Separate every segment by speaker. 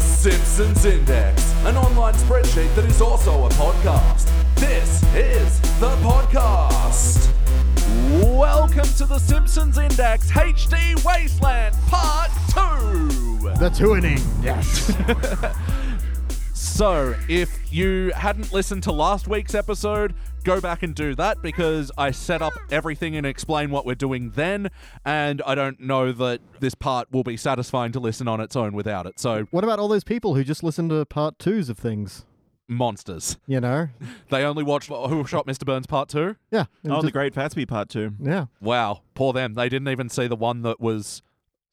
Speaker 1: Simpsons Index, an online spreadsheet that is also a podcast. This is the podcast. Welcome to the Simpsons Index HD Wasteland Part 2.
Speaker 2: The E. tuning. Yes.
Speaker 1: So, if you hadn't listened to last week's episode, go back and do that because I set up everything and explain what we're doing then. And I don't know that this part will be satisfying to listen on its own without it. So,
Speaker 2: what about all those people who just listen to part twos of things?
Speaker 1: monsters.
Speaker 2: You know?
Speaker 1: They only watched Who Shot Mr. Burns Part 2?
Speaker 2: Yeah.
Speaker 3: Oh,
Speaker 2: Just-
Speaker 3: the Great Gatsby Part Two.
Speaker 2: Yeah.
Speaker 1: Wow, poor them. They didn't even see the one that was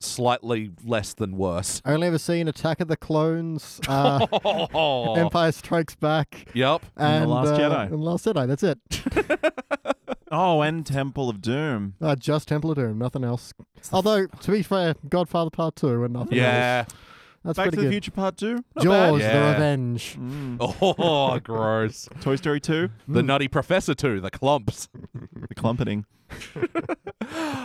Speaker 1: slightly less than worse.
Speaker 2: I only ever seen Attack of the Clones, uh, Empire Strikes Back,
Speaker 1: Yep.
Speaker 2: and,
Speaker 3: Oh. Last
Speaker 2: uh,
Speaker 3: Jedi.
Speaker 2: And Last Jedi. That's it.
Speaker 3: Oh, and Temple of Doom.
Speaker 2: Uh, just Temple of Doom. Nothing else. Although, to be fair, Godfather Part 2 and nothing else.
Speaker 1: Yeah.
Speaker 2: That's
Speaker 3: Back to
Speaker 2: pretty
Speaker 3: the
Speaker 2: good.
Speaker 3: Future Part Two. Not
Speaker 2: Jaws,
Speaker 3: bad. Mm.
Speaker 1: Yeah.
Speaker 2: The Revenge.
Speaker 1: Oh, gross.
Speaker 3: Toy Story Two.
Speaker 1: The Nutty Professor 2, The Clumps.
Speaker 3: The clumping.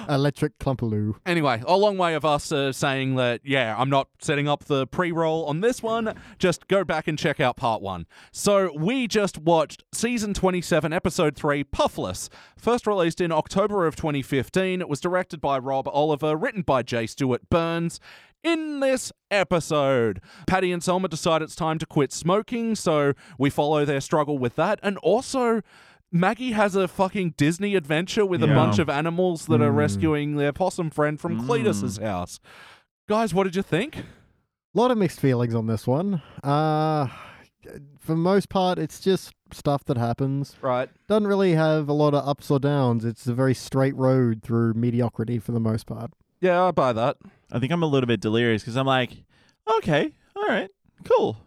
Speaker 2: Electric Clumpaloo.
Speaker 1: Anyway, a long way of us uh, saying that, yeah, I'm not setting up the pre roll on this one. Just go back and check out part one. So, we just watched season 27, episode 3, Puffless. First released in October of 2015. It was directed by Rob Oliver, written by J. Stewart Burns. In this episode, Patty and Selma decide it's time to quit smoking, so we follow their struggle with that. And also, Maggie has a fucking Disney adventure with a
Speaker 3: Yeah.
Speaker 1: bunch of animals that are rescuing their possum friend from Cletus's house. Guys, what did you think?
Speaker 2: A lot of mixed feelings on this one. Uh, for most part, it's just stuff that happens.
Speaker 1: Right.
Speaker 2: Doesn't really have a lot of ups or downs. It's a very straight road through mediocrity for the most part.
Speaker 1: Yeah, I buy that.
Speaker 3: I think I'm a little bit delirious because I'm like, okay, all right, cool.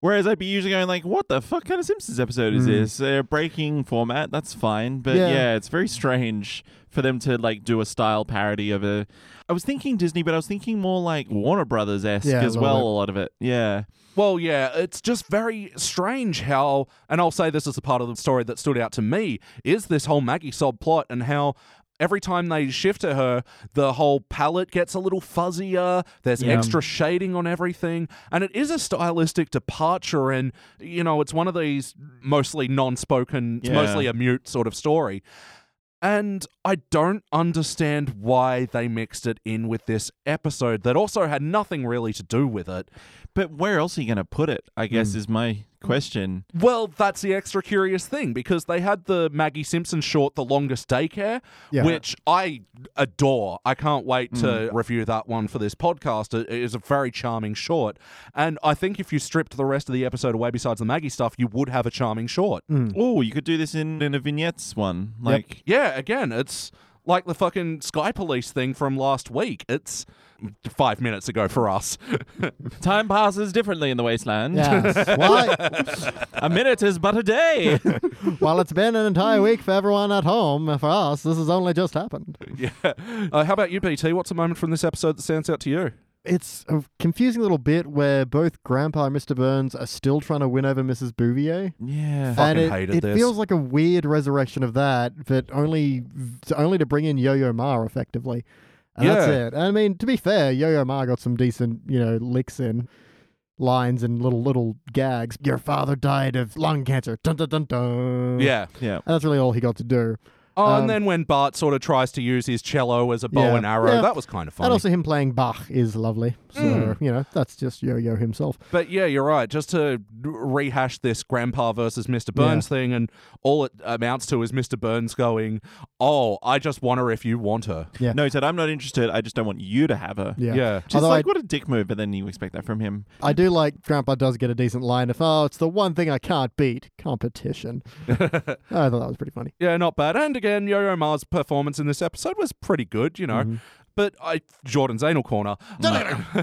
Speaker 3: Whereas I'd be usually going like, what the fuck kind of Simpsons episode is
Speaker 2: Mm.
Speaker 3: this? They're breaking format, that's fine, but
Speaker 2: Yeah.
Speaker 3: yeah. it's very strange for them to like do a style parody of a. I was thinking Disney, but I was thinking more like Warner Brothers esque
Speaker 2: Yeah, a
Speaker 3: as
Speaker 2: little
Speaker 3: well.
Speaker 2: bit.
Speaker 3: A lot of it, yeah.
Speaker 1: Well, yeah, it's just very strange how, and I'll say this is a part of the story that stood out to me, is this whole Maggie sob plot and how every time they shift to her, the whole palette gets a little fuzzier. There's
Speaker 3: Yeah.
Speaker 1: extra shading on everything. And it is a stylistic departure. And, you know, it's one of these mostly non spoken, it's
Speaker 3: Yeah.
Speaker 1: mostly a mute sort of story. And I don't understand why they mixed it in with this episode that also had nothing really to do with it.
Speaker 3: But where else are you going to put it? I guess
Speaker 2: Mm.
Speaker 3: is my question.
Speaker 1: Well, that's the extra curious thing because they had the Maggie Simpson short, The Longest Daycare,
Speaker 2: Yeah.
Speaker 1: which I adore. I can't wait to review that one for this podcast. It it is a very charming short. And I think if you stripped the rest of the episode away besides the Maggie stuff, you would have a charming short.
Speaker 3: Oh, you could do this in, in a vignettes one, like
Speaker 1: Yeah, again, it's like the fucking Sky Police thing from last week. It's five minutes ago for us.
Speaker 3: time passes differently in the wasteland.
Speaker 2: Yes. Why?
Speaker 3: a minute is but a day.
Speaker 2: While it's been an entire week for everyone at home, for us, this has only just happened.
Speaker 1: yeah. Uh, how about you, BT? What's a moment from this episode that stands out to you?
Speaker 2: It's a confusing little bit where both Grandpa and Mr. Burns are still trying to win over Mrs. Bouvier.
Speaker 3: yeah.
Speaker 2: And
Speaker 1: Fucking
Speaker 2: it,
Speaker 1: hated
Speaker 2: it
Speaker 1: this.
Speaker 2: feels like a weird resurrection of that, but only only to bring in Yo-Yo Ma effectively. And that's
Speaker 1: Yeah.
Speaker 2: it. I mean, to be fair, Yo-Yo Ma got some decent, you know, licks in lines and little little gags. Your father died of lung cancer. Dun dun dun dun.
Speaker 1: Yeah.
Speaker 3: Yeah.
Speaker 2: And that's really all he got to do.
Speaker 1: Oh,
Speaker 2: Um,
Speaker 1: and then when Bart sort of tries to use his cello as a bow
Speaker 2: Yeah.
Speaker 1: and arrow,
Speaker 2: Yeah.
Speaker 1: that was kind of funny. Hmm.
Speaker 2: And also him playing Bach is lovely. So, you know, that's just Yo-Yo himself.
Speaker 1: but yeah, you're right. Just to rehash this Grandpa versus Mr. Burns thing, and all it amounts to is Mr. Burns going, "Oh, I just want her if you want her."
Speaker 2: Yeah.
Speaker 3: No, he said, I'm not interested. I just don't want you to have her.
Speaker 2: Yeah.
Speaker 1: Yeah.
Speaker 3: Just
Speaker 2: Although
Speaker 3: like,
Speaker 2: I,
Speaker 3: what a dick move. But then you expect that from him.
Speaker 2: I do like Grandpa does get a decent line of, oh, it's the one thing I can't beat, competition. I thought that was pretty funny.
Speaker 1: Yeah, not bad. And again, Yo-Yo Ma's performance in this episode was pretty good, you know.
Speaker 2: Mm-hmm.
Speaker 1: But I Jordan's anal corner.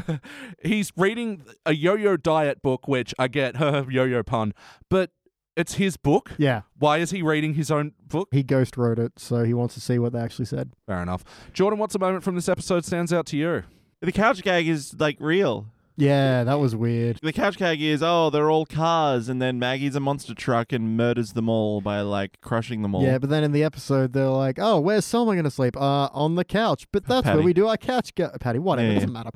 Speaker 1: he's reading a yo-yo diet book, which I get, yo-yo pun, but it's his book.
Speaker 2: Yeah.
Speaker 1: Why is he reading his own book?
Speaker 2: He ghost wrote it, so he wants to see what they actually said.
Speaker 1: Fair enough. Jordan, what's a moment from this episode stands out to you?
Speaker 3: The couch gag is like real.
Speaker 2: Yeah, that was weird.
Speaker 3: The couch gag is, oh, they're all cars, and then Maggie's a monster truck and murders them all by like crushing them all.
Speaker 2: Yeah, but then in the episode they're like, "Oh, where's Selma gonna sleep? Uh, on the couch." But that's
Speaker 3: Patty.
Speaker 2: where we do our couch. Ga- Patty, whatever,
Speaker 3: Yeah,
Speaker 2: it doesn't matter.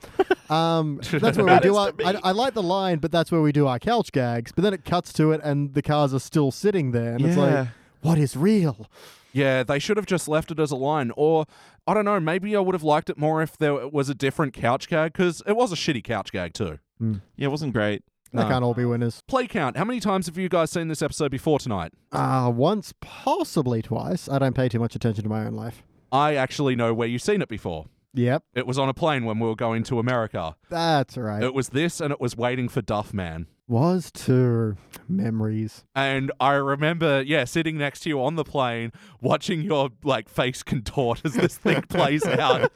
Speaker 2: Um, that's where we
Speaker 3: Matters
Speaker 2: do our.
Speaker 3: to me.
Speaker 2: I, I like the line, but that's where we do our couch gags. But then it cuts to it, and the cars are still sitting there, and it's
Speaker 3: Yeah.
Speaker 2: like, what is real?
Speaker 1: Yeah, they should have just left it as a line. Or, I don't know, maybe I would have liked it more if there was a different couch gag, because it was a shitty couch gag, too.
Speaker 3: Yeah, it wasn't great.
Speaker 2: They
Speaker 1: No.
Speaker 2: can't all be winners.
Speaker 1: Play count. How many times have you guys seen this episode before tonight?
Speaker 2: Uh, once, possibly twice. I don't pay too much attention to my own life.
Speaker 1: I actually know where you've seen it before.
Speaker 2: Yep,
Speaker 1: It was on a plane when we were going to America.
Speaker 2: that's right.
Speaker 1: It was this, and it was waiting for Duff Man.
Speaker 2: was two memories.
Speaker 1: And I remember, yeah, sitting next to you on the plane, watching your like face contort as this thing plays out.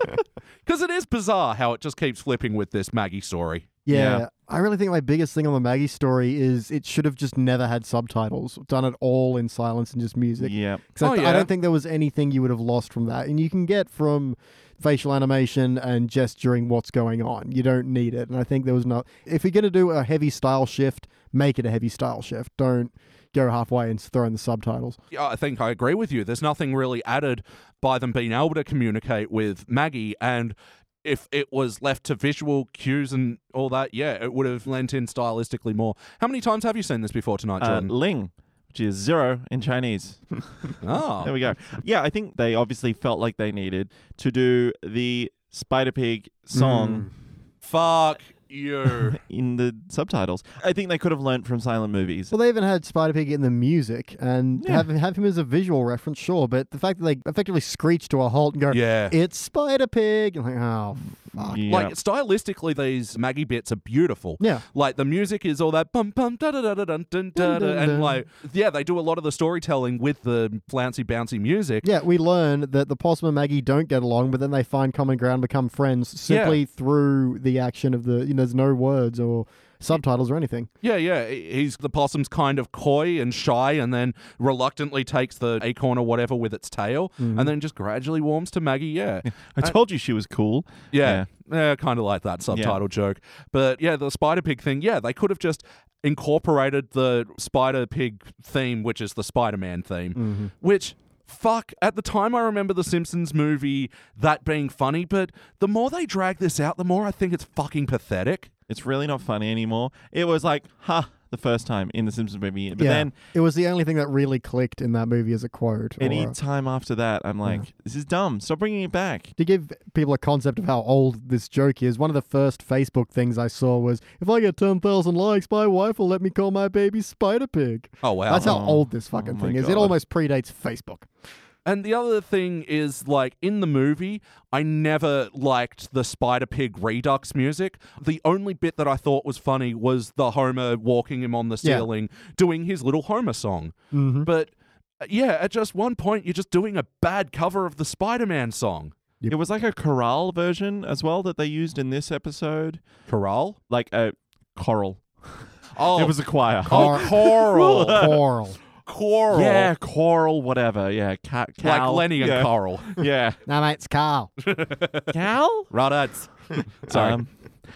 Speaker 1: Because it is bizarre how it just keeps flipping with this Maggie story.
Speaker 2: Yeah,
Speaker 3: Yeah.
Speaker 2: I really think my biggest thing on the Maggie story is it should have just never had subtitles, done it all in silence and just music.
Speaker 3: Yeah.
Speaker 2: 'Cause I,
Speaker 1: Oh,
Speaker 2: th- I
Speaker 1: yeah.
Speaker 2: don't think there was anything you would have lost from that. And you can get from facial animation and gesturing what's going on. You don't need it. And I think there was not. If you're going to do a heavy style shift, make it a heavy style shift. Don't go halfway and s- throw in the subtitles.
Speaker 1: Yeah, I think I agree with you. There's nothing really added by them being able to communicate with Maggie. And if it was left to visual cues and all that, yeah, it would have lent in stylistically more. How many times have you seen this before tonight,
Speaker 3: Uh,
Speaker 1: Jordan?
Speaker 3: Ling, which is zero in Chinese.
Speaker 1: oh.
Speaker 3: There we go. Yeah, I think they obviously felt like they needed to do the Spider Pig
Speaker 1: Mm.
Speaker 3: song
Speaker 1: Fuck you.
Speaker 3: in the subtitles. I think they could have learned from silent movies.
Speaker 2: Well, they even had Spider Pig in the music and
Speaker 3: Yeah.
Speaker 2: have, have him as a visual reference, sure. But the fact that they effectively screech to a halt and go,
Speaker 1: yeah.
Speaker 2: it's Spider Pig. You're like, oh, fuck.
Speaker 3: Yeah.
Speaker 1: Like stylistically, these Maggie bits are beautiful.
Speaker 2: Yeah.
Speaker 1: Like the music is all that bum bum da da da da dun dun da
Speaker 2: Dun,
Speaker 1: da,
Speaker 2: dun,
Speaker 1: and
Speaker 2: dun.
Speaker 1: like yeah, they do a lot of the storytelling with the flouncy bouncy music.
Speaker 2: Yeah, we learn that the possum and Maggie don't get along, but then they find common ground, and become friends simply through the action of the. You know, there's no words or subtitles or anything.
Speaker 1: Yeah, yeah. he- He's the possum's kind of coy and shy, and then reluctantly takes the acorn or whatever with its tail,
Speaker 2: Mm-hmm.
Speaker 1: and then just gradually warms to Maggie. Yeah,
Speaker 3: I told you she was cool.
Speaker 1: yeah, yeah. kind of like that subtitle joke. But yeah, the spider pig thing. Yeah, they could have just incorporated the spider pig theme, which is the Spider Man theme, which. Fuck, at the time I remember the Simpsons movie, that being funny, but the more they drag this out, the more I think it's fucking pathetic.
Speaker 3: It's really not funny anymore. It was like, ha, the first time in the Simpsons movie. But
Speaker 2: yeah,
Speaker 3: then
Speaker 2: it was the only thing that really clicked in that movie as a quote. or
Speaker 3: any
Speaker 2: a-
Speaker 3: time after that, I'm like, this is dumb. Stop bringing it back.
Speaker 2: to give people a concept of how old this joke is, one of the first Facebook things I saw was, "If I get ten thousand likes, my wife will let me call my baby Spider Pig."
Speaker 1: Oh, wow.
Speaker 2: That's how
Speaker 3: Oh.
Speaker 2: old this fucking
Speaker 3: Oh my
Speaker 2: thing is.
Speaker 3: God.
Speaker 2: It almost predates Facebook.
Speaker 1: And the other thing is, like, in the movie, I never liked the Spider Pig Redux music. The only bit that I thought was funny was the Homer walking him on the
Speaker 2: Yeah.
Speaker 1: ceiling, doing his little Homer song.
Speaker 2: Mm-hmm.
Speaker 1: But uh, yeah, at just one point, you're just doing a bad cover of the Spider Man song.
Speaker 2: Yep.
Speaker 3: It was like a chorale version as well that they used in this episode,
Speaker 1: Chorale?
Speaker 3: like a choral.
Speaker 1: Oh,
Speaker 3: It was a choir.
Speaker 1: oh, choral.
Speaker 2: Coral.
Speaker 1: choral.
Speaker 3: Yeah, choral, whatever. Yeah, ca-
Speaker 1: Like
Speaker 3: cow.
Speaker 1: Lenny and
Speaker 3: yeah.
Speaker 1: Coral.
Speaker 3: Yeah,
Speaker 2: Nah, mate, it's Carl.
Speaker 3: cow.
Speaker 1: Right, Sorry.
Speaker 3: Um,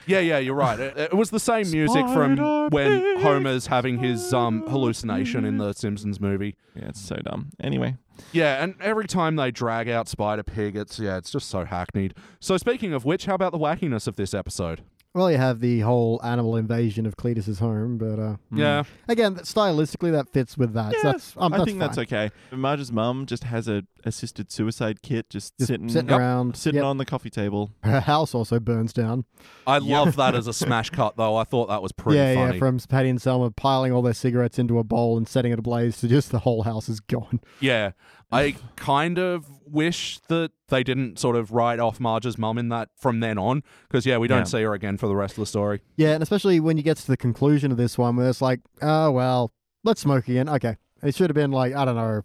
Speaker 1: Yeah, yeah, you're right. It, it was the same music from
Speaker 3: Spider
Speaker 1: when
Speaker 3: pig,
Speaker 1: Homer's having his um, hallucination in the Simpsons movie.
Speaker 3: yeah, it's so dumb. Anyway,
Speaker 1: Yeah, and every time they drag out Spider Pig, it's yeah, it's just so hackneyed. So speaking of which, how about the wackiness of this episode?
Speaker 2: Well, you have the whole animal invasion of Cletus's home, but uh,
Speaker 1: Yeah,
Speaker 2: again, th- stylistically that fits with that.
Speaker 3: yeah,
Speaker 2: so that's, um,
Speaker 3: Mm. I
Speaker 2: that's
Speaker 3: think that's
Speaker 2: fine.
Speaker 3: okay. Marge's mum just has a assisted suicide kit, just,
Speaker 2: Just
Speaker 3: sitting,
Speaker 2: sitting
Speaker 1: Yep.
Speaker 2: around,
Speaker 3: mm, sitting
Speaker 2: yep.
Speaker 3: on the coffee table.
Speaker 2: Her house also burns down.
Speaker 1: I love that as a smash cut though. I thought that was pretty
Speaker 2: yeah,
Speaker 1: funny.
Speaker 2: yeah. From Patty and Selma piling all their cigarettes into a bowl and setting it ablaze, so just the whole house is gone.
Speaker 1: Yeah. I kind of wish that they didn't sort of write off Marge's mum in that from then on, because yeah, we don't
Speaker 3: Yeah.
Speaker 1: see her again for the rest of the story.
Speaker 2: Yeah, and especially when you get to the conclusion of this one, where it's like, oh well, let's smoke again. Okay, it should have been like I don't know.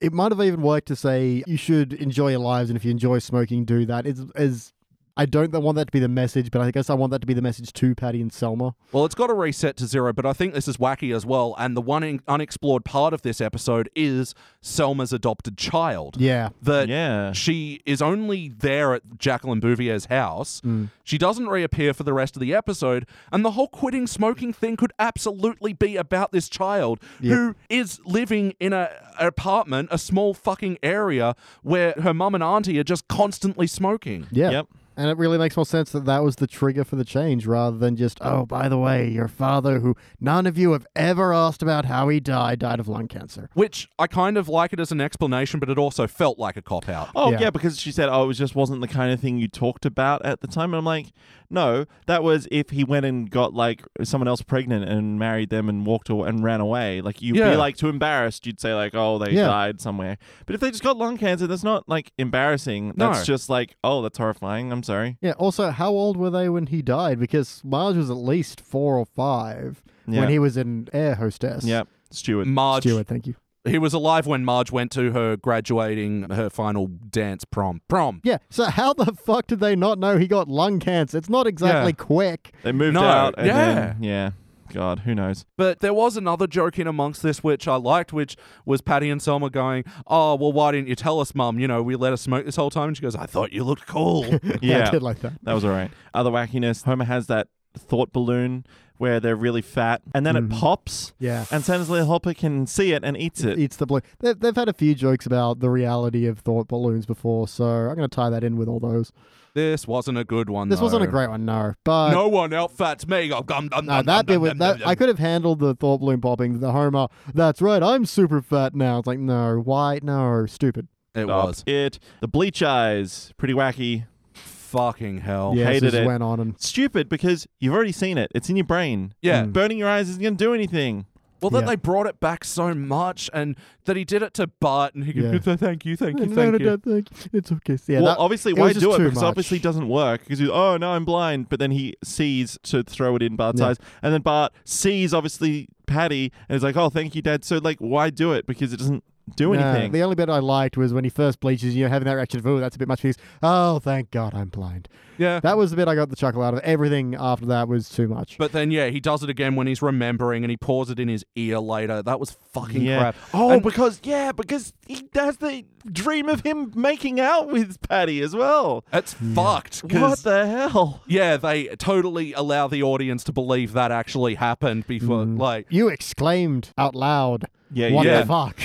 Speaker 2: It might have even worked to say you should enjoy your lives, and if you enjoy smoking, do that. It's as I don't want that to be the message, but I guess I want that to be the message to Patty and Selma.
Speaker 1: Well, it's got to reset to zero, but I think this is wacky as well. And the one in- unexplored part of this episode is Selma's adopted child.
Speaker 2: Yeah.
Speaker 1: That
Speaker 3: yeah.
Speaker 1: she is only there at Jacqueline Bouvier's house.
Speaker 2: Mm.
Speaker 1: She doesn't reappear for the rest of the episode, and the whole quitting smoking thing could absolutely be about this child who is living in a an apartment, a small fucking area where her mum and auntie are just constantly smoking.
Speaker 2: Yeah.
Speaker 3: Yep.
Speaker 2: And it really makes more sense that that was the trigger for the change rather than just, oh, by the way, your father, who none of you have ever asked about how he died, died of lung cancer.
Speaker 1: Which I kind of like it as an explanation, but it also felt like a cop out.
Speaker 3: Oh
Speaker 2: Yeah.
Speaker 3: yeah. because she said, "Oh, it was just wasn't the kind of thing you talked about at the time." And I'm like, "No, that was if he went and got like someone else pregnant and married them and walked away and ran away. Like you'd
Speaker 1: Yeah.
Speaker 3: be like too embarrassed. You'd say like, "Oh, they
Speaker 2: Yeah.
Speaker 3: died somewhere." But if they just got lung cancer, that's not like embarrassing.
Speaker 1: No.
Speaker 3: That's just like, "Oh, that's horrifying. I'm sorry."
Speaker 2: Yeah. Also, how old were they when he died? Because Marge was at least four or five
Speaker 3: Yeah.
Speaker 2: when he was an air hostess.
Speaker 3: Yeah, Stuart.
Speaker 1: Marge,
Speaker 2: Stuart, thank you.
Speaker 1: he was alive when Marge went to her graduating, her final dance prom. Prom.
Speaker 2: Yeah. So how the fuck did they not know he got lung cancer? It's not exactly quick.
Speaker 3: They moved
Speaker 1: No,
Speaker 3: out. And
Speaker 1: yeah.
Speaker 3: Then, yeah. God, who knows?
Speaker 1: But there was another joke in amongst this which I liked, which was Patty and Selma going, "Oh, well, why didn't you tell us, Mum? You know, we let us smoke this whole time." And she goes, "I thought you looked cool."
Speaker 2: I
Speaker 3: Yeah.
Speaker 2: did like that.
Speaker 3: That was all right. Other wackiness. Homer has that thought balloon where they're really fat, and then it pops.
Speaker 2: Yeah.
Speaker 3: And Santa's little helper can see it and eats it.
Speaker 2: It's the blue. They- They've had a few jokes about the reality of thought balloons before, so I'm going to tie that in with all those.
Speaker 1: this wasn't a good one.
Speaker 2: This wasn't a
Speaker 1: though.
Speaker 2: great one, no. But
Speaker 1: No one outfats me. Oh, gum, dum,
Speaker 2: No,
Speaker 1: dum, dum,
Speaker 2: that bit
Speaker 1: dum,
Speaker 2: was
Speaker 1: dum,
Speaker 2: that.
Speaker 1: dum,
Speaker 2: I
Speaker 1: dum.
Speaker 2: could have handled the thought balloon popping. The Homer. That's right. I'm super fat now. It's like no. Why? No. Stupid.
Speaker 1: It
Speaker 3: Stop
Speaker 1: was
Speaker 3: it. The bleach eyes, pretty wacky.
Speaker 1: um, fucking hell.
Speaker 2: yeah.
Speaker 3: hated
Speaker 2: just
Speaker 3: it.
Speaker 2: went on and
Speaker 3: Stupid because you've already seen it. It's in your brain.
Speaker 1: Yeah.
Speaker 3: Burning your eyes isn't going to do anything.
Speaker 1: Well, then
Speaker 2: Mm. Yeah.
Speaker 1: they brought it back so much, and that he did it to Bart, and he goes, "Thank you, thank you,
Speaker 2: no,
Speaker 1: thank
Speaker 2: no,
Speaker 1: you."
Speaker 2: no, thank you. It's okay. So, yeah,
Speaker 3: well,
Speaker 2: that-
Speaker 3: obviously,
Speaker 2: it
Speaker 3: why
Speaker 2: was just
Speaker 3: do it?
Speaker 2: too
Speaker 3: Because it
Speaker 2: much.
Speaker 3: obviously doesn't work. Because he's, oh, no, I'm blind. But then he sees to throw it in Bart's
Speaker 2: Yeah.
Speaker 3: eyes. And then Bart sees, obviously, Patty and is like, oh, thank you, Dad. So, like, why do it? Because it doesn't do
Speaker 2: Nah,
Speaker 3: anything.
Speaker 2: the only bit I liked was when he first bleaches. You know, having that reaction of "oh, that's a bit much." Because oh, thank God, I'm blind.
Speaker 1: Yeah.
Speaker 2: That was the bit I got the chuckle out of. Everything after that was too much.
Speaker 1: But then, yeah, he does it again when he's remembering, and he pours it in his ear later. That was fucking
Speaker 3: yeah.
Speaker 1: crap.
Speaker 3: Oh,
Speaker 1: And-
Speaker 3: because, yeah, because he, that's the dream of him making out with Patty as well.
Speaker 1: It's fucked. 'cause-
Speaker 3: What the hell?
Speaker 1: Yeah, they totally allow the audience to believe that actually happened before.
Speaker 3: Mm.
Speaker 1: Like,
Speaker 2: you exclaimed out loud,
Speaker 3: Yeah,
Speaker 2: "What
Speaker 1: yeah.
Speaker 2: the fuck?"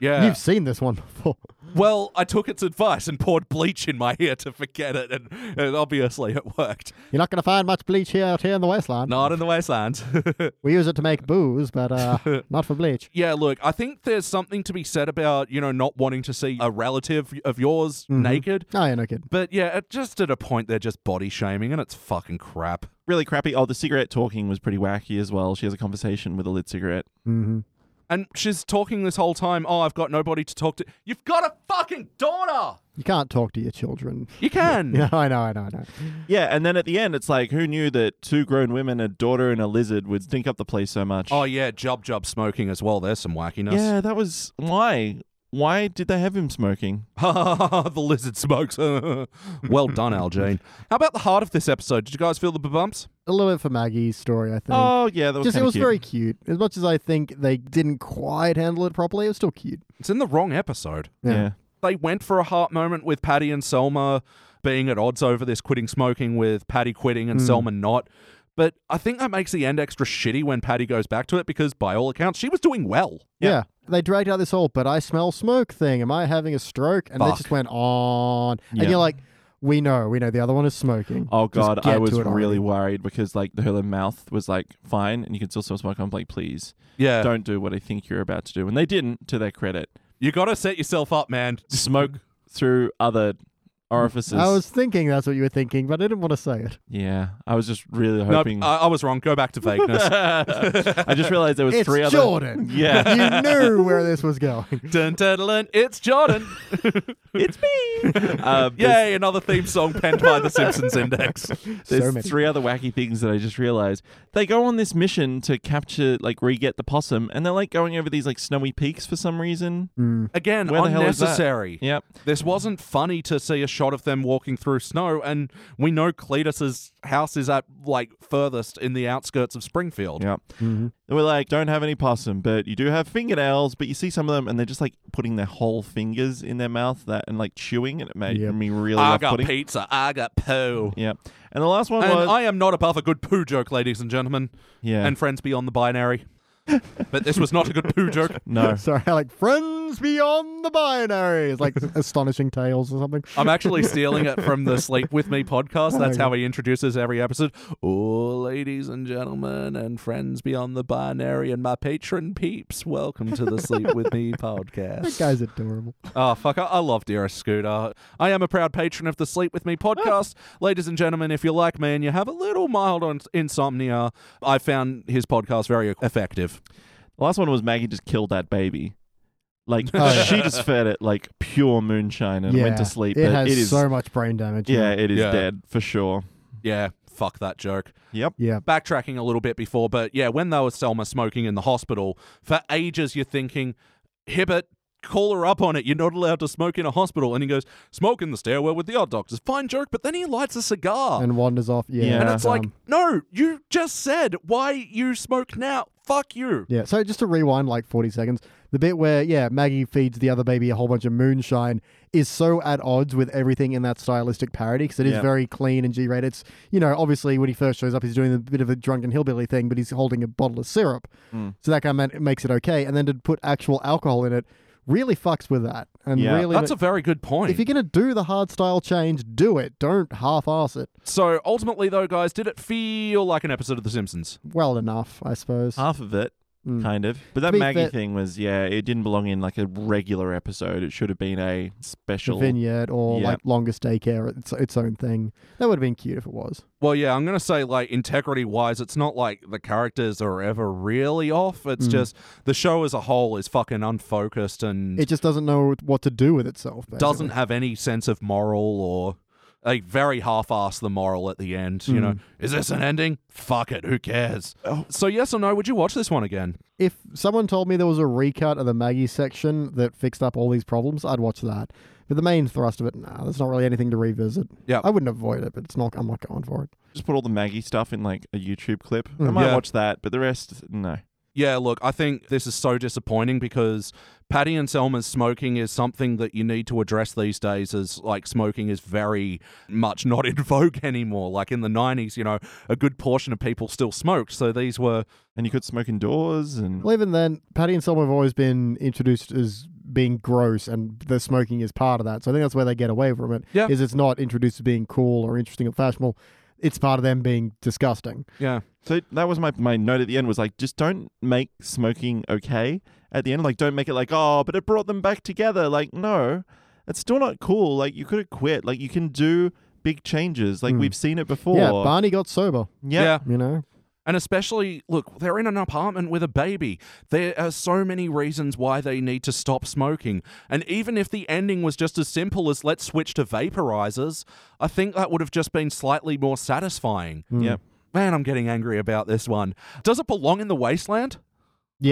Speaker 1: yeah.
Speaker 2: You've seen this one before.
Speaker 1: Well, I took its advice and poured bleach in my ear to forget it, and, and obviously it worked.
Speaker 2: You're not going to find much bleach here out here in the wasteland.
Speaker 1: Not in the wastelands.
Speaker 2: We use it to make booze, but uh, not for bleach.
Speaker 1: yeah, look, I think there's something to be said about, you know, not wanting to see a relative of yours
Speaker 3: Mm-hmm.
Speaker 1: naked.
Speaker 2: Oh, yeah, no kidding.
Speaker 1: But yeah, it just at a point, they're just body shaming, and it's fucking crap.
Speaker 3: really crappy. Oh, the cigarette talking was pretty wacky as well. She has a conversation with a lit cigarette.
Speaker 1: And she's talking this whole time, oh, I've got nobody to talk to. You've got a fucking daughter!
Speaker 2: You can't talk to your children.
Speaker 1: You can!
Speaker 2: Yeah, I know, I know, I know.
Speaker 3: Yeah, and then at the end, it's like, who knew that two grown women, a daughter and a lizard, would stink up the place so much?
Speaker 1: Oh yeah, Jub Jub smoking as well. There's some wackiness.
Speaker 3: yeah, that was why. Why did they have him smoking?
Speaker 1: the lizard smokes. well done, Al Jean. How about the heart of this episode? Did you guys feel the bumps?
Speaker 2: A little bit for Maggie's story, I think.
Speaker 3: Oh yeah, that was
Speaker 2: Just it
Speaker 3: kinda
Speaker 2: was
Speaker 3: cute.
Speaker 2: very cute. As much as I think they didn't quite handle it properly, it was still cute.
Speaker 1: It's in the wrong episode.
Speaker 3: yeah.
Speaker 1: They went for a heart moment with Patty and Selma being at odds over this quitting smoking with Patty quitting and Selma not. But I think that makes the end extra shitty when Patty goes back to it because by all accounts she was doing well.
Speaker 2: Yeah.
Speaker 3: Yeah.
Speaker 2: They dragged out this whole but I smell smoke thing. Am I having a stroke? And they
Speaker 1: Fuck.
Speaker 2: just went on.
Speaker 3: Yeah.
Speaker 2: And you're like, we know, we know the other one is smoking.
Speaker 3: Oh
Speaker 2: Just
Speaker 3: god,
Speaker 2: get
Speaker 3: I was
Speaker 2: to it already."
Speaker 3: really worried because like her little mouth was like fine, and you could still smell smoke. I'm like, please
Speaker 1: Yeah.
Speaker 3: don't do what I think you're about to do, and they didn't. To their credit,
Speaker 1: You gotta set yourself up, man.
Speaker 3: smoke through other orifices.
Speaker 2: I was thinking that's what you were thinking, but I didn't want to say it.
Speaker 3: yeah, I was just really
Speaker 1: Nope,
Speaker 3: hoping.
Speaker 1: I, I was wrong. Go back to vagueness.
Speaker 3: I just realized there was
Speaker 2: It's
Speaker 3: three other.
Speaker 2: Jordan.
Speaker 3: Yeah.
Speaker 2: you knew where this was going.
Speaker 1: Dun, dun, dun, dun. it's Jordan.
Speaker 3: it's me. Um, there's
Speaker 1: Yay, another theme song penned by the Simpsons Index.
Speaker 3: there's
Speaker 2: So many.
Speaker 3: three other wacky things that I just realized. They go on this mission to capture, like, re-get the possum, and they're like going over these like snowy peaks for some reason.
Speaker 2: Mm.
Speaker 1: Again,
Speaker 3: Where the hell is that?
Speaker 1: unnecessary.
Speaker 3: Yep.
Speaker 1: This wasn't funny to see a shot of them walking through snow, and we know Cletus's house is at like furthest in the outskirts of Springfield.
Speaker 3: Yeah. They were like, don't have any possum, but you do have fingernails, but you see some of them and they're just like putting their whole fingers in their mouth that and like chewing and it made
Speaker 2: Yep.
Speaker 3: me really
Speaker 1: I
Speaker 3: off
Speaker 1: got
Speaker 3: putting.
Speaker 1: pizza. I got poo.
Speaker 3: yeah. And the last one was
Speaker 1: And I am not above a good poo joke, ladies and gentlemen,
Speaker 3: Yeah.
Speaker 1: and friends beyond the binary. but this was not a good poo joke.
Speaker 3: no.
Speaker 2: Sorry, like friends beyond the binary. It's like astonishing tales or something.
Speaker 1: I'm actually stealing it from the Sleep With Me
Speaker 2: Oh
Speaker 1: podcast. That's how he introduces every episode. Oh, ladies and gentlemen, and friends beyond the binary, and my patron peeps, welcome to the Sleep With Me
Speaker 2: That
Speaker 1: podcast.
Speaker 2: guy's adorable.
Speaker 1: Oh, fuck. I, I love Dearest Scooter. I am a proud patron of the Sleep With Me
Speaker 2: Ah.
Speaker 1: podcast. Ladies and gentlemen, if you're like me and you have a little mild on insomnia, I found his podcast very effective.
Speaker 3: The last one was Maggie just killed that baby. Like
Speaker 2: Oh, yeah.
Speaker 3: she just fed it like pure moonshine and
Speaker 2: yeah,
Speaker 3: went to sleep.
Speaker 2: It
Speaker 3: but
Speaker 2: has
Speaker 3: it is
Speaker 2: so much brain damage.
Speaker 3: Yeah, it is
Speaker 1: Yeah.
Speaker 3: dead for sure.
Speaker 1: Yeah, fuck that joke.
Speaker 3: Yep.
Speaker 2: yeah.
Speaker 1: backtracking a little bit before, but yeah, when they were Selma smoking in the hospital, for ages you're thinking, Hibbert, call her up on it. You're not allowed to smoke in a hospital. And he goes, smoke in the stairwell with the odd doctors. Fine joke, but then he lights a cigar.
Speaker 2: And wanders off. Yeah,
Speaker 3: Oh. Yeah. Uh-huh.
Speaker 1: And
Speaker 3: Yeah.
Speaker 1: it's like,
Speaker 2: um,
Speaker 1: no, you just said why you smoke now. Fuck you.
Speaker 2: Yeah. So just to rewind like 40 seconds, the bit where, yeah, Maggie feeds the other baby a whole bunch of moonshine is so at odds with everything in that stylistic parody because it is
Speaker 3: Yeah.
Speaker 2: very clean and G rated. It's, you know, obviously when he first shows up, he's doing a bit of a drunken hillbilly thing, but he's holding a bottle of syrup.
Speaker 3: Hmm.
Speaker 2: So that kind of meant it makes it okay. And then to put actual alcohol in it really fucks with that. And
Speaker 3: Yeah.
Speaker 2: really,
Speaker 1: That's a very good point.
Speaker 2: if you're going to do the hard style change, do it. Don't half ass it.
Speaker 1: so ultimately, though, guys, did it feel like an episode of The Simpsons?
Speaker 2: Well enough, I suppose.
Speaker 3: Half of it,
Speaker 2: Mm.
Speaker 3: kind of. But that
Speaker 2: be
Speaker 3: Maggie
Speaker 2: fair-
Speaker 3: thing was, yeah, it didn't belong in like a regular episode. It should have been a special.
Speaker 2: Vineyard or
Speaker 3: Yeah.
Speaker 2: like longest daycare, it's its own thing. That would have been cute if it was.
Speaker 1: Well, yeah, I'm gonna say like integrity wise, it's not like the characters are ever really off. It's just the show as a whole is fucking unfocused and
Speaker 2: It just doesn't know what to do with itself. Basically.
Speaker 1: doesn't have any sense of moral or like very half-ass the moral at the end. You know, is this an ending? Fuck it, who cares? So yes or no? Would you watch this one again?
Speaker 2: If someone told me there was a recut of the Maggie section that fixed up all these problems, I'd watch that. But the main thrust of it, nah, there's not really anything to revisit.
Speaker 1: Yeah.
Speaker 2: I wouldn't avoid it, but it's not. I'm not going for it.
Speaker 3: Just put all the Maggie stuff in like a YouTube clip.
Speaker 2: Mm.
Speaker 3: I might
Speaker 1: Yeah.
Speaker 3: watch that, but the rest, no.
Speaker 1: Yeah, look, I think this is so disappointing because Patty and Selma's smoking is something that you need to address these days as like smoking is very much not in vogue anymore. Like in the 90s, you know, a good portion of people still smoked. So these were
Speaker 3: And you could smoke indoors and
Speaker 2: Well, even then, Patty and Selma have always been introduced as being gross, and the smoking is part of that. So I think that's where they get away from it.
Speaker 1: Yeah.
Speaker 2: Is it's not introduced as being cool or interesting or fashionable. It's part of them being disgusting.
Speaker 1: yeah.
Speaker 3: so that was my my note at the end was like just don't make smoking okay at the end like don't make it like oh but it brought them back together like no it's still not cool like you could have quit like you can do big changes like we've seen it before
Speaker 2: Hmm. Yeah, Barney got sober.
Speaker 3: yeah,
Speaker 1: Yeah.
Speaker 2: You know,
Speaker 1: And especially, look, they're in an apartment with a baby. There are so many reasons why they need to stop smoking. And even if the ending was just as simple as let's switch to vaporizers, I think that would have just been slightly more satisfying.
Speaker 3: yeah.
Speaker 1: Man, I'm getting angry about this one. Does it belong in the wasteland?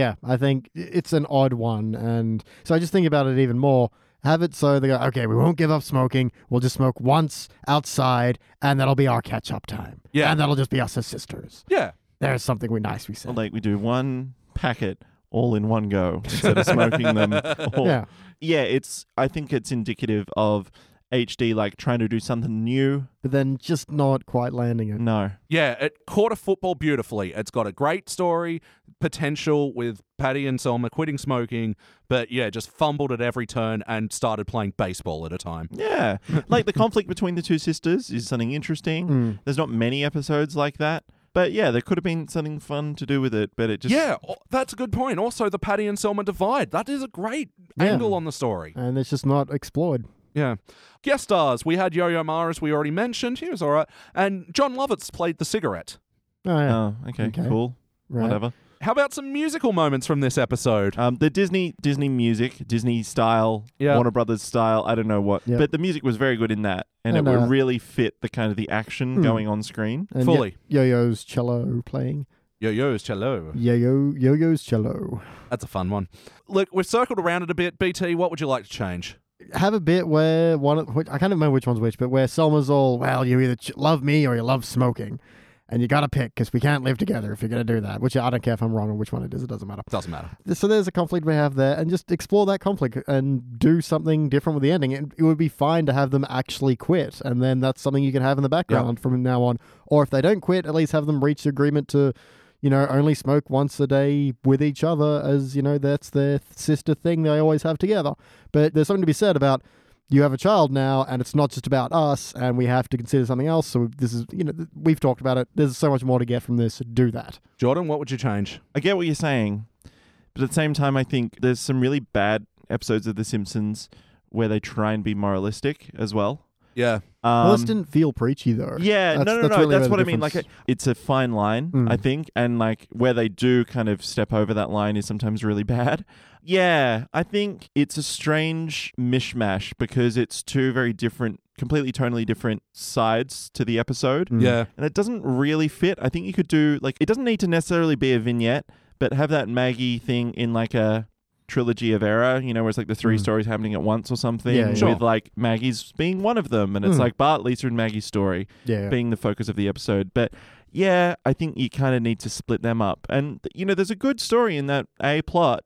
Speaker 2: Yeah, I think it's an odd one. And so I just think about it even more. Have it so they go, okay, we won't give up smoking. We'll just smoke once outside, and that'll be our catch up time.
Speaker 1: Yeah.
Speaker 2: And that'll just be us as sisters.
Speaker 1: Yeah.
Speaker 2: There's something we nice we said.
Speaker 3: Or, like we do one packet all in one go instead of smoking them all.
Speaker 2: yeah.
Speaker 3: yeah it's i think it's indicative of hd like trying to do something new
Speaker 2: But then just not quite landing
Speaker 1: Mm.
Speaker 2: it.
Speaker 3: no
Speaker 1: Yeah, it caught a football beautifully. It's got a great story, potential with Patty and Selma quitting smoking, but yeah, just fumbled at every turn and started playing baseball at a time.
Speaker 3: yeah like the conflict between the two sisters is something interesting
Speaker 2: Hmm.
Speaker 3: there's not many episodes like that but yeah there could have been something fun to do with it but it just
Speaker 1: Yeah, o- that's a good point. Also, the Patty and Selma divide. That is a great
Speaker 2: Yeah.
Speaker 1: angle on the story.
Speaker 2: And it's just not explored.
Speaker 1: Yeah. Guest stars. We had Yo Yo Ma, as we already mentioned. He was all right. And John Lovitz played the cigarette.
Speaker 2: Oh, yeah.
Speaker 3: oh okay,
Speaker 2: Okay.
Speaker 3: cool
Speaker 2: right.
Speaker 3: whatever
Speaker 1: How about some musical moments from this episode?
Speaker 3: um the disney disney music disney style
Speaker 1: Yeah.
Speaker 3: warner brothers style i don't know what
Speaker 2: Yeah.
Speaker 3: but the music was very good in that and
Speaker 2: And,
Speaker 3: it
Speaker 2: uh,
Speaker 3: would really fit the kind of the action
Speaker 2: Hmm.
Speaker 3: going on screen
Speaker 2: And
Speaker 1: Fully.
Speaker 2: Yo Yo's cello playing.
Speaker 1: Yo Yo's cello.
Speaker 2: Yo Yo Yo Yo's cello.
Speaker 1: That's a fun one. Look, we've circled around it a bit. BT, what would you like to change?
Speaker 2: have a bit where one of, which, I can't remember which one's which, but where Selma's all, well, you either ch- love me or you love smoking, and you gotta pick because we can't live together if you're gonna do that. Which I don't care if I'm wrong on which one it is; it doesn't matter.
Speaker 1: Doesn't matter.
Speaker 2: So there's a conflict we have there, and just explore that conflict and do something different with the ending. And it would be fine to have them actually quit, and then that's something you can have in the background from now on. Or if they don't quit, at least have them reach the agreement to, you know, only smoke once a day with each other, as you know that's their th- sister thing they always have together. But there's something to be said about you have a child now, and it's not just about us, and we have to consider something else. So this is, you know, th- we've talked about it. There's so much more to get from this. Do that.
Speaker 1: Jordan, what would you change?
Speaker 3: I get what you're saying, but at the same time, I think there's some really bad episodes of The Simpsons where they try and be moralistic as well.
Speaker 1: Yeah.
Speaker 3: Um,
Speaker 2: well, this didn't feel preachy though.
Speaker 3: Yeah,
Speaker 2: That's-
Speaker 3: no, no,
Speaker 2: that's
Speaker 3: no.
Speaker 2: really
Speaker 3: that's
Speaker 2: where
Speaker 3: what
Speaker 2: the
Speaker 3: I mean. Like,
Speaker 2: difference-
Speaker 3: a- it's a fine line,
Speaker 2: Mm.
Speaker 3: I think, and like where they do kind of step over that line is sometimes really bad. Yeah, I think it's a strange mishmash because it's two very different, completely, totally different sides to the episode,
Speaker 2: Mm.
Speaker 1: Yeah.
Speaker 3: and it doesn't really fit. I think you could do like it doesn't need to necessarily be a vignette, but have that Maggie thing in like a trilogy of era, you know, where it's like the three
Speaker 2: Mm.
Speaker 3: stories happening at once or something,
Speaker 2: Yeah, yeah.
Speaker 1: Sure.
Speaker 3: with like Maggie's being one of them, and it's
Speaker 2: Mm.
Speaker 3: like Bart, Lisa, and Maggie's story
Speaker 2: Yeah.
Speaker 3: being the focus of the episode. But yeah, I think you kind of need to split them up. And you know, there's a good story in that A plot.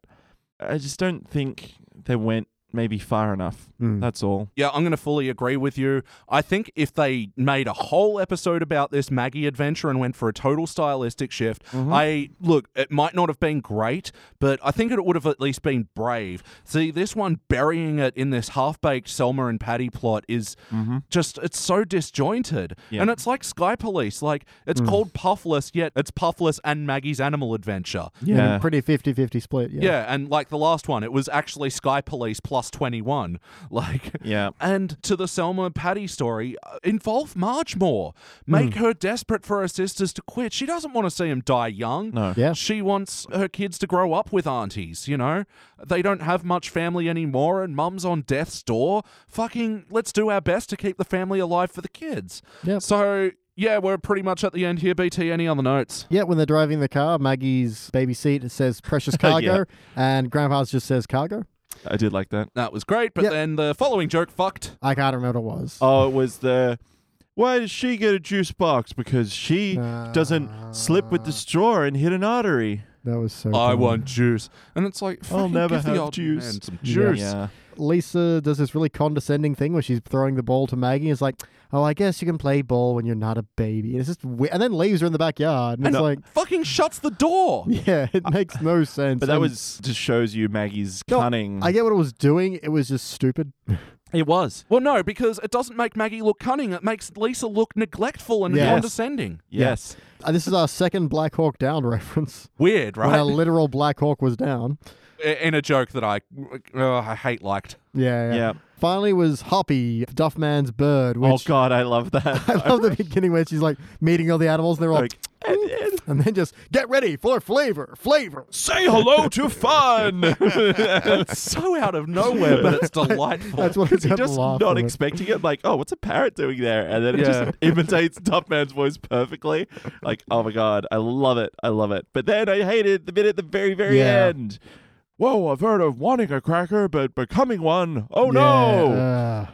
Speaker 3: I just don't think they went maybe far enough.
Speaker 2: Mm.
Speaker 3: That's all.
Speaker 1: Yeah, I'm going to fully agree with you. I think if they made a whole episode about this Maggie adventure and went for a total stylistic shift, I look, it might not have been great, but I think it would have at least been brave. See, this one burying it in this half-baked Selma and Patty plot is
Speaker 3: Mm-hmm.
Speaker 1: just it's so disjointed.
Speaker 3: Yeah.
Speaker 1: And it's like Sky Police, like it's called Puffless, yet it's Puffless and Maggie's animal adventure.
Speaker 2: yeah.
Speaker 3: Yeah.
Speaker 2: Pretty 50 50 split. Yeah.
Speaker 1: Yeah, and like the last one, it was actually Sky Police plus 21. Like
Speaker 3: Yeah.
Speaker 1: and to the Selma and Patty story, uh, involve Marge more. Make
Speaker 3: Hmm.
Speaker 1: her desperate for her sisters to quit. She doesn't want to see them die young.
Speaker 3: No.
Speaker 2: Yeah.
Speaker 1: She wants her kids to grow up with aunties, you know? They don't have much family anymore, and mum's on death's door. Fucking, let's do our best to keep the family alive for the kids.
Speaker 2: Yep.
Speaker 1: So, yeah, we're pretty much at the end here, BT. Any other notes?
Speaker 2: Yeah, when they're driving the car, Maggie's baby seat it says precious cargo,
Speaker 3: Yeah.
Speaker 2: and Grandpa's just says cargo.
Speaker 3: I did like that.
Speaker 1: That was great, but
Speaker 2: Yep.
Speaker 1: then the following joke fucked.
Speaker 2: I can't remember what it was.
Speaker 3: Oh, it was the why does she get a juice box? Because she doesn't slip with the straw and hit an artery.
Speaker 2: Ah, That was so.
Speaker 1: I
Speaker 2: dumb.
Speaker 1: want juice. And it's like,
Speaker 3: I'll
Speaker 1: fucking
Speaker 3: never
Speaker 1: give the
Speaker 3: have
Speaker 1: old
Speaker 3: juice.
Speaker 1: man some
Speaker 2: Yeah.
Speaker 1: juice.
Speaker 3: Yeah.
Speaker 2: Lisa does this really condescending thing where she's throwing the ball to Maggie. It's like, oh, I guess you can play ball when you're not a baby. And it's just, we- and then leaves her in the backyard, and it's like,
Speaker 1: fucking shuts the door.
Speaker 2: yeah, it makes no sense.
Speaker 3: But that
Speaker 2: And
Speaker 3: was just shows you Maggie's
Speaker 2: No,
Speaker 3: cunning.
Speaker 2: I get what it was doing. It was just stupid.
Speaker 3: it was.
Speaker 1: Well, no, because it doesn't make Maggie look cunning. It makes Lisa look neglectful and
Speaker 2: Yes.
Speaker 1: condescending.
Speaker 3: Yes.
Speaker 2: Uh, this is our second Black Hawk Down reference.
Speaker 1: Weird,
Speaker 2: When a
Speaker 1: right?
Speaker 2: literal Black Hawk was down.
Speaker 1: In a joke that I, oh, I hate liked.
Speaker 2: Yeah, yeah.
Speaker 3: Yeah.
Speaker 2: Finally was Hoppy, Duffman's bird, which
Speaker 3: oh God, I love that.
Speaker 2: I love the beginning where she's like meeting all the animals and they're all
Speaker 3: like "Eh, eh,
Speaker 2: and then just get ready for flavor, flavor.
Speaker 3: say hello to fun.
Speaker 1: It's so out of nowhere, but it's delightful.
Speaker 2: That's what it's
Speaker 3: You're just not expecting it. Like, oh, what's a parrot doing there? And then it just imitates Top Man's voice perfectly. Like, oh my god, I love it. I love it. But then I hate it the bit at the very, very
Speaker 2: Yeah.
Speaker 3: end. Whoa, I've heard of wanting a cracker, but becoming one.
Speaker 2: yeah,
Speaker 3: Oh no!
Speaker 2: uh,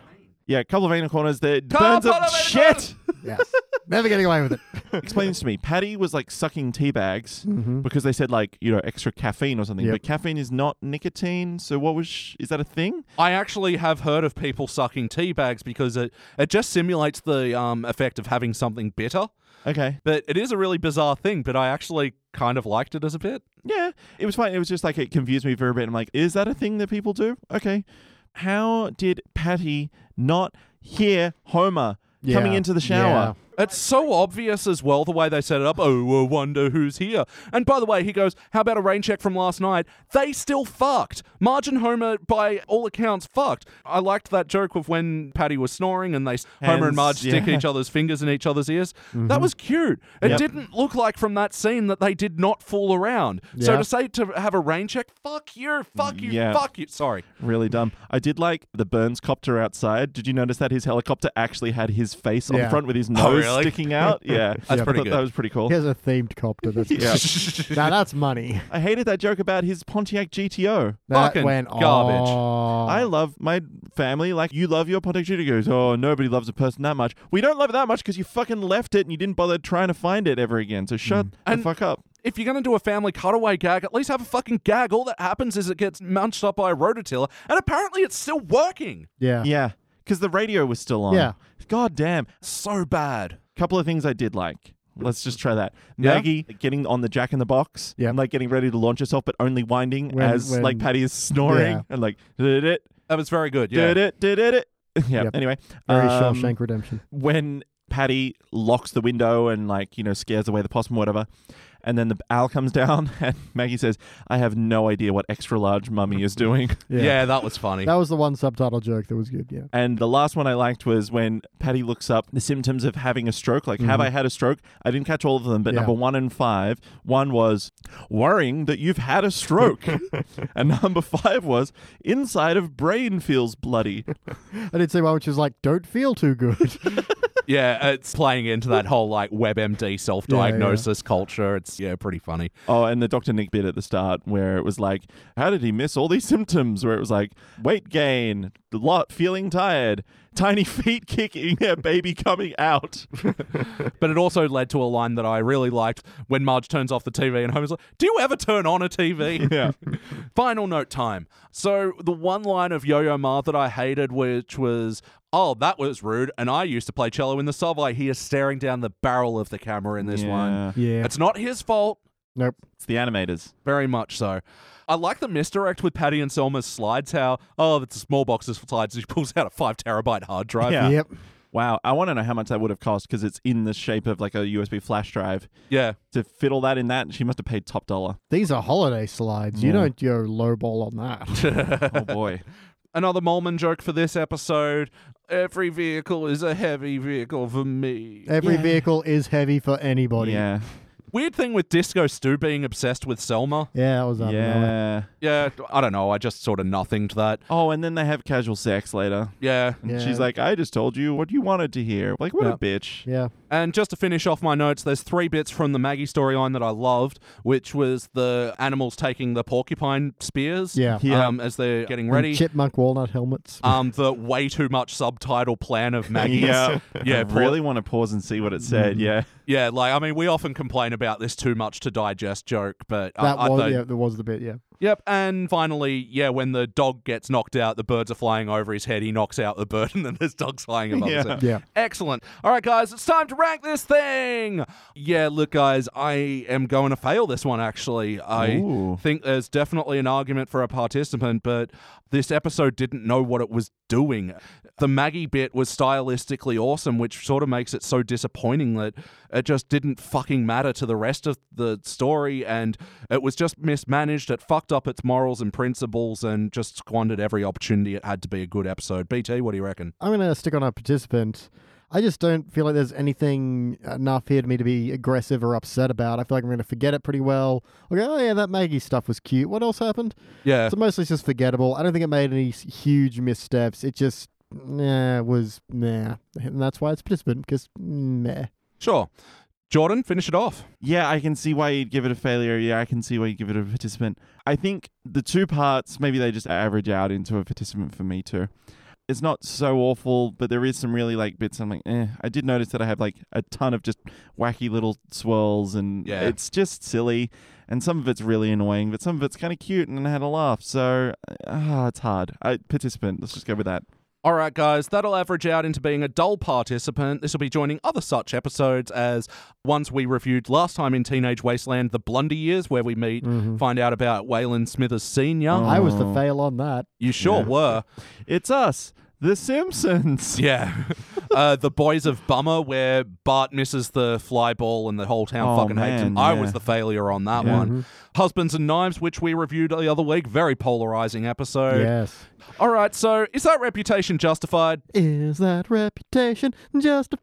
Speaker 3: Yeah, couple of anal corners that
Speaker 1: Couple
Speaker 3: burns
Speaker 1: of
Speaker 3: up
Speaker 1: anal
Speaker 3: shit.
Speaker 2: uh, yes. Never getting away with it.
Speaker 3: Explain this to me. Patty was like sucking tea bags because they said like you know extra caffeine or something,
Speaker 2: Yep.
Speaker 3: but caffeine is not nicotine. So what was sh- is that a thing?
Speaker 1: I actually have heard of people sucking tea bags because it, it just simulates the um, effect of having something bitter.
Speaker 3: Okay,
Speaker 1: But it is a really bizarre thing, but I actually kind of liked it as a bit.
Speaker 3: Yeah, it was fine. It was just like it confused me for a bit. I'm like, is that a thing that people do? Okay. How did Patty not hear Homer coming
Speaker 2: Yeah,
Speaker 3: into the shower?
Speaker 1: It's so obvious as well the way they set it up. Oh, I wonder who's here. And by the way, he goes, "How about a rain check from last night?" They still fucked. Marge and Homer, by all accounts, fucked. I liked that joke of when Patty was snoring and they Homer and
Speaker 3: Hands,
Speaker 1: Marge stick
Speaker 3: yeah. Mm-hmm.
Speaker 1: each other's fingers in each other's ears. That was cute. It
Speaker 3: Yep.
Speaker 1: didn't look like from that scene that they did not fool around. So
Speaker 2: Yeah.
Speaker 1: to say to have a rain check, fuck you, fuck you,
Speaker 3: Yeah.
Speaker 1: fuck you. Sorry.
Speaker 3: Really dumb. I did like the Burns copter outside. Did you notice that his helicopter actually had his face
Speaker 2: Yeah.
Speaker 3: on front with his nose
Speaker 1: Oh, really?
Speaker 3: sticking out. Yeah,
Speaker 1: That's
Speaker 3: I
Speaker 1: pretty
Speaker 3: thought
Speaker 1: good.
Speaker 3: That was pretty cool.
Speaker 2: He has a themed copter. That's
Speaker 3: Yeah.
Speaker 2: now that's money.
Speaker 3: I hated that joke about his Pontiac GTO.
Speaker 2: That
Speaker 1: Fucking
Speaker 2: went
Speaker 1: garbage.
Speaker 2: on.
Speaker 3: I love my family. Like, you love your Pontiac GTO. He Goes, oh, nobody loves a person that much. We don't love it that much because you fucking left it and you didn't bother trying to find it ever again. So shut
Speaker 2: Mm.
Speaker 3: the
Speaker 1: And-
Speaker 3: fuck up.
Speaker 1: if you're gonna do a family cutaway gag, at least have a fucking gag. All that happens is it gets munched up by a rototiller, and apparently it's still working.
Speaker 2: yeah.
Speaker 3: Yeah, because the radio was still on.
Speaker 2: Yeah.
Speaker 3: God damn.
Speaker 1: So bad.
Speaker 3: Couple of things I did like. Let's just try that.
Speaker 1: Yeah?
Speaker 3: Maggie getting on the jack in the box
Speaker 2: Yeah.
Speaker 3: and like getting ready to launch herself, but only winding
Speaker 2: When-
Speaker 3: as like
Speaker 2: when-
Speaker 3: Patty is snoring
Speaker 2: Yeah.
Speaker 3: and like did it,
Speaker 1: That was very good. Yeah.
Speaker 3: did it, did it. Yeah.
Speaker 2: Yep.
Speaker 3: Anyway,
Speaker 2: Very
Speaker 3: um,
Speaker 2: Shawshank Redemption.
Speaker 3: when Patty locks the window and like you know scares away the possum or whatever, and then the owl comes down and Maggie says, "I have no idea what extra large mummy is doing."
Speaker 1: Yeah. that was funny.
Speaker 2: That was the one subtitle joke that was good. Yeah.
Speaker 3: And the last one I liked was when Patty looks up the symptoms of having a stroke. Like, have I had a stroke? I didn't catch all of them, but
Speaker 2: Yeah.
Speaker 3: number one and five, one was worrying that you've had a stroke. and number five was inside of brain feels bloody.
Speaker 2: I did see one which was like, "Don't feel too good."
Speaker 1: yeah, it's playing into that whole like WebMD self-diagnosis culture. It's yeah, pretty funny.
Speaker 3: Oh, and the Dr. Nick bit at the start where it was like, how did he miss all these symptoms? Where it was like, weight gain, lot feeling tired, tiny feet kicking, a baby coming out.
Speaker 1: But it also led to a line that I really liked when Marge turns off the TV and Homer's like, "Do you ever turn on a TV?"
Speaker 3: Yeah.
Speaker 1: Final note time. So the one line of Yo-Yo Ma that I hated, which was, "Oh, that was rude," and I used to play cello in the subway. He is staring down the barrel of the camera in this one.
Speaker 3: Yeah.
Speaker 2: yeah.
Speaker 1: It's not his fault.
Speaker 2: nope.
Speaker 3: It's the animators.
Speaker 1: Very much so. I like the misdirect with Patty and Selma's slides. How oh, it's a small box of slides. She pulls out a five terabyte hard drive.
Speaker 3: Yeah.
Speaker 2: Yep.
Speaker 3: Wow, I want to know how much that would have cost because it's in the shape of like a USB flash drive.
Speaker 1: yeah.
Speaker 3: To fit all that in that, she must have paid top dollar.
Speaker 2: These are holiday slides. You
Speaker 3: Yeah.
Speaker 2: don't go lowball on that.
Speaker 3: Oh boy.
Speaker 1: Another Molman joke for this episode. Every vehicle is a heavy vehicle for me.
Speaker 2: Every
Speaker 3: Yeah.
Speaker 2: vehicle is heavy for anybody.
Speaker 3: yeah.
Speaker 1: Weird thing with Disco Stu being obsessed with Selma.
Speaker 2: Yeah, that was out of nowhere.
Speaker 3: Yeah.
Speaker 1: Yeah, I don't know. I just sort of nothing to that.
Speaker 3: Oh, and then they have casual sex later.
Speaker 1: Yeah.
Speaker 3: And
Speaker 2: Yeah.
Speaker 3: she's like, I just told you what you wanted to hear. Like, what
Speaker 1: Yeah.
Speaker 3: a bitch.
Speaker 2: Yeah.
Speaker 1: And just to finish off my notes, there's three bits from the Maggie storyline that I loved, which was the animals taking the porcupine spears
Speaker 2: Yeah.
Speaker 3: Yeah.
Speaker 1: um, as they're getting
Speaker 2: And
Speaker 1: ready.
Speaker 2: Chipmunk walnut helmets.
Speaker 1: um, the way too much subtitle plan of Maggie's.
Speaker 3: Yeah.
Speaker 1: Yeah,
Speaker 3: I Hmm.
Speaker 1: poor-
Speaker 3: really want to pause and see what it said. Yeah.
Speaker 1: yeah, like I mean, we often complain about this too much to digest joke, but I-
Speaker 2: that
Speaker 1: I,
Speaker 2: was
Speaker 1: thought-
Speaker 2: yeah, that was the bit, yeah.
Speaker 1: yep. And finally, yeah, when the dog gets knocked out, the birds are flying over his head. He knocks out the bird, and then there's dogs flying above his
Speaker 3: Yeah.
Speaker 1: head.
Speaker 2: Yeah.
Speaker 1: Excellent. All right, guys, it's time to rank this thing. Yeah, look, guys, I am going to fail this one, actually. I
Speaker 3: Ooh.
Speaker 1: think there's definitely an argument for a participant, but this episode didn't know what it was doing. The Maggie bit was stylistically awesome, which sort of makes it so disappointing that it just didn't fucking matter to the rest of the story. And it was just mismanaged. It fucked up its morals and principles and just squandered every opportunity it had to be a good episode. BT, what do you reckon?
Speaker 2: I'm gonna stick on our participant. I just don't feel like there's anything enough here to me to be aggressive or upset about. I feel like I'm gonna forget it pretty well. I'll go, oh yeah, that Maggie stuff was cute. What else happened?
Speaker 1: Yeah.
Speaker 2: So mostly it's just forgettable. I don't think it made any s- huge missteps. It just nah was nah, and that's why it's participant because nah.
Speaker 1: Sure. Jordan, finish it off.
Speaker 3: Yeah, I can see why you'd give it a failure. Yeah, I can see why you'd give it a participant. I think the two parts, maybe they just average out into a participant for me too. It's not so awful, but there is some really like bits I'm like, eh. I did notice that I have like a ton of just wacky little swirls and
Speaker 1: Yeah.
Speaker 3: it's just silly. And some of it's really annoying, but some of it's kind of cute and I had a laugh. So, ah, it's hard. I, participant, let's just go with that.
Speaker 1: All right, guys, that'll average out into being a dull participant. This will be joining other such episodes as ones we reviewed last time in Teenage Wasteland, The Blundy Years, where we meet,
Speaker 2: Mm-hmm.
Speaker 1: find out about Waylon Smithers Sr.
Speaker 3: Mm-hmm. Oh.
Speaker 2: I was the
Speaker 3: Oh.
Speaker 2: fail on that.
Speaker 1: You sure
Speaker 3: Yeah.
Speaker 1: were.
Speaker 3: It's us, The Simpsons.
Speaker 1: Yeah. uh, the Boys of Bummer, where Bart misses the fly ball and the whole town
Speaker 3: Oh,
Speaker 1: fucking hates him.
Speaker 3: man,
Speaker 1: I
Speaker 3: yeah.
Speaker 1: was the failure on that
Speaker 3: Yeah. Mm-hmm.
Speaker 1: one. Husbands and Knives, which we reviewed the other week. Very polarizing episode.
Speaker 2: Yes.
Speaker 1: All right, so is that reputation justified?
Speaker 2: Is that reputation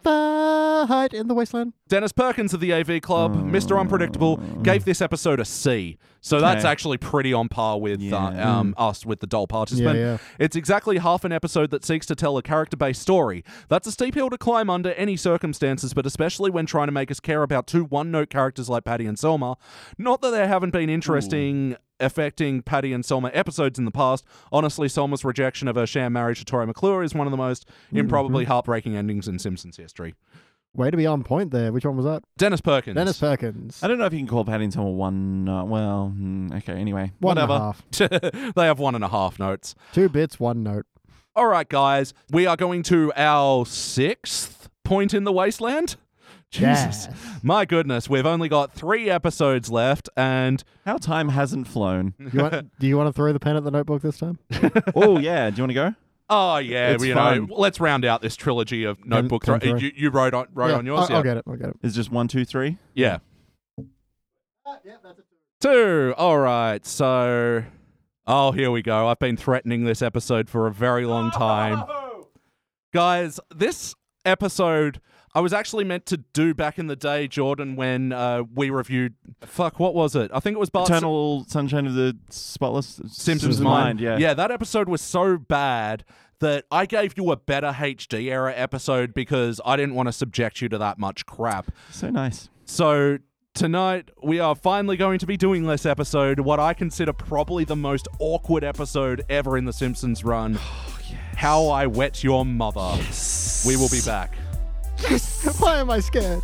Speaker 2: justified in the wasteland?
Speaker 1: Dennis Perkins of the AV Club, Mr. Unpredictable, gave this episode a C. So that's
Speaker 3: Okay.
Speaker 1: actually pretty on par with uh,
Speaker 3: Yeah.
Speaker 1: um, us with the doll participant.
Speaker 2: Yeah, yeah.
Speaker 1: It's exactly half an episode that that seeks to tell a character based story. That's a steep hill to climb under any circumstances, but especially when trying to make us care about two one note characters like Patty and Selma. Not that there haven't been interesting. Affecting Patty and Selma episodes in the past. Honestly, Selma's rejection of her sham marriage to Tori McClure is one of the most
Speaker 2: Mm-hmm.
Speaker 1: improbably heartbreaking endings in Simpsons history.
Speaker 2: Way to be on point there. Which one was that?
Speaker 1: Dennis Perkins.
Speaker 2: Dennis Perkins.
Speaker 3: I don't know if you can call Paddington a one. Uh, well, hmm, okay. Anyway,
Speaker 2: One and a
Speaker 3: whatever.
Speaker 2: half.
Speaker 1: they have one and a half notes.
Speaker 2: Two bits, one note.
Speaker 1: All right, guys, we are going to our sixth point in the wasteland. Jesus.
Speaker 2: Yes.
Speaker 1: My goodness, we've only got three episodes left, and
Speaker 3: How time hasn't flown.
Speaker 2: You want, do you want to throw the pen at the notebook this time?
Speaker 3: oh yeah. Do you want to go?
Speaker 1: oh yeah,
Speaker 3: It's
Speaker 1: you
Speaker 3: fun.
Speaker 1: know, let's round out this trilogy of notebook.
Speaker 2: pen
Speaker 1: thro-
Speaker 2: throw.
Speaker 1: you, you wrote on wrote
Speaker 2: Yeah,
Speaker 1: on yours,
Speaker 2: I-
Speaker 1: yeah.
Speaker 2: I'll get it. I'll get it.
Speaker 3: It's just one, two, three.
Speaker 1: yeah. Two. All right, so oh, here we go. I've been threatening this episode for a very long time. Guys, this episode I was actually meant to do back in the day, Jordan, when uh, we reviewed. Fuck, what was it? I think it was Bart.
Speaker 3: Eternal Sunshine of the Spotless
Speaker 1: Simpsons
Speaker 3: of
Speaker 1: Mind.
Speaker 3: Yeah.
Speaker 1: yeah, that episode was so bad that I gave you a better HD era episode because I didn't want to subject you to that much crap.
Speaker 3: So nice.
Speaker 1: So tonight we are finally going to be doing this episode, what I consider probably the most awkward episode ever in the Simpsons run. How I wet your mother. We will be back.
Speaker 2: Why am I scared?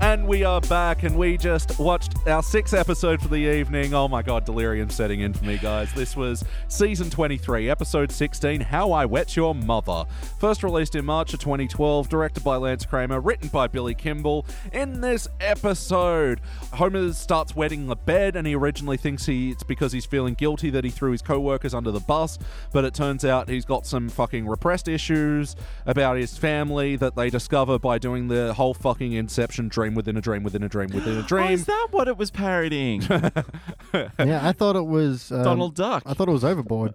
Speaker 1: And we are back, and we just watched our sixth episode for the evening. Oh my god, delirium setting in for me, guys. This was season 23, episode 16 How I Wet Your Mother. First released in March of 2012, directed by Lance Kramer, written by Billy Kimball. In this episode, Homer starts wetting the bed, and he originally thinks he it's because he's feeling guilty that he threw his co workers under the bus, but it turns out he's got some fucking repressed issues about his family that they discover by doing the whole fucking inception dream within a dream within a dream within a
Speaker 3: Oh,
Speaker 1: dream. Um,
Speaker 3: is that what it was parodying?
Speaker 2: Yeah, I thought it was um,
Speaker 3: Donald Duck.
Speaker 2: I thought it was overboard.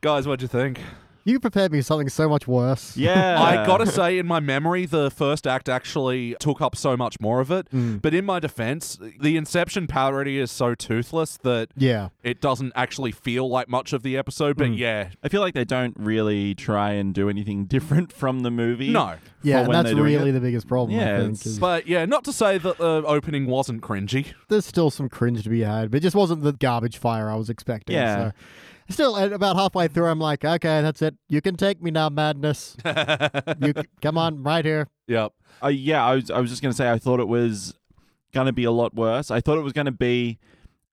Speaker 1: Guys, what'd you think?
Speaker 2: you prepared me for something so much worse.
Speaker 3: yeah.
Speaker 1: I gotta say, in my memory, the first act actually took up so much more of it.
Speaker 3: Mm.
Speaker 1: But in my defense, the Inception parody is so toothless that
Speaker 2: Yeah.
Speaker 1: it doesn't actually feel like much of the episode.
Speaker 3: Mm.
Speaker 1: But yeah,
Speaker 3: I feel like they don't really try and do anything different from the movie.
Speaker 1: no.
Speaker 2: Yeah, and
Speaker 3: when
Speaker 2: that's
Speaker 3: they're doing
Speaker 2: really
Speaker 3: it.
Speaker 2: the biggest problem.
Speaker 3: Yeah,
Speaker 2: I think,
Speaker 3: it's-
Speaker 2: is
Speaker 1: But yeah, not to say that the opening wasn't cringy.
Speaker 2: there's still some cringe to be had, but it just wasn't the garbage fire I was expecting.
Speaker 3: Yeah.
Speaker 2: So. Still, at about halfway through, I'm like, okay, that's it. You can take me now, madness. you c- come on, right here.
Speaker 1: Yep.
Speaker 3: Uh, yeah, I was, I was just going to say, I thought it was going to be a lot worse. I thought it was going to be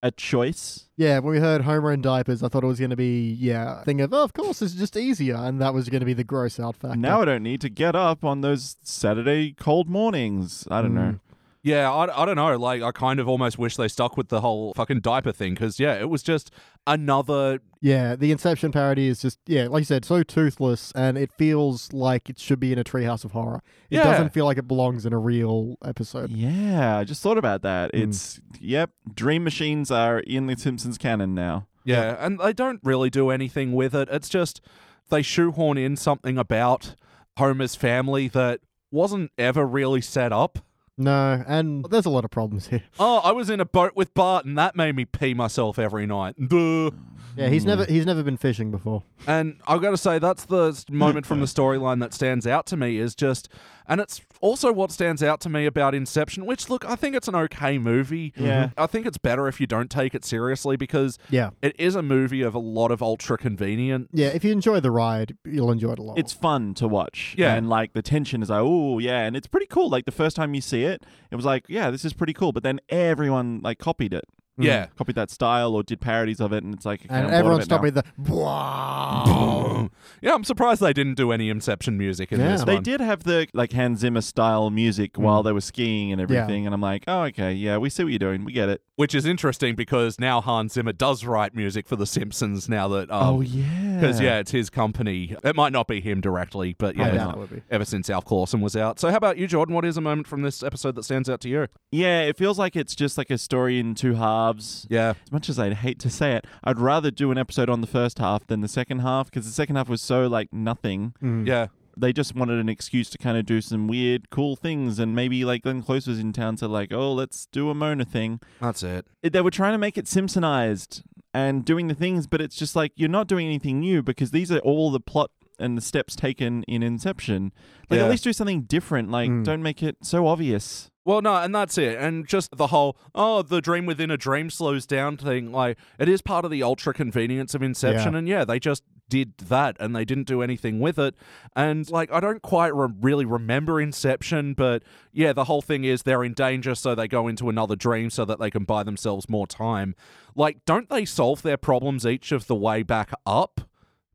Speaker 3: a choice.
Speaker 2: Yeah, when we heard Homer in diapers, I thought it was going to be yeah, a thing of oh, of course, it's just easier, and that was going to be the gross out factor.
Speaker 3: Now I don't need to get up on those Saturday cold mornings. I don't know.
Speaker 1: Yeah, I, I don't know. Like, I kind of almost wish they stuck with the whole fucking diaper thing because, yeah, it was just another.
Speaker 2: yeah, the Inception parody is just yeah, like you said, so toothless, and it feels like it should be in a Treehouse of Horror. It
Speaker 1: Yeah.
Speaker 2: doesn't feel like it belongs in a real episode.
Speaker 3: Yeah, I just thought about that. It's yep, dream machines are in the Simpsons canon now.
Speaker 1: Yeah, and they don't really do anything with it. It's just they shoehorn in something about Homer's family that wasn't ever really set up.
Speaker 2: No, and there's a lot of problems here.
Speaker 1: Oh, I was in a boat with Bart, and that made me pee myself every night. Duh.
Speaker 2: Yeah,
Speaker 3: Hmm.
Speaker 2: he's never he's never been fishing before.
Speaker 1: And I've got to say, that's the s- moment from the storyline that stands out to me is just, and it's also what stands out to me about Inception, which, look, I think it's an okay movie. Mm-hmm.
Speaker 3: Yeah.
Speaker 1: I think it's better if you don't take it seriously because
Speaker 2: Yeah.
Speaker 1: it is a movie of a lot of ultra convenient.
Speaker 2: Yeah, if you enjoy the ride, you'll enjoy it a lot.
Speaker 3: It's fun to watch.
Speaker 1: Yeah.
Speaker 3: And like the tension is like, oh yeah, and it's pretty cool. Like the first time you see it, it was like, yeah, this is pretty cool. But then everyone like copied it.
Speaker 1: Yeah.
Speaker 3: Copied that style or did parodies of it and it's like okay, I'm
Speaker 2: and
Speaker 3: bored of
Speaker 2: everyone
Speaker 3: it
Speaker 2: stopped
Speaker 3: now.
Speaker 2: with the wow.
Speaker 1: Yeah, I'm surprised they didn't do any Inception music in
Speaker 2: Yeah.
Speaker 1: this
Speaker 3: Oh. They
Speaker 1: one.
Speaker 3: did have the like Hans Zimmer style music while they were skiing and
Speaker 2: Yeah.
Speaker 3: everything, and I'm like, oh okay, yeah, we see what you're doing, we get it.
Speaker 1: Which is interesting because now Hans Zimmer does write music for The Simpsons now that. Um,
Speaker 3: Oh, yeah,
Speaker 1: Because, yeah, it's his company. It might not be him directly, but yeah.
Speaker 2: I
Speaker 1: it's-
Speaker 2: doubt it would be.
Speaker 1: ever since Alf Clawson was out. So, how about you, Jordan? What is a moment from this episode that stands out to you?
Speaker 3: yeah, it feels like it's just like a story in two halves.
Speaker 1: Yeah.
Speaker 3: as much as I'd hate to say it, I'd
Speaker 1: Mm.
Speaker 3: rather do an episode on the first half than the second half because the second half was so like nothing.
Speaker 1: Yeah.
Speaker 3: they just wanted an excuse to kind of do some weird, cool things. And maybe like Glenn Close was in town, so like, oh, let's do a Mona thing.
Speaker 1: That's it.
Speaker 3: They were trying to make it Simpsonized and doing the things, but it's just like you're not doing anything new because these are all the plot and the steps taken in Inception. Like
Speaker 1: Yeah.
Speaker 3: at least do something different. Like
Speaker 2: Mm.
Speaker 3: don't make it so obvious.
Speaker 1: Well, no, and that's it. And just the whole, oh, the dream within a dream slows down thing. Like, it is part of the ultra convenience of Inception.
Speaker 2: Yeah.
Speaker 1: And yeah, they just did that and they didn't do anything with it. And like, I don't quite re- really remember Inception, but yeah, the whole thing is they're in danger, so they go into another dream so that they can buy themselves more time. Like, don't they solve their problems each of the way back up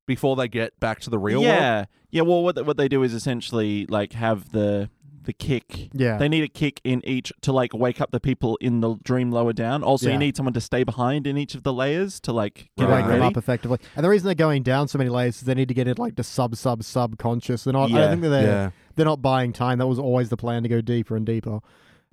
Speaker 1: before they get back to the real world?
Speaker 3: yeah, yeah. Well, what th- what they do is essentially like have the the kick.
Speaker 2: Yeah.
Speaker 3: They need a kick in each to like wake up the people in the dream lower down. Also,
Speaker 2: Yeah.
Speaker 3: you need someone to stay behind in each of the layers to like
Speaker 2: to wake
Speaker 3: get them
Speaker 1: Right.
Speaker 2: them
Speaker 3: ready.
Speaker 2: up effectively. And the reason they're going down so many layers is they need to get it like the sub sub subconscious. They're not. I
Speaker 3: Yeah,
Speaker 2: don't think that they're they're not buying time. That was always the plan to go deeper and deeper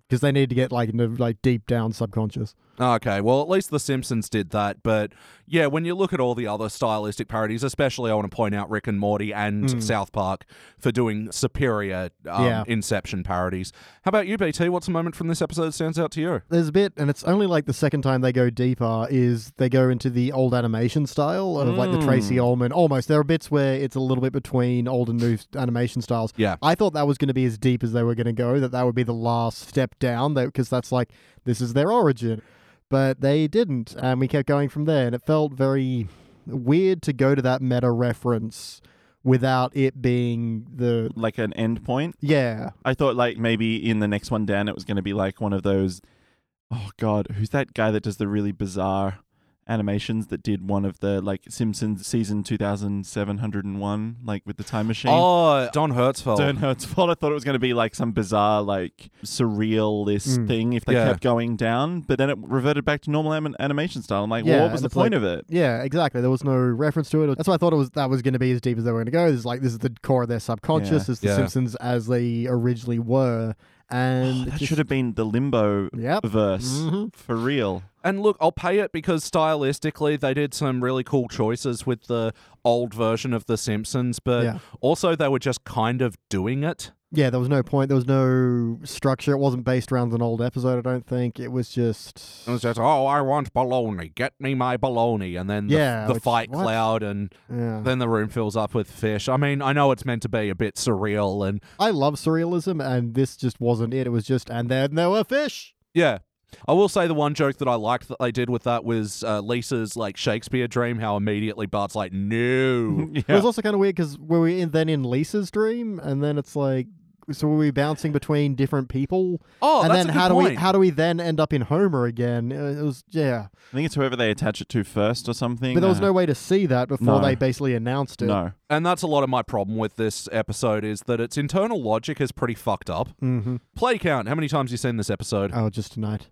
Speaker 2: because they need to get like into, like deep down subconscious.
Speaker 1: Okay, well, at least The Simpsons did that. But yeah, when you look at all the other stylistic parodies, especially I want to point out Rick and Morty and South Park for doing superior um,
Speaker 2: Yeah.
Speaker 1: Inception parodies. How about you, BT? What's a moment from this episode that stands out to you?
Speaker 2: There's a bit, and it's only like the second time they go deeper is they go into the old animation style of like the Tracy Ullman. Almost there are bits where it's a little bit between old and new animation styles.
Speaker 1: Yeah.
Speaker 2: I thought that was going to be as deep as they were going to go. That that would be the last step down. Because that's like this is their origin, but they didn't, and we kept going from there. And it felt very weird to go to that meta reference without it being the
Speaker 3: Like an end point.
Speaker 2: yeah
Speaker 3: I thought like maybe in the next one down, it was going to be like one of those. Oh God, who's that guy that does the really bizarre animations that did one of the like Simpsons season two thousand seven hundred and one, like with the time machine.
Speaker 1: Oh, Don Hertzfeld.
Speaker 3: Don't know. It's fault. I thought it was going to be like some bizarre, like surrealist
Speaker 2: Mm.
Speaker 3: thing if they
Speaker 1: Yeah.
Speaker 3: kept going down, but then it reverted back to normal anim- animation style. I'm like, well,
Speaker 2: Yeah,
Speaker 3: what was
Speaker 2: and
Speaker 3: the
Speaker 2: it's like-
Speaker 3: point of it?
Speaker 2: yeah exactly there was no reference to it that's why i thought it was that was going to be as deep as they were going to go this is like this is the core of their subconscious
Speaker 3: Yeah.
Speaker 2: it's the
Speaker 1: Yeah.
Speaker 2: simpsons as they originally were and it
Speaker 3: Oh, that
Speaker 2: just-
Speaker 3: should have been the limbo
Speaker 2: yep
Speaker 3: verse
Speaker 2: Mhm.
Speaker 3: for real.
Speaker 1: And look, I'll pay it because stylistically they did some really cool choices with the old version of The Simpsons, but
Speaker 2: Yeah.
Speaker 1: also they were just kind of doing it.
Speaker 2: Yeah, there was no point. There was no structure. It wasn't based around an old episode, I don't think. It was just.
Speaker 1: It was just, oh, I want baloney. Get me my baloney. And then the,
Speaker 2: Yeah,
Speaker 1: the
Speaker 2: which-
Speaker 1: fight
Speaker 2: what?
Speaker 1: cloud and
Speaker 2: Yeah.
Speaker 1: Then the room fills up with fish. I mean, I know it's meant to be a bit surreal and
Speaker 2: I love surrealism, and this just wasn't it. It was just, and then there were fish.
Speaker 1: yeah. I will say the one joke that I liked that they did with that was uh, Lisa's like Shakespeare dream. How immediately Bart's like, "No,
Speaker 3: Yeah.
Speaker 2: It was also kind of weird because were we in, then in Lisa's dream, and then it's like, so were we bouncing between different people?
Speaker 1: oh,
Speaker 2: and
Speaker 1: that's
Speaker 2: then
Speaker 1: a good
Speaker 2: how do we
Speaker 1: point.
Speaker 2: how do we then end up in Homer again? Uh, It it was yeah,
Speaker 3: I think it's whoever they attach it to first or something.
Speaker 2: but there was
Speaker 3: Uh,
Speaker 2: no way to see that before
Speaker 3: No.
Speaker 2: they basically announced it.
Speaker 3: No.
Speaker 1: and that's a lot of my problem with this episode is that its internal logic is pretty fucked up.
Speaker 2: hmm
Speaker 1: Play count. How many times you seen this episode?
Speaker 2: Oh, just tonight.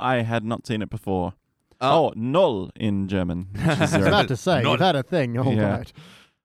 Speaker 3: I had not seen it before.
Speaker 1: Oh.
Speaker 3: oh, null in German. which is
Speaker 2: I was
Speaker 3: zero.
Speaker 2: about to say
Speaker 1: Not-
Speaker 2: you've had a thing all
Speaker 3: Yeah.
Speaker 2: night.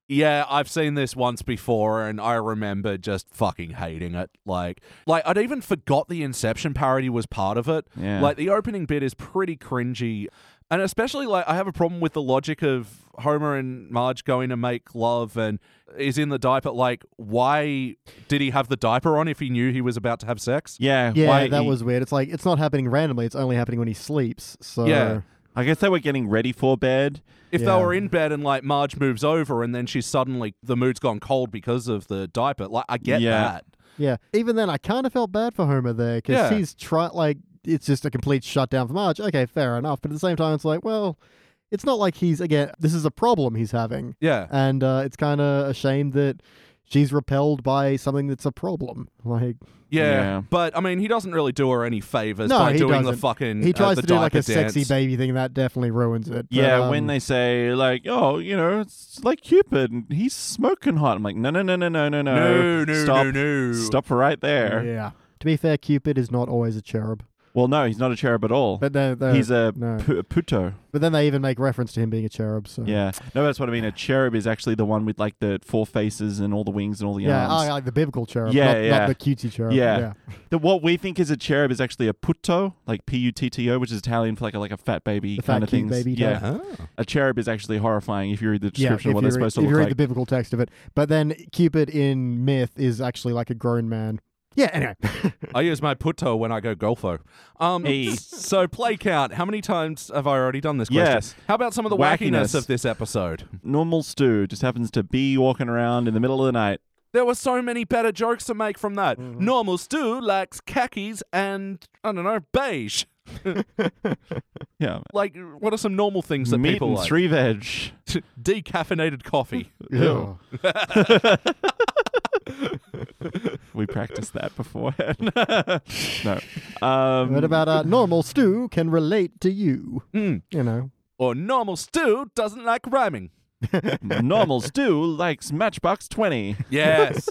Speaker 1: Yeah, I've seen this once before and I remember just fucking hating it. Like like I'd even forgot the Inception parody was part of it.
Speaker 3: Yeah.
Speaker 1: Like the opening bit is pretty cringy. And especially like I have a problem with the logic of Homer and Marge going to make love and is in the diaper like why did he have the diaper on if he knew he was about to have sex?
Speaker 3: yeah,
Speaker 2: Yeah,
Speaker 3: why e-
Speaker 2: that
Speaker 3: he-
Speaker 2: was weird. It's like it's not happening randomly. It's only happening when he sleeps. So
Speaker 1: Yeah.
Speaker 3: I guess they were getting ready for bed.
Speaker 1: If
Speaker 2: Yeah.
Speaker 1: they were in bed and like Marge moves over and then she's suddenly the mood's gone cold because of the diaper. Like I get
Speaker 3: Yeah.
Speaker 1: that.
Speaker 2: yeah. Even then, I kind of felt bad for Homer there because
Speaker 1: Yeah.
Speaker 2: he's try like it's just a complete shutdown for Marge. Okay, fair enough. But at the same time, it's like well, it's not like he's again. This is a problem he's having,
Speaker 1: Yeah.
Speaker 2: and uh, it's kind of a shame that she's repelled by something that's a problem. Like
Speaker 1: Yeah,
Speaker 3: Yeah.
Speaker 1: but I mean, he doesn't really do her any favors
Speaker 2: No,
Speaker 1: by
Speaker 2: he
Speaker 1: doing the
Speaker 2: doesn't.
Speaker 1: fucking.
Speaker 2: he tries
Speaker 1: uh, the
Speaker 2: to do like a
Speaker 1: diaper dance.
Speaker 2: sexy baby thing, and that definitely ruins it. But,
Speaker 3: Yeah, when
Speaker 2: um,
Speaker 3: they say like, "Oh, you know, it's like Cupid, and he's smoking hot," I'm like, "No, no, no, no, no, no,
Speaker 1: No, no,
Speaker 3: stop,
Speaker 1: no, no.
Speaker 3: stop right there."
Speaker 2: yeah. To be fair, Cupid is not always a cherub.
Speaker 3: Well, no, he's not a cherub at all.
Speaker 2: But they're, they're,
Speaker 3: he's a
Speaker 2: no.
Speaker 3: pu- puto.
Speaker 2: But then they even make reference to him being a cherub. So
Speaker 3: Yeah. No, that's what I mean. A cherub is actually the one with like the four faces and all the wings and all the
Speaker 2: yeah, I
Speaker 3: arms.
Speaker 2: like the biblical cherub,
Speaker 3: Yeah,
Speaker 2: not,
Speaker 3: yeah.
Speaker 2: not the cutesy cherub.
Speaker 3: Yeah.
Speaker 2: yeah.
Speaker 3: The, what we think is a cherub is actually a putto, like P U T T O, which is Italian for like a, like a fat baby
Speaker 2: The fat
Speaker 3: kind of
Speaker 2: cute
Speaker 3: thing.
Speaker 2: baby
Speaker 3: Yeah.
Speaker 2: type.
Speaker 3: A cherub is actually horrifying if you read the
Speaker 2: Yeah,
Speaker 3: description
Speaker 2: if
Speaker 3: of what
Speaker 2: you
Speaker 3: they're
Speaker 2: read-
Speaker 3: supposed to
Speaker 2: if you
Speaker 3: look
Speaker 2: read
Speaker 3: like.
Speaker 2: the biblical text of it, but then Cupid in myth is actually like a grown man. Yeah. Anyway,
Speaker 1: I use my putto when I go golfo. Um,
Speaker 3: Hey.
Speaker 1: So play count. How many times have I already done this question?
Speaker 3: Yes.
Speaker 1: How about some of the wackiness,
Speaker 3: Wackiness.
Speaker 1: of this episode?
Speaker 3: Normal stew just happens to be walking around in the middle of the night.
Speaker 1: There were so many better jokes to make from that.
Speaker 2: Mm-hmm.
Speaker 1: Normal stew lacks khakis and I don't know beige.
Speaker 3: Yeah.
Speaker 1: Like, what are some normal things that
Speaker 3: Meat
Speaker 1: people
Speaker 3: and
Speaker 1: like?
Speaker 3: three veg.
Speaker 1: Decaffeinated coffee.
Speaker 3: Ew. we practiced that beforehand. no. Um,
Speaker 2: what about uh, normal stew can relate to you?
Speaker 3: Hmm.
Speaker 1: Mm.
Speaker 2: You know,
Speaker 1: Or normal stew doesn't like rhyming.
Speaker 3: normal stew likes Matchbox 20.
Speaker 1: Yes.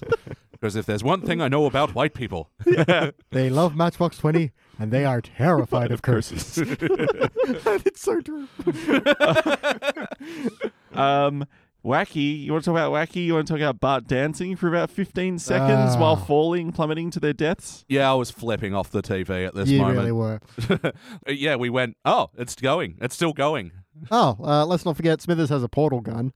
Speaker 1: Because if there's one thing I know about white people,
Speaker 2: they love Matchbox Twenty and they are terrified of curses. it's so true.
Speaker 3: Um, wacky. You want to talk about wacky? You want to talk about Bart dancing for about 15 seconds
Speaker 2: Ah.
Speaker 3: while falling, plummeting to their deaths?
Speaker 1: yeah, I was flipping off the TV at this
Speaker 2: you
Speaker 1: moment.
Speaker 2: really were.
Speaker 1: yeah, we went, oh, it's going. It's still going.
Speaker 2: Oh, uh, let's not forget Smithers has a portal gun.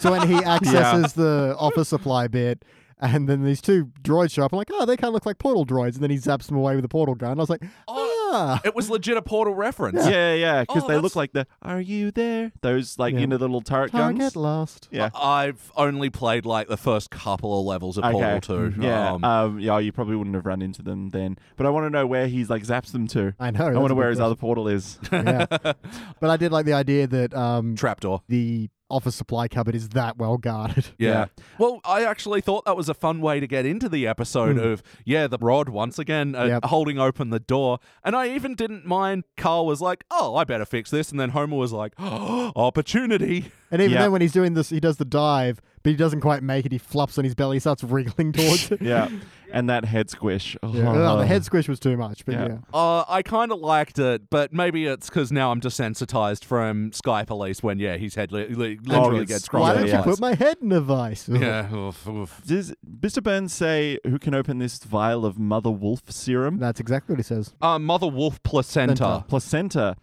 Speaker 2: So when he accesses the office supply bit, and then these two droids show up, I'm like, oh, they kind of look like portal droids. And then he zaps them away with a portal gun. I was like,
Speaker 3: Oh,
Speaker 2: ah.
Speaker 1: It was legit a Portal reference.
Speaker 3: Yeah, yeah, because
Speaker 1: Oh,
Speaker 3: they
Speaker 1: that's-
Speaker 3: look like the "Are you there?" Those like
Speaker 2: Yeah.
Speaker 3: you know the little turret
Speaker 2: Target
Speaker 3: guns.
Speaker 2: lost.
Speaker 3: Yeah.
Speaker 1: I've only played like the first couple of levels of
Speaker 3: Okay.
Speaker 1: Portal 2.
Speaker 3: Yeah.
Speaker 1: Um,
Speaker 3: Um, yeah. You probably wouldn't have run into them then. But I want to know where he's like zaps them to.
Speaker 2: I know.
Speaker 3: I want to where his other portal is.
Speaker 2: other. Yeah. but I did like the idea that um,
Speaker 1: Trapdoor.
Speaker 2: the office supply cupboard is that well guarded.
Speaker 1: Yeah. Well, I actually thought that was a fun way to get into the episode of, yeah, the rod once again uh,
Speaker 2: Hmm. Yep.
Speaker 1: holding open the door. And I even didn't mind Carl was like, oh, I better fix this. And then Homer was like, oh, opportunity.
Speaker 2: And even
Speaker 3: Yeah.
Speaker 2: then, when he's doing this, he does the dive, but he doesn't quite make it. He flops on his belly, starts wriggling towards it.
Speaker 3: yeah. And that head squish. Oh,
Speaker 2: Yeah. Oh, the head squish was too much, but
Speaker 3: Yeah.
Speaker 2: yeah.
Speaker 1: Uh, I kind of liked it, but maybe it's because now I'm desensitized from Sky Police when, yeah, his head li- li- literally
Speaker 3: it's-
Speaker 1: gets
Speaker 2: Oh, Why
Speaker 1: crossed.
Speaker 2: don't
Speaker 3: Yeah.
Speaker 2: you put my head in a vice?
Speaker 1: Yeah, oof, oof.
Speaker 3: Does Mr. Burns say who can open this vial of mother wolf serum?
Speaker 2: That's exactly what he says.
Speaker 1: Uh, Mother Wolf placenta.
Speaker 2: Placenta.
Speaker 3: Placenta.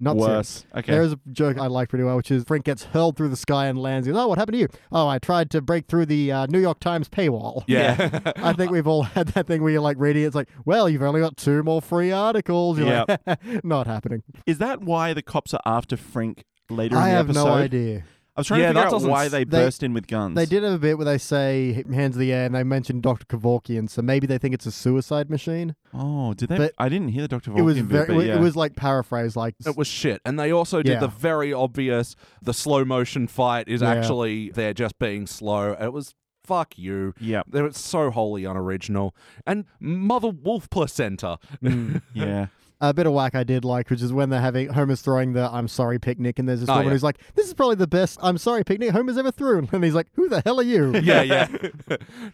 Speaker 2: Not serious.
Speaker 3: Worse. Okay.
Speaker 2: There is a joke I like pretty well, which is Frank gets hurled through the sky and lands. He goes, oh, what happened to you? Oh, I tried to break through the uh, New York Times paywall.
Speaker 1: Yeah.
Speaker 2: I think we've all had that thing where you're like reading, it, it's like, well, you've only got two more free articles. You're like, not happening.
Speaker 3: Is that why the cops are after Frank later
Speaker 2: I
Speaker 3: in the
Speaker 2: have
Speaker 3: episode?
Speaker 2: no idea.
Speaker 3: I was trying
Speaker 1: Yeah,
Speaker 3: to
Speaker 1: that
Speaker 3: figure out
Speaker 1: doesn't
Speaker 3: why
Speaker 1: s-
Speaker 3: they,
Speaker 2: they-
Speaker 3: burst in with guns.
Speaker 2: They did have a bit where they say hands in the air and they mention Dr. Kevorkian, so maybe they think it's a suicide machine.
Speaker 3: Oh, did they?
Speaker 2: But
Speaker 3: I didn't hear the Doctor.
Speaker 2: it was
Speaker 3: Volkin
Speaker 2: very,
Speaker 3: bit, but yeah.
Speaker 2: it was like paraphrased, like
Speaker 1: It was shit. And they also did
Speaker 2: Yeah.
Speaker 1: the very obvious the slow motion fight is
Speaker 2: Yeah.
Speaker 1: actually they're just being slow. It was fuck you.
Speaker 3: Yeah.
Speaker 1: They were so wholly unoriginal. And Mother Wolf placenta.
Speaker 3: Yeah.
Speaker 2: a bit of whack I did like, which is when they're having Homer's throwing the "I'm sorry" picnic, and there's this
Speaker 1: Oh,
Speaker 2: woman
Speaker 1: yeah.
Speaker 2: who's like, "This is probably the best I'm sorry picnic Homer's ever thrown," and he's like, "Who the hell are you?"
Speaker 1: yeah, yeah.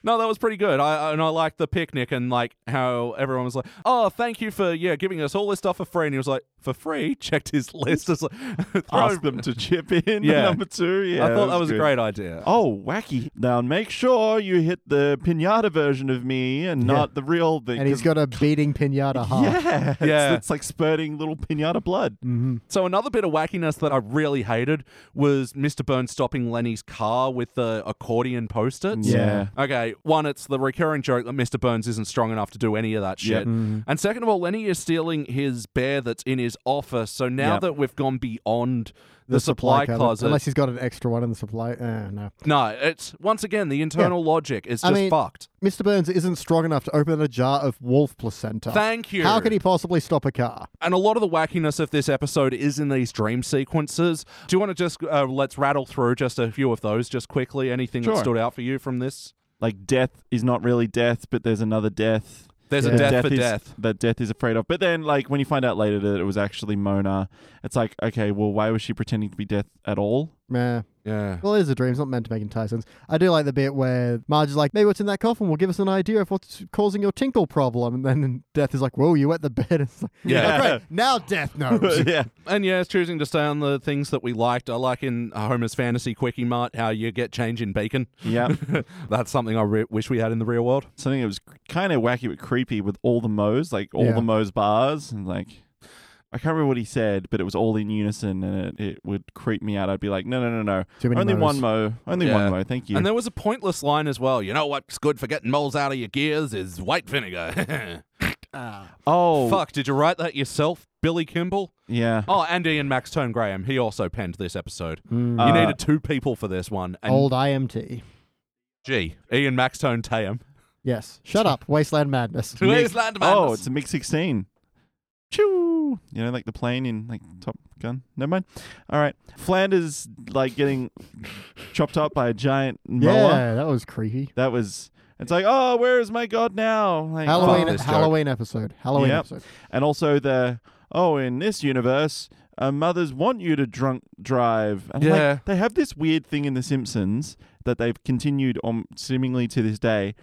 Speaker 1: no, that was pretty good. I I- and I liked the picnic and like how everyone was like, "Oh, thank you for yeah giving us all this stuff for free." And he was like, "For free?" Checked his list. It's like,
Speaker 3: Ask them to chip in.
Speaker 1: Yeah.
Speaker 3: Number two. Yeah.
Speaker 1: I thought that was a
Speaker 3: good.
Speaker 1: great idea.
Speaker 3: Oh, wacky. Now make sure you hit the pinata version of me and not the real thing.
Speaker 2: and he's
Speaker 3: 'cause-
Speaker 2: got a beating pinata heart.
Speaker 3: Yeah.
Speaker 1: Yeah.
Speaker 3: It's, it's like spurting little pinata blood.
Speaker 2: Mm.
Speaker 1: So another bit of wackiness that I really hated was Mr. Burns stopping Lenny's car with the accordion post-its.
Speaker 3: Yeah.
Speaker 1: Okay, one, it's the recurring joke that Mr. Burns isn't strong enough to do any of that
Speaker 3: Yep.
Speaker 1: shit. And second of all, Lenny is stealing his bear that's in his office. So now
Speaker 3: Yep.
Speaker 1: that we've gone beyond the, supply,
Speaker 2: cabinet.
Speaker 1: closet,
Speaker 2: Unless he's got an extra one in the supply. Uh, no,
Speaker 1: no, it's once again the internal logic is
Speaker 2: I
Speaker 1: just
Speaker 2: mean-
Speaker 1: fucked.
Speaker 2: Mr. Burns isn't strong enough to open a jar of wolf placenta.
Speaker 1: Thank you.
Speaker 2: How could he possibly stop a car?
Speaker 1: And a lot of the wackiness of this episode is in these dream sequences. Do you want to just uh, let's rattle through just a few of those just quickly? Anything
Speaker 3: Sure.
Speaker 1: that stood out for you from this?
Speaker 3: Like death is not really death, but there's another death.
Speaker 1: There's a
Speaker 2: Yeah.
Speaker 1: death, for
Speaker 3: is,
Speaker 1: death.
Speaker 3: That death is afraid of. But then, like, when you find out later that it was actually Mona, it's like, okay, well, why was she pretending to be death at all?
Speaker 2: Meh.
Speaker 1: Yeah.
Speaker 2: Well, it is a dream. It's not meant to make entire sense. I do like the bit where Marge is like, maybe what's in that coffin will give us an idea of what's causing your tinkle problem. And then Death is like, whoa, you wet the bed. It's like,
Speaker 1: Yeah.
Speaker 2: "Oh, great. Now Death knows.
Speaker 3: yeah.
Speaker 1: And yeah, it's choosing to stay on the things that we liked. I like in Homer's Fantasy Quickie Mart how you get change in bacon.
Speaker 3: Yeah.
Speaker 1: That's something I re- wish we had in the real world.
Speaker 3: Something that was kind of wacky but creepy with all the Moe's, like all
Speaker 2: Yeah.
Speaker 3: the Moe's bars. And like, I can't remember what he said, but it was all in unison and it, it would creep me out. I'd be like, no, no, no, no.
Speaker 2: Too many
Speaker 3: Only
Speaker 2: Moe's.
Speaker 3: one Moe. Only
Speaker 1: Yeah.
Speaker 3: one Moe. Thank you.
Speaker 1: And there was a pointless line as well. You know what's good for getting moles out of your gears is white vinegar.
Speaker 2: Ah.
Speaker 3: oh,
Speaker 1: Fuck, did you write that yourself, Billy Kimball?
Speaker 3: Yeah.
Speaker 1: Oh, and Ian Max Tone Graham. He also penned this episode.
Speaker 2: Mm.
Speaker 3: Uh,
Speaker 1: you needed two people for this one. And
Speaker 2: Old IMT.
Speaker 1: gee, Ian Max Tone Tayum.
Speaker 2: Yes. Shut up. Wasteland Madness.
Speaker 1: Where's Land
Speaker 3: Oh, it's a Mig 16. Choo! You know, like the plane in like Top Gun. Never mind. All right. Flanders like getting chopped up by a giant mower.
Speaker 2: yeah, that was creepy.
Speaker 3: That was. It's like, oh, where is my god now? Like,
Speaker 2: Halloween,
Speaker 1: this joke.
Speaker 2: Halloween episode. Halloween
Speaker 3: Yep.
Speaker 2: episode.
Speaker 3: And also the oh, in this universe, uh, mothers want you to drunk drive. And
Speaker 1: Yeah.
Speaker 3: like, they have this weird thing in The Simpsons that they've continued on seemingly to this day,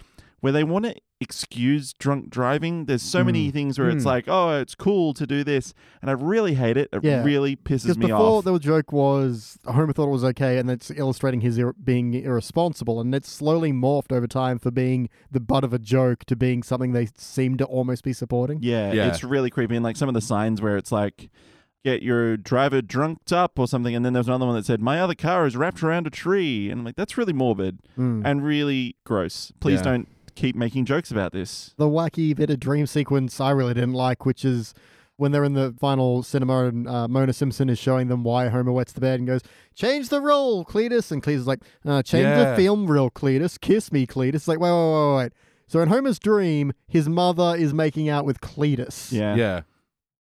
Speaker 3: where they want to excuse drunk driving. There's so many things where it's
Speaker 1: Mm.
Speaker 3: like, oh, it's cool to do this, and I really hate it. It
Speaker 2: Yeah.
Speaker 3: really pisses
Speaker 2: Because
Speaker 3: me
Speaker 2: before
Speaker 3: off.
Speaker 2: the joke was Homer thought it was okay, and that's illustrating his ir- being irresponsible, and it's slowly morphed over time for being the butt of a joke to being something they seem to almost be supporting.
Speaker 3: yeah,
Speaker 1: Yeah.
Speaker 3: it's really creepy. And like some of the signs where it's like. Get your driver drunked up or something, and then there's another one that said, "My other car is wrapped around a tree," and I'm like, "That's really morbid."
Speaker 2: Mm.
Speaker 3: and really gross. Please
Speaker 1: Yeah.
Speaker 3: don't keep making jokes about this.
Speaker 2: the wacky bit of dream sequence I really didn't like, which is when they're in the final cinema and uh, Mona Simpson is showing them why Homer wets the bed and goes, "Change the role, Cletus," and Cletus is like, uh, "Change
Speaker 1: Yeah.
Speaker 2: the film reel, Cletus. Kiss me, Cletus." It's like, wait, wait, wait, wait. So in Homer's dream, his mother is making out with Cletus.
Speaker 3: Yeah.
Speaker 1: Yeah.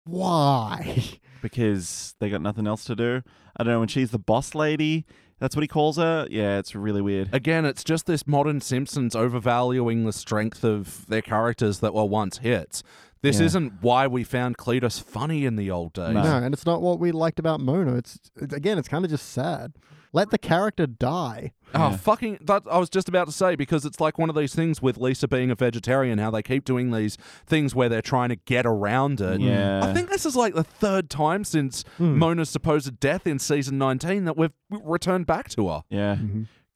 Speaker 2: Why?
Speaker 3: Because they got nothing else to do. I don't know. When she's the boss lady, that's what he calls her. Yeah, it's really weird.
Speaker 1: Again, it's just this modern Simpsons overvaluing the strength of their characters that were once hits. This
Speaker 3: Yeah.
Speaker 1: isn't why we found Cletus funny in the old days.
Speaker 3: No.
Speaker 2: No, and it's not what we liked about Mona. It's, it's again, it's kind of just sad. Let the character die.
Speaker 1: Oh,
Speaker 3: Yeah.
Speaker 1: fucking. That, I was just about to say, because it's like one of these things with Lisa being a vegetarian, how they keep doing these things where they're trying to get around it.
Speaker 3: Yeah. Hmm.
Speaker 1: I think this is like the third time since Mona's supposed death in season 19 that we've returned back to her.
Speaker 3: Yeah.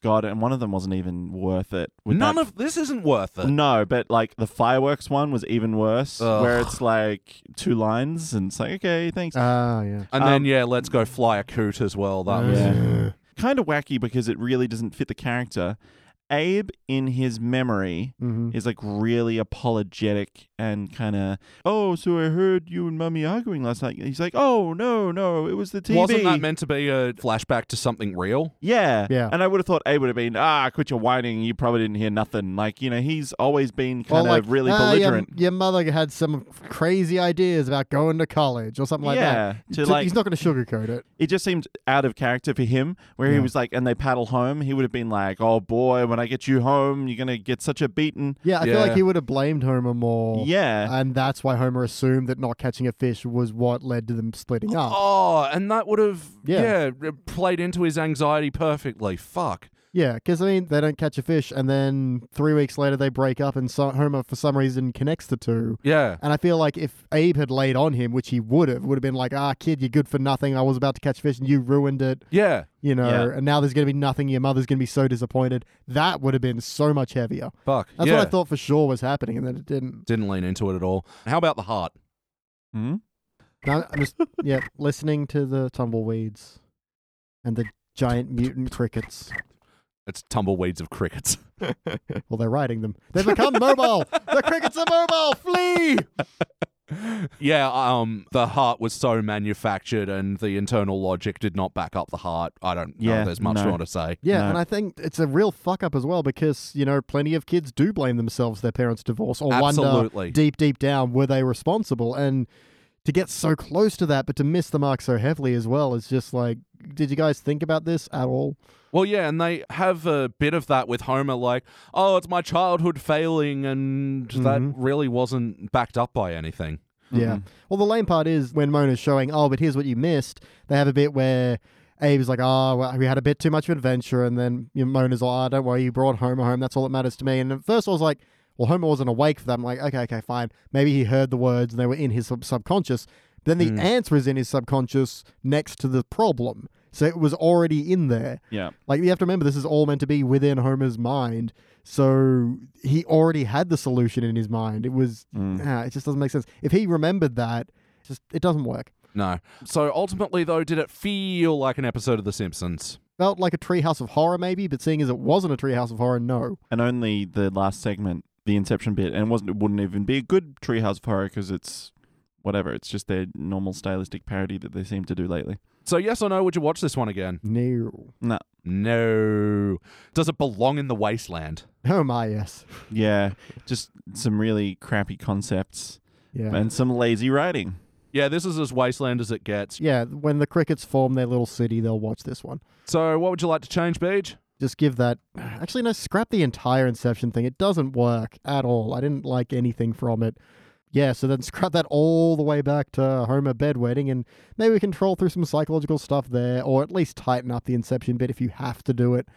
Speaker 3: God, and one of them wasn't even worth it. With
Speaker 1: None
Speaker 3: that-
Speaker 1: of this isn't worth it.
Speaker 3: No, but like the fireworks one was even worse,
Speaker 1: Ugh.
Speaker 3: where it's like two lines and it's like, okay, thanks.
Speaker 1: Uh.
Speaker 2: Ah, yeah.
Speaker 1: And
Speaker 3: Um,
Speaker 1: then, yeah, let's go fly a coot as well. That was.
Speaker 3: Yeah. kind of wacky because it really doesn't fit the character. Abe, in his memory,
Speaker 2: hmm
Speaker 3: is like really apologetic and kind of oh so i heard you and mummy arguing last night he's like oh no no it was the tv
Speaker 1: Wasn't that meant to be a flashback to something real?
Speaker 3: yeah
Speaker 2: Yeah.
Speaker 3: and i would have thought abe would have been ah quit your whining you probably didn't hear nothing like you know he's always been kind
Speaker 2: Or like,
Speaker 3: of really
Speaker 2: "Ah, your-
Speaker 3: belligerent
Speaker 2: Your, mother had some crazy ideas about going to college or something like
Speaker 3: yeah,
Speaker 2: that.
Speaker 3: to
Speaker 2: So
Speaker 3: like
Speaker 2: he's not going to sugarcoat it.
Speaker 3: it just seemed out of character for him. Where he
Speaker 2: Yeah.
Speaker 3: was like, and they paddle home, he would have been like, "Oh boy, when I get you home, you're gonna get such a beating."
Speaker 2: Yeah, I feel like
Speaker 1: Yeah.
Speaker 2: he would have blamed Homer more.
Speaker 3: Yeah,
Speaker 2: And that's why Homer assumed that not catching a fish was what led to them splitting up.
Speaker 1: Oh, and that would have yeah.
Speaker 2: Yeah.
Speaker 1: played into his anxiety perfectly. Fuck.
Speaker 2: Yeah, because I mean, they don't catch a fish, and then three weeks later they break up, and so- Homer, for some reason, connects the two.
Speaker 1: Yeah.
Speaker 2: And I feel like if Abe had laid on him, which he would have, would have been like, ah, kid, you're good for nothing. I was about to catch fish and you ruined it,
Speaker 1: Yeah.
Speaker 2: you know,
Speaker 3: Yeah.
Speaker 2: and now there's going to be nothing. Your mother's going to be so disappointed. That would have been so much heavier.
Speaker 1: Fuck.
Speaker 2: That's
Speaker 1: yeah.
Speaker 2: what I thought for sure was happening, and then it didn't.
Speaker 1: Didn't lean into it at all. How about the heart?
Speaker 3: Hmm?
Speaker 2: Now I'm just, yeah, listening to the tumbleweeds and the giant mutant crickets.
Speaker 1: It's tumbleweeds of crickets.
Speaker 2: Well, they're riding them. They become mobile. The crickets are mobile. Flee.
Speaker 1: yeah, um the heart was so manufactured and the internal logic did not back up the heart. I don't know
Speaker 3: Yeah,
Speaker 1: if there's much
Speaker 3: no.
Speaker 1: more to say.
Speaker 2: Yeah,
Speaker 3: No.
Speaker 2: and I think it's a real fuck up as well because, you know, plenty of kids do blame themselves their parents' divorce or wonder
Speaker 1: Absolutely.
Speaker 2: deep, deep down, were they responsible? And to get so close to that, but to miss the mark so heavily as well, is just like, did you guys think about this at all?
Speaker 1: Well, yeah, and they have a bit of that with Homer, like, oh, it's my childhood failing, and that
Speaker 3: Mm-hmm.
Speaker 2: Mhm.
Speaker 1: really wasn't backed up by anything.
Speaker 2: Yeah. Well, the lame part is when Mona's showing, oh, but here's what you missed. They have a bit where Abe's like, oh, well, we had a bit too much of adventure. And then you know, Mona's like, oh, don't worry, you brought Homer home. That's all that matters to me. And at first I was like, well, Homer wasn't awake for that. I'm like, okay, okay, fine. Maybe he heard the words and they were in his sub- subconscious. Then the answer is in his subconscious next to the problem. So it was already in there.
Speaker 3: Yeah.
Speaker 2: Like you have to remember, this is all meant to be within Homer's mind. So he already had the solution in his mind. It was, ah, it just doesn't make sense. If he remembered that, it just it doesn't work.
Speaker 1: No. So ultimately, though, did it feel like an episode of The Simpsons?
Speaker 2: Felt like a Treehouse of Horror, maybe, but seeing as it wasn't a Treehouse of Horror, no.
Speaker 3: And only the last segment, the Inception bit, and it wasn't it wouldn't even be a good Treehouse of Horror because it's whatever. It's just their normal stylistic parody that they seem to do lately.
Speaker 1: So, yes or no, would you watch this one again?
Speaker 2: No.
Speaker 3: No.
Speaker 1: No. Does it belong in the wasteland?
Speaker 2: Oh my, yes.
Speaker 3: Yeah, just some really crappy concepts
Speaker 2: Yeah.
Speaker 3: and some lazy writing.
Speaker 1: Yeah, this is as wasteland as it gets.
Speaker 2: Yeah, when the crickets form their little city, they'll watch this one.
Speaker 1: So, what would you like to change, Beej?
Speaker 2: Just give that. Actually, no, scrap the entire Inception thing. It doesn't work at all. I didn't like anything from it. Yeah, so then scrap that all the way back to Homer bedwetting, and maybe we can troll through some psychological stuff there, or at least tighten up the Inception bit if you have to do it.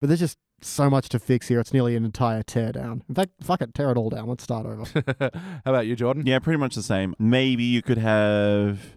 Speaker 2: But there's just so much to fix here. It's nearly an entire teardown. In fact, fuck it, tear it all down. Let's start over.
Speaker 1: How about you, Jordan?
Speaker 3: Yeah, pretty much the same. Maybe you could have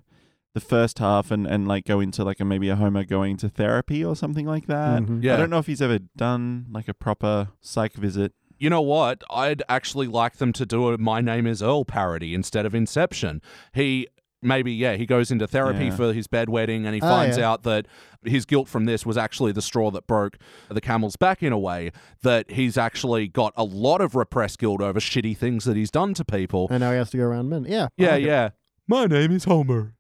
Speaker 3: the first half and, and like go into like a maybe a Homer going to therapy or something like that.
Speaker 2: Mhm.
Speaker 1: Uh, Yeah.
Speaker 3: I don't know if he's ever done like a proper psych visit.
Speaker 1: You know what? I'd actually like them to do a My Name is Earl parody instead of Inception. He maybe, yeah, he goes into therapy
Speaker 3: Yeah.
Speaker 1: for his bedwetting and he
Speaker 2: Oh,
Speaker 1: finds
Speaker 2: yeah.
Speaker 1: out that his guilt from this was actually the straw that broke the camel's back in a way, that he's actually got a lot of repressed guilt over shitty things that he's done to people.
Speaker 2: And now he has to go around men. Yeah. Um, I
Speaker 1: yeah,
Speaker 2: like it.
Speaker 1: yeah. My name is Homer.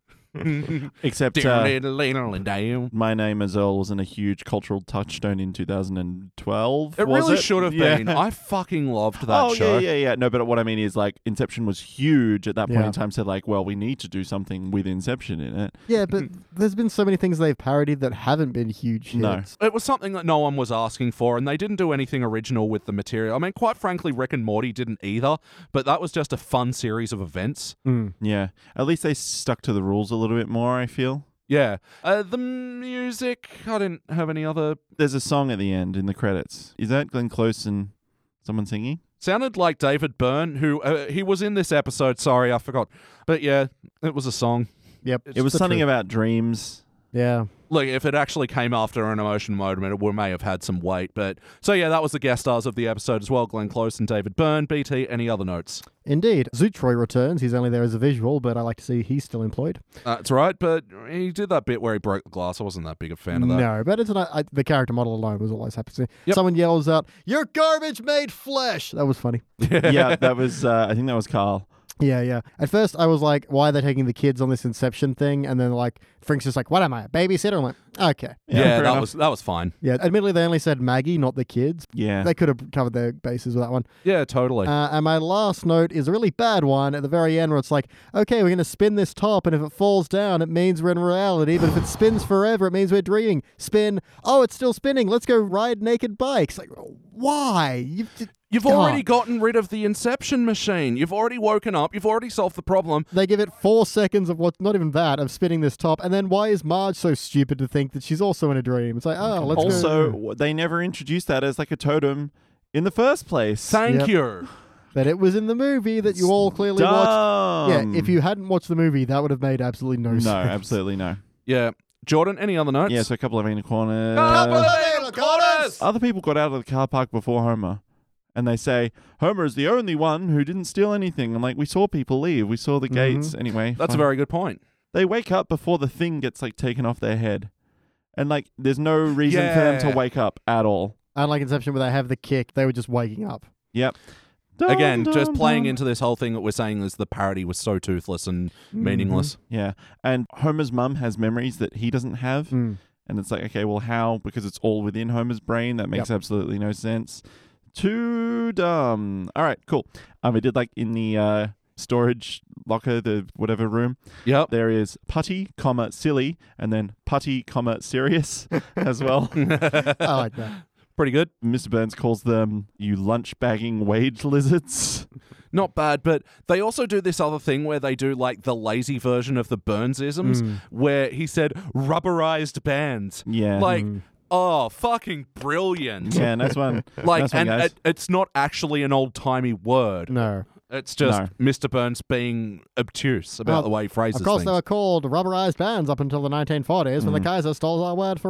Speaker 3: Except uh,
Speaker 1: It
Speaker 3: My Name is Earl wasn't a huge cultural touchstone in 2012. was
Speaker 1: really
Speaker 3: it?
Speaker 1: should have
Speaker 3: Yeah.
Speaker 1: been. I fucking loved that
Speaker 3: oh
Speaker 1: show.
Speaker 3: yeah, yeah, yeah. No, but what I mean is like Inception was huge at that point
Speaker 2: Yeah.
Speaker 3: in time. So like, well, we need to do something with Inception in it.
Speaker 2: Yeah, but
Speaker 1: Mm.
Speaker 2: there's been so many things they've parodied that haven't been huge hits.
Speaker 3: No.
Speaker 1: It was something that no one was asking for, and they didn't do anything original with the material. I mean, quite frankly, Rick and Morty didn't either, but that was just a fun series of events.
Speaker 2: Mm.
Speaker 3: Yeah, at least they stuck to the rules a little bit more. I feel
Speaker 1: Yeah. Uh, the music, I didn't have any other.
Speaker 3: there's a song at the end in the credits. Is that Glenn Close and someone singing?
Speaker 1: Sounded like David Byrne, who uh, he was in this episode. Sorry, I forgot. But yeah, it was a song.
Speaker 2: Yep.
Speaker 1: It
Speaker 3: it was
Speaker 2: the
Speaker 3: something
Speaker 2: truth.
Speaker 3: about dreams.
Speaker 2: Yeah.
Speaker 1: Look, if it actually came after an emotion moment, it would- may have had some weight. But so yeah, that was the guest stars of the episode as well: Glenn Close and David Byrne. BT, any other notes?
Speaker 2: Indeed. Zootroy returns. He's only there as a visual, but I like to see he's still employed.
Speaker 1: That's right. But he did that bit where he broke the glass. I wasn't that big a fan of that.
Speaker 2: No, but it's an, I, the character model alone was always happy to see.
Speaker 1: Yep.
Speaker 2: Someone yells out, You're garbage made flesh! That was funny.
Speaker 3: yeah, that was. Uh, I think that was Carl.
Speaker 2: Yeah, yeah. At first, I was like, Why are they taking the kids on this Inception thing? And then, like, Frink's just like, What am I, a babysitter? I'm like, Okay.
Speaker 1: Yeah,
Speaker 3: fair
Speaker 1: that
Speaker 3: enough.
Speaker 1: was that was fine.
Speaker 2: Yeah, admittedly, they only said Maggie, not the kids.
Speaker 3: Yeah,
Speaker 2: They could have covered their bases with that one.
Speaker 1: Yeah, totally.
Speaker 2: Uh, and my last note is a really bad one at the very end where it's like, okay, we're going to spin this top, and if it falls down, it means we're in reality, but if it spins forever, it means we're dreaming. Spin. Oh, it's still spinning. Let's go ride naked bikes. Like, why? You've just-
Speaker 1: You've
Speaker 2: God.
Speaker 1: already gotten rid of the inception machine. You've already woken up. You've already solved the problem.
Speaker 2: They give it four seconds of what, not even that, of spinning this top. And then why is Marge so stupid to think that she's also in a dream? It's like, oh, let's
Speaker 3: also,
Speaker 2: go.
Speaker 3: w- they never introduced that as like a totem in the first place.
Speaker 1: Thank
Speaker 2: Yep.
Speaker 1: you.
Speaker 2: But it was in the movie that you all clearly watched. Yeah,
Speaker 3: Dumb.
Speaker 2: if you hadn't watched the movie, that would have made absolutely no, sense.
Speaker 3: no, absolutely no.
Speaker 1: Yeah, Jordan. Any other notes?
Speaker 3: Yeah, so a couple of in corners.
Speaker 1: Couple of little corners!
Speaker 3: Other people got out of the car park before Homer. And they say, Homer is the only one who didn't steal anything. I'm like, we saw people leave. We saw the gates. Anyway.
Speaker 1: That's a
Speaker 3: fine.
Speaker 1: very good point.
Speaker 3: They wake up before the thing gets like taken off their head. And like there's no reason for them
Speaker 1: Yeah.
Speaker 3: to wake up at all.
Speaker 2: Unlike Inception, where they have the kick, they were just waking up.
Speaker 3: Yep.
Speaker 1: Again,
Speaker 3: Dun,
Speaker 1: just
Speaker 3: dun,
Speaker 1: playing
Speaker 3: dun.
Speaker 1: into this whole thing that we're saying is the parody was so toothless and
Speaker 2: Mm-hmm. Hmm.
Speaker 1: meaningless.
Speaker 3: Yeah. And Homer's mum has memories that he doesn't have.
Speaker 2: Mm.
Speaker 3: And it's like, okay, well, how? Because it's all within Homer's brain. That makes absolutely no sense. Too dumb. All right, cool. Um, we did like in the uh, storage locker, the whatever room.
Speaker 1: Yep.
Speaker 3: There is putty, comma silly, and then putty, comma serious as well.
Speaker 2: I like that.
Speaker 1: Pretty good.
Speaker 3: Mr. Burns calls them you lunch bagging wage lizards.
Speaker 1: not bad. But they also do this other thing where they do like the lazy version of the Burnsisms, where he said rubberized bands.
Speaker 3: Yeah.
Speaker 1: Like, oh, fucking brilliant.
Speaker 3: Yeah, nice one.
Speaker 1: Like,
Speaker 3: nice one,
Speaker 1: and
Speaker 3: guys.
Speaker 1: it, it's not actually an old timey word.
Speaker 2: No.
Speaker 1: It's just Mr. Burns being obtuse about
Speaker 2: Well,
Speaker 1: the Hmm. way he phrases
Speaker 2: Of course, they
Speaker 1: things.
Speaker 2: were called rubberized bands up until the 1940s when the Kaiser stole our word for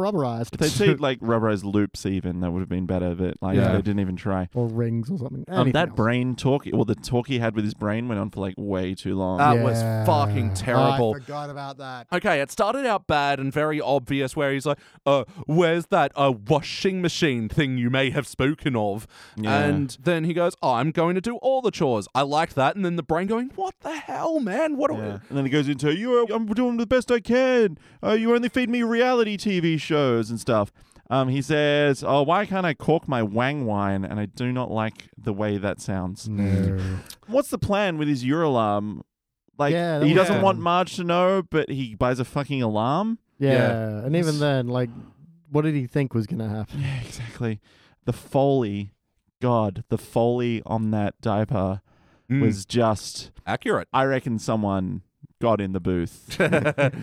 Speaker 2: rubberized.
Speaker 3: If they'd said like rubberized loops, even that would have been better. But like
Speaker 1: Yeah.
Speaker 3: they didn't even try.
Speaker 2: or rings or something.
Speaker 3: Um,
Speaker 2: Anything
Speaker 3: that
Speaker 2: else.
Speaker 3: brain talk, well, the talk he had with his brain went on for like way too long.
Speaker 1: That
Speaker 2: Yeah.
Speaker 1: was fucking terrible.
Speaker 2: I forgot about that.
Speaker 1: Okay, it started out bad and very obvious, where he's like, "Uh, where's that uh washing machine thing you may have spoken of?"
Speaker 3: Yeah.
Speaker 1: And then he goes, oh, "I'm going to do all the chores." I like that, and then the brain going, "What the hell, man? What?"
Speaker 3: Yeah.
Speaker 1: Are
Speaker 3: And then he goes into, "You, I'm doing the best I can. Uh, you only feed me reality TV shows and stuff." Um, he says, "Oh, why can't I cork my wang wine?" And I do not like the way that sounds. What's the plan with his Uralarm? Like
Speaker 2: Yeah, that
Speaker 3: he
Speaker 2: was
Speaker 3: doesn't
Speaker 2: dumb.
Speaker 3: want Marge to know, but he buys a fucking alarm.
Speaker 2: Yeah.
Speaker 1: Yeah.
Speaker 2: and even then, like, what did he think was going to happen?
Speaker 3: Yeah, exactly. The foley, God, the foley on that diaper
Speaker 1: Mm,
Speaker 3: was just.
Speaker 1: accurate.
Speaker 3: I reckon someone got in the booth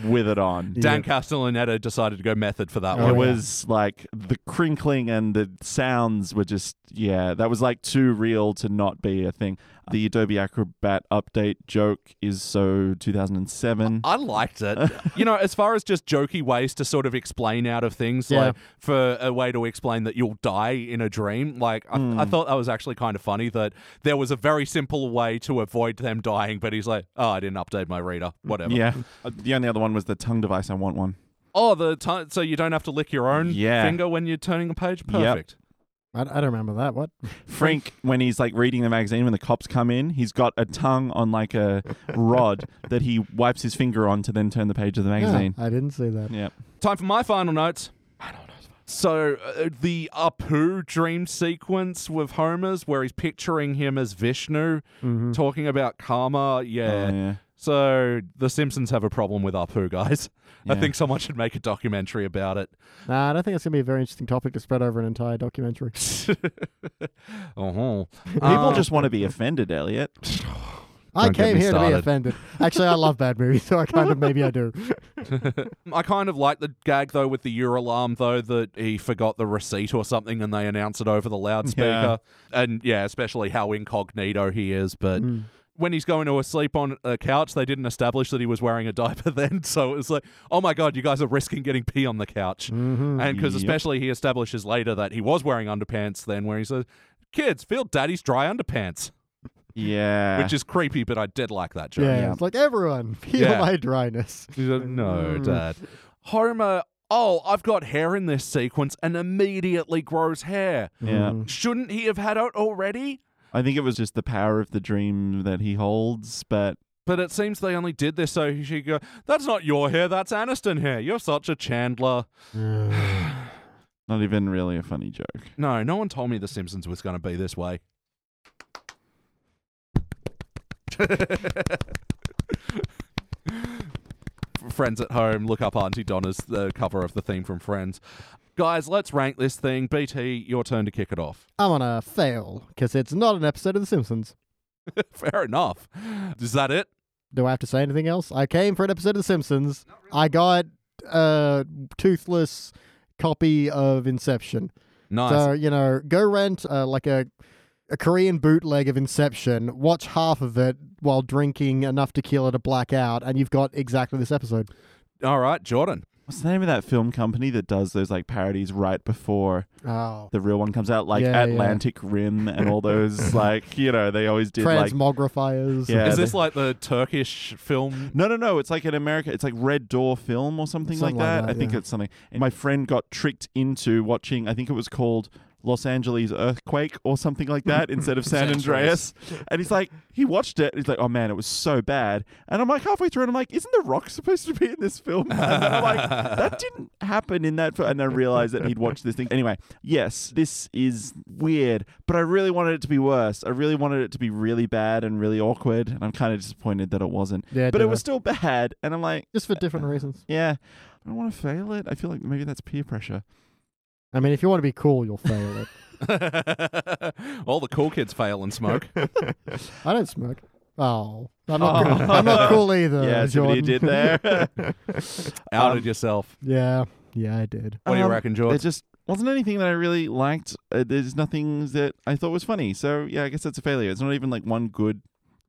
Speaker 3: with it on.
Speaker 1: Dan Castellaneta decided to go method for that
Speaker 2: Oh,
Speaker 1: one.
Speaker 3: it
Speaker 2: yeah.
Speaker 3: was like the crinkling and the sounds were just yeah that was like too real to not be a thing the adobe acrobat update joke is so 2007
Speaker 1: I liked it. you know, as far as just jokey ways to sort of explain out of things,
Speaker 2: Yeah.
Speaker 1: like for a way to explain that you'll die in a dream, like I,
Speaker 3: Hmm.
Speaker 1: I thought that was actually kind of funny that there was a very simple way to avoid them dying, but he's like, oh, I didn't update my reader, whatever.
Speaker 3: yeah Uh, the only other one was the tongue device i want one
Speaker 1: Oh, the ti so you don't have to lick your own
Speaker 3: Yeah.
Speaker 1: finger when you're turning a page. Perfect.
Speaker 2: I, I don't remember that. What?
Speaker 3: Frank, when he's like reading the magazine, when the cops come in, he's got a tongue on like a rod that he wipes his finger on to then turn the page of the magazine.
Speaker 2: Yeah, I didn't see that.
Speaker 3: Yep.
Speaker 1: Time for my final notes. So uh, the Apu dream sequence with Homer's, where he's picturing him as Vishnu,
Speaker 3: Mm-hmm.
Speaker 1: talking about karma.
Speaker 3: Oh, yeah.
Speaker 1: So the Simpsons have a problem with Apu, guys. I
Speaker 3: Yeah.
Speaker 1: think someone should make a documentary about it.
Speaker 2: Nah, I don't think it's going to be a very interesting topic to spread over an entire documentary.
Speaker 1: Uh-huh.
Speaker 3: People just want to be offended, Elliot.
Speaker 2: I
Speaker 1: Don't get
Speaker 2: came
Speaker 1: me
Speaker 2: here to
Speaker 1: started.
Speaker 2: be offended. Actually, I love bad movies, so I kind of maybe I do.
Speaker 1: I kind of like the gag though with the Uralarm though that he forgot the receipt or something and they announce it over the loudspeaker. And yeah, especially how incognito he is, but when he's going to sleep on a couch, they didn't establish that he was wearing a diaper then, so it was like, "Oh my god, you guys are risking getting pee on the couch."
Speaker 2: Mm-hmm.
Speaker 1: And because
Speaker 3: Yep.
Speaker 1: especially he establishes later that he was wearing underpants then, where he says, "Kids, feel daddy's dry underpants,"
Speaker 3: Yeah.
Speaker 1: which is creepy, but I did like that joke.
Speaker 2: Yeah,
Speaker 3: Yeah.
Speaker 2: it's like everyone feel
Speaker 1: Yeah.
Speaker 2: my dryness.
Speaker 1: He's like, no,
Speaker 2: Mm.
Speaker 1: Dad. Homer. Oh, I've got hair in this sequence, and immediately grows hair.
Speaker 3: yeah.
Speaker 1: Shouldn't he have had it already?
Speaker 3: I think it was just the power of the dream that he holds, but
Speaker 1: But it seems they only did this so he should go. That's not your hair. That's Aniston hair. You're such a Chandler.
Speaker 2: Mm.
Speaker 3: not even really a funny joke.
Speaker 1: No, no one told me The Simpsons was going to be this way. Friends at home, look up Auntie Donna's the cover of the theme from Friends. Guys, let's rank this thing. BT, your turn to kick it off.
Speaker 2: I'm gonna fail because it's not an episode of The Simpsons.
Speaker 1: Fair enough. Is that it?
Speaker 2: Do I have to say anything else? I came for an episode of The Simpsons. I got a toothless copy of Inception.
Speaker 1: Nice.
Speaker 2: So you know, go rent uh, like a a Korean bootleg of Inception. Watch half of it while drinking enough tequila to black out, and you've got exactly this episode.
Speaker 1: All right, Jordan.
Speaker 3: What's the name of that film company that does those like parodies right before
Speaker 2: Oh,
Speaker 3: the real one comes out? Like
Speaker 2: Yeah, yeah.
Speaker 3: Atlantic Rim and all those like you know, they always did like
Speaker 2: transmogrifiers.
Speaker 3: Yeah,
Speaker 1: Is
Speaker 3: they-
Speaker 1: this like the Turkish film?
Speaker 3: No, no, no. It's like an America. It's like Red Door film or something,
Speaker 2: Something
Speaker 3: like that.
Speaker 2: like that,
Speaker 3: I think
Speaker 2: yeah.
Speaker 3: it's something. And my friend got tricked into watching. I think it was called Los Angeles Earthquake or something like that instead of San Andreas. And he's like, he watched it. He's like, oh man, it was so bad. And I'm like halfway through, and I'm like, isn't The Rock supposed to be in this film? And then I'm like, that didn't happen in that. Film. And I realized that he'd watched this thing anyway. Yes, this is weird, but I really wanted it to be worse. I really wanted it to be really bad and really awkward. And I'm kind of disappointed that it wasn't
Speaker 2: Yeah,
Speaker 3: but it
Speaker 2: do
Speaker 3: was
Speaker 2: it.
Speaker 3: still bad. And I'm like,
Speaker 2: just for different reasons.
Speaker 3: yeah, I don't want to fail it. I feel like maybe that's peer pressure.
Speaker 2: I mean, if you want to be cool, you'll fail it.
Speaker 1: All the cool kids fail and smoke.
Speaker 2: I don't smoke. Oh, I'm not. cool. I'm not cool either.
Speaker 3: yeah, see what
Speaker 2: Uh, Jordan.
Speaker 3: you did there.
Speaker 1: Outed yourself.
Speaker 2: yeah, yeah, I did.
Speaker 1: What do you
Speaker 3: Um,
Speaker 1: reckon,
Speaker 3: there
Speaker 1: George?
Speaker 3: just wasn't anything that I really liked. Uh, there's nothing that I thought was funny. So yeah, I guess that's a failure. It's not even like one good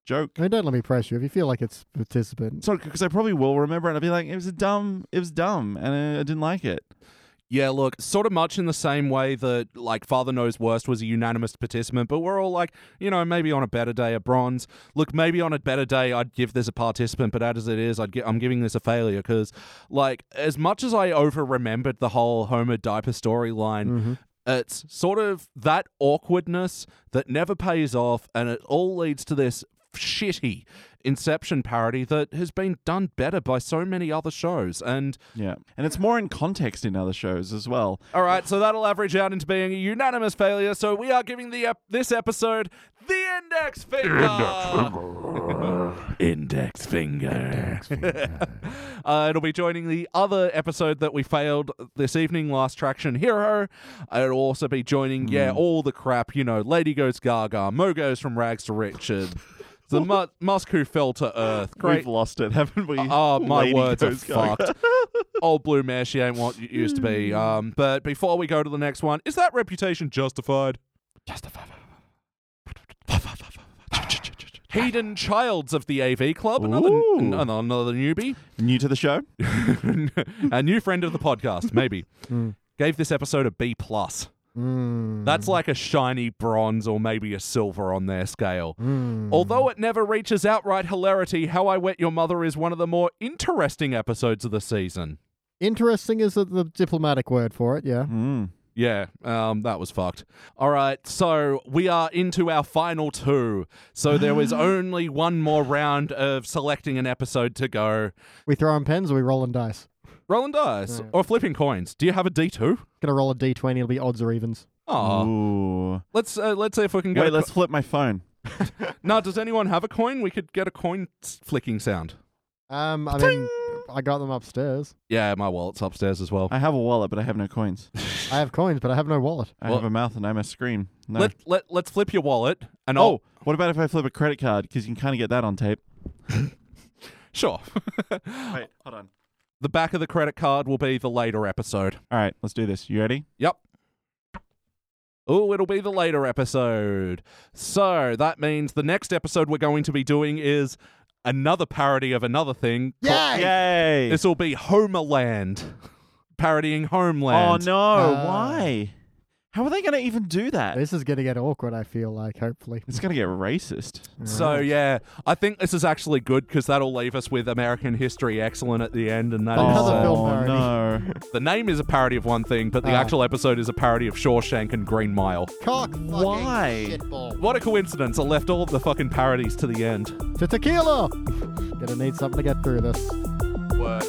Speaker 3: joke.
Speaker 2: I mean, don't let me press you. If you feel like it's participant,
Speaker 3: Sorry, because I probably will remember, it and I'll be like, it was a dumb, it was dumb, and I, I didn't like it.
Speaker 1: Yeah, look, sort of much in the same way that like Father Knows Worst was a unanimous participant, but we're all like, you know, maybe on a better day a bronze. Look, maybe on a better day I'd give this a participant, but as it is, I'd gi- I'm giving this a failure because, like, as much as I over remembered the whole Homer diaper storyline, it's sort of that awkwardness that never pays off, and it all leads to this shitty Inception parody that has been done better by so many other shows, and.
Speaker 3: Yeah, and it's more in context in other shows as well.
Speaker 1: All right, so that'll average out into being a unanimous failure. So we are giving the ep- this episode the index finger. Index finger. uh, it'll be joining the other episode that we failed this evening, Last Traction Hero. It'll also be joining, yeah, all the crap. You know, Lady Goes Gaga, Mo Goes from Rags to Richard, the mu- Musk Who Fell to Earth. Great
Speaker 3: We've lost it, haven't we?
Speaker 1: Oh, my
Speaker 3: Lady
Speaker 1: words are
Speaker 3: goes gaga.
Speaker 1: fucked. Old Blue Mare, she ain't what it used to be. Um, but before we go to the next one, is that reputation justified? Justified. Hayden Childs of the AV Club, another,
Speaker 3: Ooh.
Speaker 1: n- another newbie,
Speaker 3: New to the show?
Speaker 1: a new friend of the podcast, maybe,
Speaker 2: Mm.
Speaker 1: gave this episode a B plus.
Speaker 2: Mm.
Speaker 1: That's like a shiny bronze or maybe a silver on their scale.
Speaker 2: Mm.
Speaker 1: Although it never reaches outright hilarity, How I Wet Your Mother is one of the more interesting episodes of the season.
Speaker 2: interesting is the, the diplomatic word for it. Yeah.
Speaker 3: Mm.
Speaker 1: Yeah, um, that was fucked. All right, so we are into our final two. So there was only one more round of selecting an episode to go.
Speaker 2: We throwing pens or we rolling dice?
Speaker 1: Rolling dice or flipping coins. Do you have a D two?
Speaker 2: Gonna roll a d20, it'll be odds or evens.
Speaker 1: Oh,
Speaker 3: Ooh.
Speaker 1: let's uh, let's see if we can get.
Speaker 3: Wait,
Speaker 1: a
Speaker 3: let's flip my phone.
Speaker 1: now, does anyone have a coin? We could get a coin s- flicking sound.
Speaker 2: Um, I mean, I got them upstairs.
Speaker 1: Yeah, my wallet's upstairs as well.
Speaker 3: I have a wallet, but I have no coins.
Speaker 2: I have coins, but I have no wallet.
Speaker 3: I
Speaker 1: Well-
Speaker 3: have a mouth, and I must scream. No.
Speaker 1: Let let let's flip your wallet and
Speaker 3: oh,
Speaker 1: oh,
Speaker 3: what about if I flip a credit card? Because you can kind of get that on tape.
Speaker 1: sure.
Speaker 3: Wait, hold on.
Speaker 1: The back of the credit card will be the later episode.
Speaker 3: All right, let's do this. You ready?
Speaker 1: Yep. Oh, it'll be the later episode. So that means the next episode we're going to be doing is another parody of another thing.
Speaker 2: Yay!
Speaker 3: Yay!
Speaker 1: This will be Homerland, parodying
Speaker 3: oh
Speaker 1: Homeland.
Speaker 3: no!
Speaker 2: Uh,
Speaker 3: Why? How are they going to even do that?
Speaker 2: This is gonna get awkward, I feel like, hopefully.
Speaker 3: It's going to get racist.
Speaker 1: So yeah, I think this is actually good because that'll leave us with American History excellent at the end, and that is
Speaker 2: Another
Speaker 1: uh,
Speaker 2: film
Speaker 3: oh
Speaker 2: parody.
Speaker 3: no!
Speaker 1: the name is a parody of one thing, but the
Speaker 2: Ah.
Speaker 1: actual episode is a parody of Shawshank and Green Mile.
Speaker 2: Cock fucking
Speaker 3: Why?
Speaker 2: shitball.
Speaker 1: What a coincidence! I left all of the fucking parodies to the end.
Speaker 2: To tequila! Gonna need something to get through this.
Speaker 1: Word.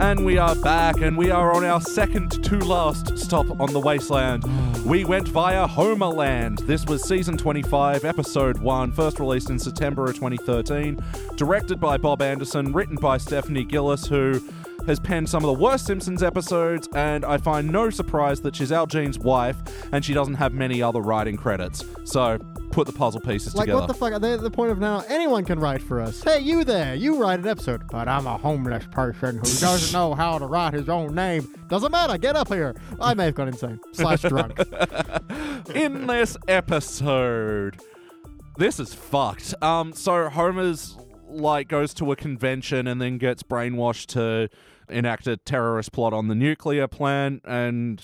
Speaker 1: And we are back, and we are on our second to last stop on the wasteland. We went via Homerland. This was season 25, episode 1, first released in September of 2013. Directed by Bob Anderson, written by Stephanie Gillis, who has penned some of the worst Simpsons episodes, and I find no surprise that she's Al Jean's wife, and she doesn't have many other writing credits. So put the puzzle pieces
Speaker 2: Like,
Speaker 1: together.
Speaker 2: what the fuck? They're at the point of now, anyone can write for us. Hey, you there, you write an episode. But I'm a homeless person who doesn't know how to write his own name. Doesn't matter, get up here. I may have gone insane. Slash drunk.
Speaker 1: in this episode. This is fucked. Um, so Homer's like goes to a convention and then gets brainwashed to enact a terrorist plot on the nuclear plant, and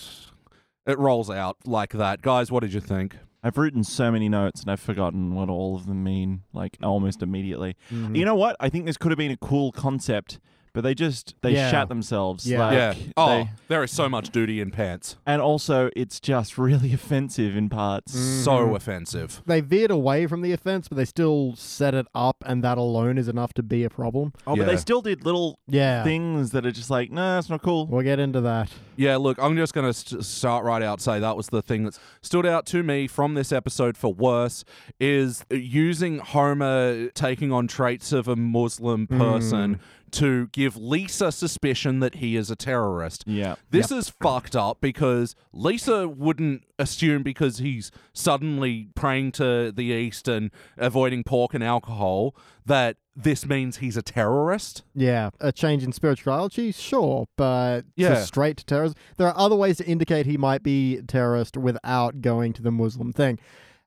Speaker 1: it rolls out like that. Guys, what did you think?
Speaker 3: I've written so many notes and I've forgotten what all of them mean, like
Speaker 2: Mm.
Speaker 3: almost immediately.
Speaker 2: Mm-hmm.
Speaker 3: You know what? I think this could have been a cool concept, but they just they
Speaker 2: Yeah.
Speaker 3: shat themselves.
Speaker 2: Yeah.
Speaker 3: Like,
Speaker 1: yeah. Oh,
Speaker 3: they-
Speaker 1: there is so much duty in pants.
Speaker 3: and also it's just really offensive in parts.
Speaker 2: Mm.
Speaker 3: Mm-hmm.
Speaker 1: So offensive.
Speaker 2: they veered away from the offense, but they still set it up, and that alone is enough to be a problem.
Speaker 3: Oh, but
Speaker 1: Yeah.
Speaker 3: they still did little
Speaker 2: Yeah.
Speaker 3: things that are just like, no, that's not cool.
Speaker 2: We'll get into that.
Speaker 1: Yeah, look, I'm just going to st- start right out. Say that was the thing that stood out to me from this episode for worse is using Homer taking on traits of a Muslim person to give Lisa suspicion that he is a terrorist.
Speaker 3: Yeah.
Speaker 1: This is fucked up because Lisa wouldn't assume because he's suddenly praying to the East and avoiding pork and alcohol that this means he's a terrorist.
Speaker 2: Yeah, a change in spirituality, sure, but
Speaker 1: Yeah.
Speaker 2: just straight to terrorism. There are other ways to indicate he might be terrorist without going to the Muslim thing.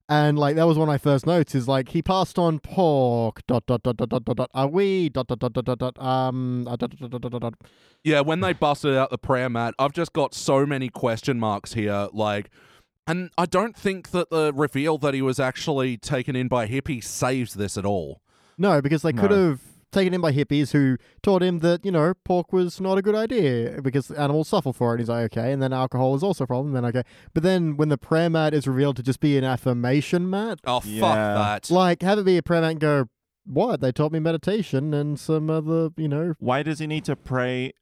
Speaker 2: And like that was one of my first notes is like he passed on pork dot dot dot dot dot dot dot are we dot dot dot dot dot dot um uh, dot dot dot dot dot dot
Speaker 1: Yeah, when they busted out the prayer mat, I've just got so many question marks here. Like, and I don't think that the reveal that he was actually taken in by hippies saves this at all.
Speaker 2: No, because they could
Speaker 3: No.
Speaker 2: have taken him by hippies who taught him that, you know, pork was not a good idea because animals suffer for it. And he's like, okay. And then alcohol is also a problem. Then, okay. But then when the prayer mat is revealed to just be an affirmation mat,
Speaker 1: Oh,
Speaker 3: Yeah.
Speaker 1: fuck that.
Speaker 2: like, have it be a prayer mat and go, what? They taught me meditation and some other, you know,
Speaker 3: Why does he need to pray,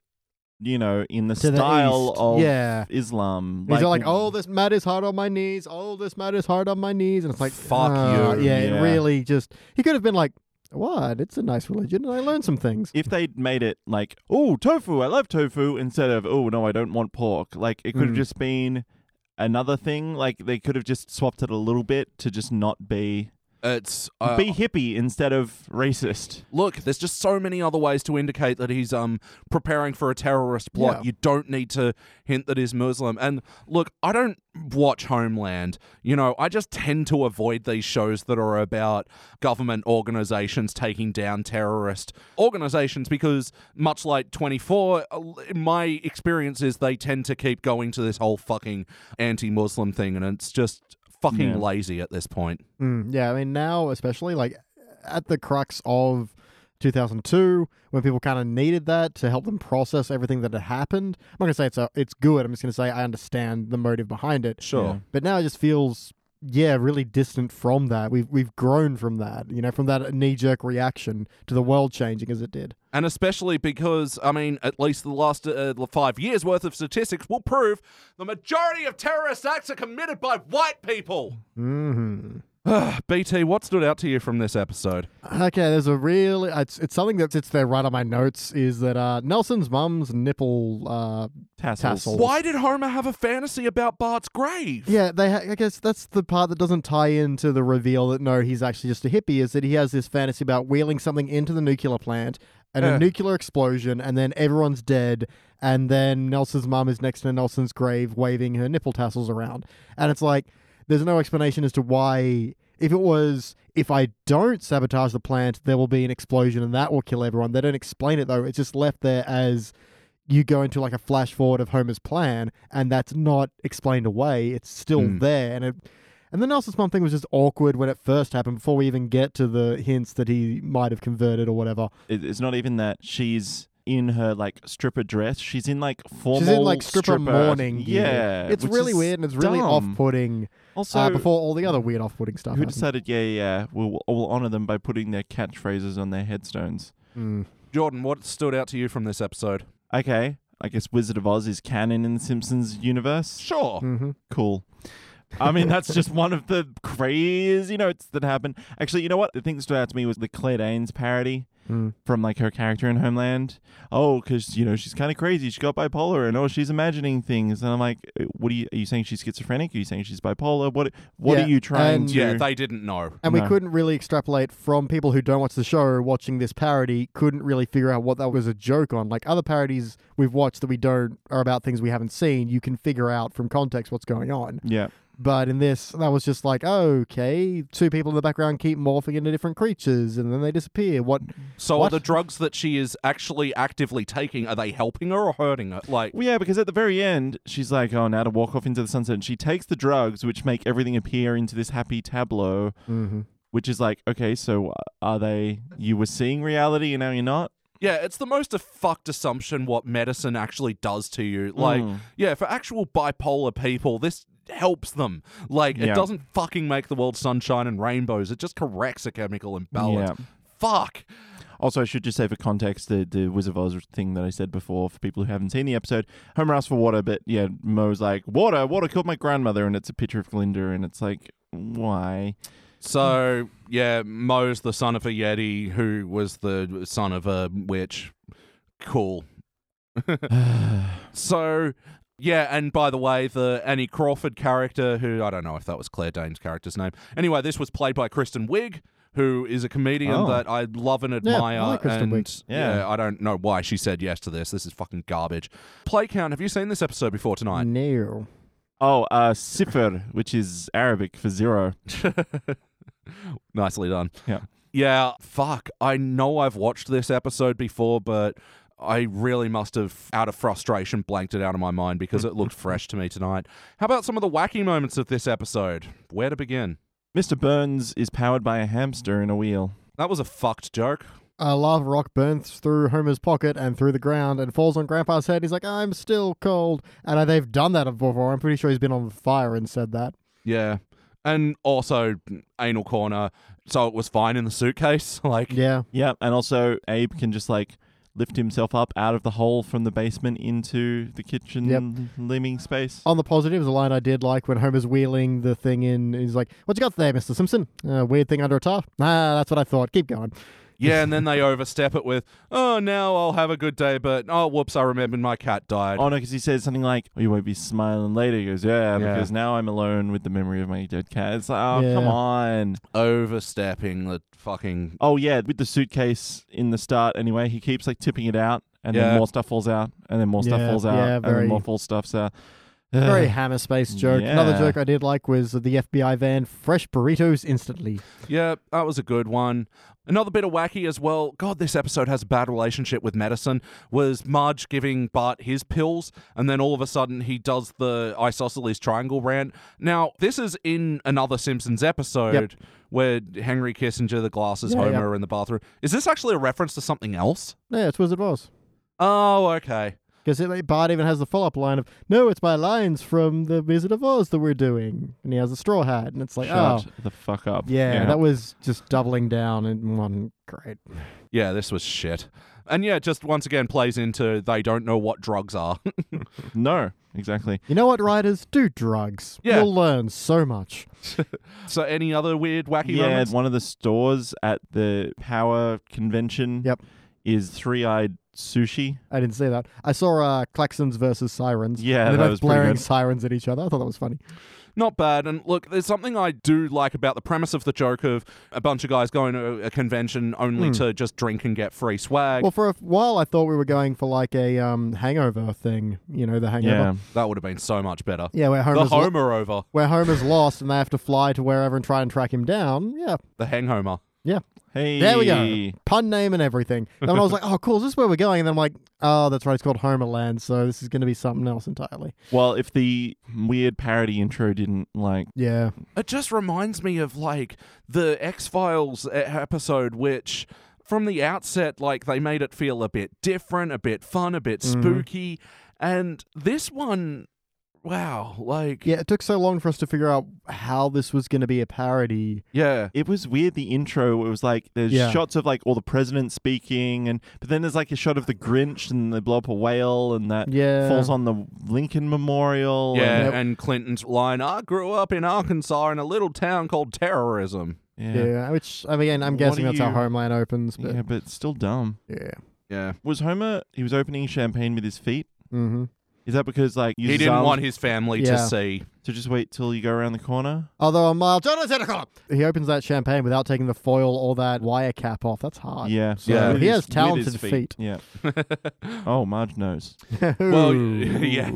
Speaker 3: you know, in the
Speaker 2: to the
Speaker 3: style
Speaker 2: east.
Speaker 3: of
Speaker 2: Yeah.
Speaker 3: Islam?
Speaker 2: He's all like, oh, this mat is hard on my knees. Oh, this mat is hard on my knees. And it's like,
Speaker 1: Fuck
Speaker 2: ah,
Speaker 1: you.
Speaker 2: Yeah,
Speaker 3: Yeah.
Speaker 2: it really just, he could have been like, what? It's a nice religion. And I learned some things.
Speaker 3: if they'd made it like, oh, tofu, I love tofu, instead of, oh, no, I don't want pork, like it could have
Speaker 2: Mm.
Speaker 3: just been another thing. Like they could have just swapped it a little bit to just not be
Speaker 1: It's uh,
Speaker 3: be hippie instead of racist.
Speaker 1: look. There's just so many other ways to indicate that he's um preparing for a terrorist plot.
Speaker 2: Yeah.
Speaker 1: You don't need to hint that he's Muslim. And look, I don't watch Homeland. You know, I just tend to avoid these shows that are about government organizations taking down terrorist organizations because, much like 24, uh, my experience is they tend to keep going to this whole fucking anti-Muslim thing, and it's just fucking
Speaker 3: Yeah.
Speaker 1: lazy at this point.
Speaker 2: Mm, yeah, I mean now especially like at the crux of 2002 when people kind of needed that to help them process everything that had happened. I'm not gonna say it's a, it's good. I'm just gonna say I understand the motive behind it.
Speaker 1: Sure.
Speaker 2: But now it just feels yeah really distant from that. We've we've grown from that. You know, from that knee jerk reaction to the world changing as it did.
Speaker 1: And especially because, I mean, at least the last uh, five years' worth of statistics will prove the majority of terrorist acts are committed by white people.
Speaker 2: Mm-hmm.
Speaker 1: BT, what stood out to you from this episode?
Speaker 2: Okay, there's a real. It's it's something that sits there right on my notes. Is that uh, Nelson's mum's nipple uh,
Speaker 3: Tassels.
Speaker 2: Tassels.
Speaker 1: Why did Homer have a fantasy about Bart's grave?
Speaker 2: Yeah, they. Ha- I guess that's the part that doesn't tie into the reveal that no, he's actually just a hippie. Is that he has this fantasy about wheeling something into the nuclear plant and
Speaker 1: Yeah.
Speaker 2: a nuclear explosion, and then everyone's dead, and then Nelson's mom is next to Nelson's grave, waving her nipple tassels around, and it's like there's no explanation as to why. If it was, if I don't sabotage the plant, there will be an explosion, and that will kill everyone. They don't explain it though. It's just left there as you go into like a flash forward of Homer's plan, and that's not explained away. It's still
Speaker 1: Hmm.
Speaker 2: there, and it, and the Nelson's mom thing was just awkward when it first happened. Before we even get to the hints that he might have converted or whatever,
Speaker 3: It- it's not even that she's in her like stripper dress. She's in like formal.
Speaker 2: she's in like stripper, morning. gear.
Speaker 3: Yeah,
Speaker 2: it's
Speaker 3: which
Speaker 2: really
Speaker 3: is
Speaker 2: weird and it's really
Speaker 3: dumb.
Speaker 2: off-putting.
Speaker 3: Also,
Speaker 2: uh, before all the other weird off-putting stuff.
Speaker 3: who
Speaker 2: happened.
Speaker 3: decided? Yeah, yeah, yeah, we'll we'll honor them by putting their catchphrases on their headstones.
Speaker 2: Mm.
Speaker 1: Jordan, what stood out to you from this episode?
Speaker 3: Okay, I guess Wizard of Oz is canon in the Simpsons universe.
Speaker 1: Sure.
Speaker 2: Mhm.
Speaker 3: Cool. I mean, that's just one of the crazy notes that happened. Actually, you know what? The thing that stood out to me was the Claire Danes parody
Speaker 2: Mm.
Speaker 3: from like her character in Homeland. Oh, because you know she's kind of crazy. She got bipolar, and oh, she's imagining things. And I'm like, "Uh, what are you? Are you saying she's schizophrenic? Are you saying she's bipolar? What? What
Speaker 2: Yeah,
Speaker 3: are you trying
Speaker 2: and-
Speaker 3: to?
Speaker 1: Yeah, they didn't know.
Speaker 2: And
Speaker 3: No.
Speaker 2: we couldn't really extrapolate from people who don't watch the show watching this parody, couldn't really figure out what that was a joke on. Like other parodies we've watched that we don't are about things we haven't seen, you can figure out from context what's going on.
Speaker 3: yeah.
Speaker 2: But in this, that was just like, okay, two people in the background keep morphing into different creatures and then they disappear. What?
Speaker 1: So
Speaker 2: What?
Speaker 1: are the drugs that she is actually actively taking, are they helping her or hurting her? Like,
Speaker 3: Well, yeah, because at the very end, she's like, "Oh, now to walk off into the sunset." And she takes the drugs, which make everything appear into this happy tableau.
Speaker 2: Mm-hmm.
Speaker 3: Which is like, okay, so uh, are they? You were seeing reality, and now you're not.
Speaker 1: Yeah, it's the most a fucked assumption what medicine actually does to you. Like,
Speaker 3: Mm.
Speaker 1: yeah, for actual bipolar people, this helps them. Like,
Speaker 3: Yeah.
Speaker 1: it doesn't fucking make the world sunshine and rainbows. It just corrects a chemical imbalance.
Speaker 3: Yeah.
Speaker 1: Fuck.
Speaker 3: Also, I should just say for context the the Wizard of Oz thing that I said before for people who haven't seen the episode. Homer asked for water, but yeah, Mo's like, "Water, water killed my grandmother," and it's a picture of Glinda, and it's like, why?
Speaker 1: So yeah, Mo's the son of a Yeti who was the son of a witch. Cool. So yeah, and by the way, the Annie Crawford character, who I don't know if that was Claire Danes' character's name. Anyway, this was played by Kristen Wiig, who is a comedian
Speaker 3: Oh.
Speaker 1: that I love and
Speaker 2: I
Speaker 1: admire.
Speaker 2: like Kristen
Speaker 1: and
Speaker 2: Wiig.
Speaker 1: Yeah.
Speaker 3: Yeah.
Speaker 1: I don't know why she said yes to this. This is fucking garbage. Play count. Have you seen this episode before tonight?
Speaker 2: No.
Speaker 3: Oh, uh, sifr, which is Arabic for zero.
Speaker 1: Nicely done.
Speaker 3: Yeah.
Speaker 1: Yeah, fuck. I know I've watched this episode before, but I really must have, out of frustration, blanked it out of my mind because it looked fresh to me tonight. How about some of the wacky moments of this episode? Where to begin?
Speaker 3: Mr. Burns is powered by a hamster in a wheel.
Speaker 1: That was a fucked joke.
Speaker 2: A lava rock burns through Homer's pocket and through the ground and falls on Grandpa's head. He's like, I'm still cold. And uh, they've done that before. I'm pretty sure he's been on fire and said that.
Speaker 1: Yeah. And also, anal corner. So it was fine in the suitcase. Like,
Speaker 2: Yeah.
Speaker 3: Yeah, and also Abe can just like lift himself up out of the hole from the basement into the kitchen living space.
Speaker 2: On the positives, a line I did like when Homer's wheeling the thing in. He's like, What you got there, Mr. Simpson? Uh, weird thing under a tarp? Ah, that's what I thought. Keep going.
Speaker 1: yeah. And then they overstep it with, oh, now I'll have a good day, but oh, whoops, I remembered my cat died.
Speaker 3: Oh no, because he says something like, "Oh, you won't be smiling later." He goes, "Yeah,
Speaker 1: Yeah.
Speaker 3: because now I'm alone with the memory of my dead cat." It's like, oh
Speaker 2: Yeah.
Speaker 3: come on.
Speaker 1: Overstepping the fucking
Speaker 3: Oh yeah, with the suitcase in the start anyway, he keeps like tipping it out, and
Speaker 1: Yeah.
Speaker 3: then more stuff falls out, and then more stuff
Speaker 2: Yeah,
Speaker 3: falls out,
Speaker 2: yeah,
Speaker 3: and
Speaker 2: very-
Speaker 3: then more false stuff's out.
Speaker 2: Very
Speaker 3: Ugh.
Speaker 2: hammer space joke. Another
Speaker 3: Yeah.
Speaker 2: joke I did like was the FBI van, fresh burritos instantly.
Speaker 1: Yeah, that was a good one. Another bit of wacky as well. God, this episode has a bad relationship with medicine. Was Marge giving Bart his pills, and then all of a sudden he does the isosceles triangle rant. Now, this is in another Simpsons episode where Henry Kissinger, the glasses,
Speaker 2: Yeah,
Speaker 1: Homer
Speaker 2: yeah.
Speaker 1: are in the bathroom. Is this actually a reference to something else?
Speaker 2: Yeah, that's what it was.
Speaker 1: Oh, okay.
Speaker 2: Because like, Bart even has the follow up line of, No, it's my lines from The Wizard of Oz that we're doing. And he has a straw hat. And it's like,
Speaker 3: Shut
Speaker 2: Oh.
Speaker 3: the fuck up.
Speaker 2: Yeah, that was just doubling down and one great.
Speaker 1: Yeah, this was shit. And yeah, just once again plays into they don't know what drugs are.
Speaker 3: no, exactly.
Speaker 2: You know what, writers? Do drugs.
Speaker 1: Yeah.
Speaker 2: You'll learn so much.
Speaker 1: so, any other weird, wacky
Speaker 3: yeah,
Speaker 1: moments?
Speaker 3: one of the stores at the power convention.
Speaker 2: Yep.
Speaker 3: is three-eyed sushi.
Speaker 2: I didn't see that. I saw uh, Klaxons versus Sirens. and
Speaker 3: Yeah,
Speaker 2: they're
Speaker 3: that
Speaker 2: both
Speaker 3: was pretty
Speaker 2: blaring
Speaker 3: good.
Speaker 2: sirens at each other. I thought that was funny.
Speaker 1: Not bad. And look, there's something I do like about the premise of the joke of a bunch of guys going to a convention only to just drink and get free swag.
Speaker 2: Well, for a while, I thought we were going for like a um, hangover thing. You know, the hangover.
Speaker 3: Yeah,
Speaker 1: that would have been so much better.
Speaker 2: Yeah, where
Speaker 1: The
Speaker 2: Homer's, lo-
Speaker 1: Homer over.
Speaker 2: where Homer's lost and they have to fly to wherever and try and track him down. Yeah.
Speaker 1: The Hang Homer.
Speaker 2: Yeah.
Speaker 3: hey,
Speaker 2: There we go. Pun name and everything. And I was like, oh, cool. Is this where we're going? And then I'm like, oh, that's right. It's called Homerland. So this is going to be something else entirely.
Speaker 3: Well, if the weird parody intro didn't like,
Speaker 2: Yeah.
Speaker 1: It just reminds me of like the X Files episode, which from the outset, like they made it feel a bit different, a bit fun, a bit spooky. And this one, wow, like,
Speaker 2: Yeah. It took so long for us to figure out how this was going to be a parody.
Speaker 1: yeah.
Speaker 3: it was weird. The intro, it was like there's
Speaker 2: Yeah.
Speaker 3: shots of like all the presidents speaking, and but then there's like a shot of the Grinch and they blow up a whale, and that
Speaker 2: Yeah.
Speaker 3: falls on the Lincoln Memorial.
Speaker 1: Yeah,
Speaker 2: Yep.
Speaker 1: and Clinton's line, I grew up in Arkansas in a little town called terrorism.
Speaker 3: and,
Speaker 2: Yeah.
Speaker 3: yeah,
Speaker 2: Which, I mean, I'm
Speaker 3: What
Speaker 2: guessing
Speaker 3: do
Speaker 2: that's how
Speaker 3: you-
Speaker 2: Homeland opens. But
Speaker 3: yeah,
Speaker 2: yeah.
Speaker 3: but it's still dumb.
Speaker 1: Yeah.
Speaker 3: Was Homer? He was opening champagne with his feet.
Speaker 2: Mm-hmm.
Speaker 3: Is that because like
Speaker 1: he
Speaker 3: uses
Speaker 1: didn't
Speaker 3: arms
Speaker 1: want his family
Speaker 2: Yeah.
Speaker 1: to see.
Speaker 3: to just wait till you go around the corner?
Speaker 2: Although um, I'm mild. Jonathan Santa He opens that champagne without taking the foil or that wire cap off. That's hard.
Speaker 3: Yeah,
Speaker 2: So
Speaker 1: Yeah.
Speaker 3: With
Speaker 2: he
Speaker 3: his-
Speaker 2: has
Speaker 3: with his
Speaker 2: talented feet.
Speaker 3: Yeah. oh, Marge knows.
Speaker 1: Well, yeah.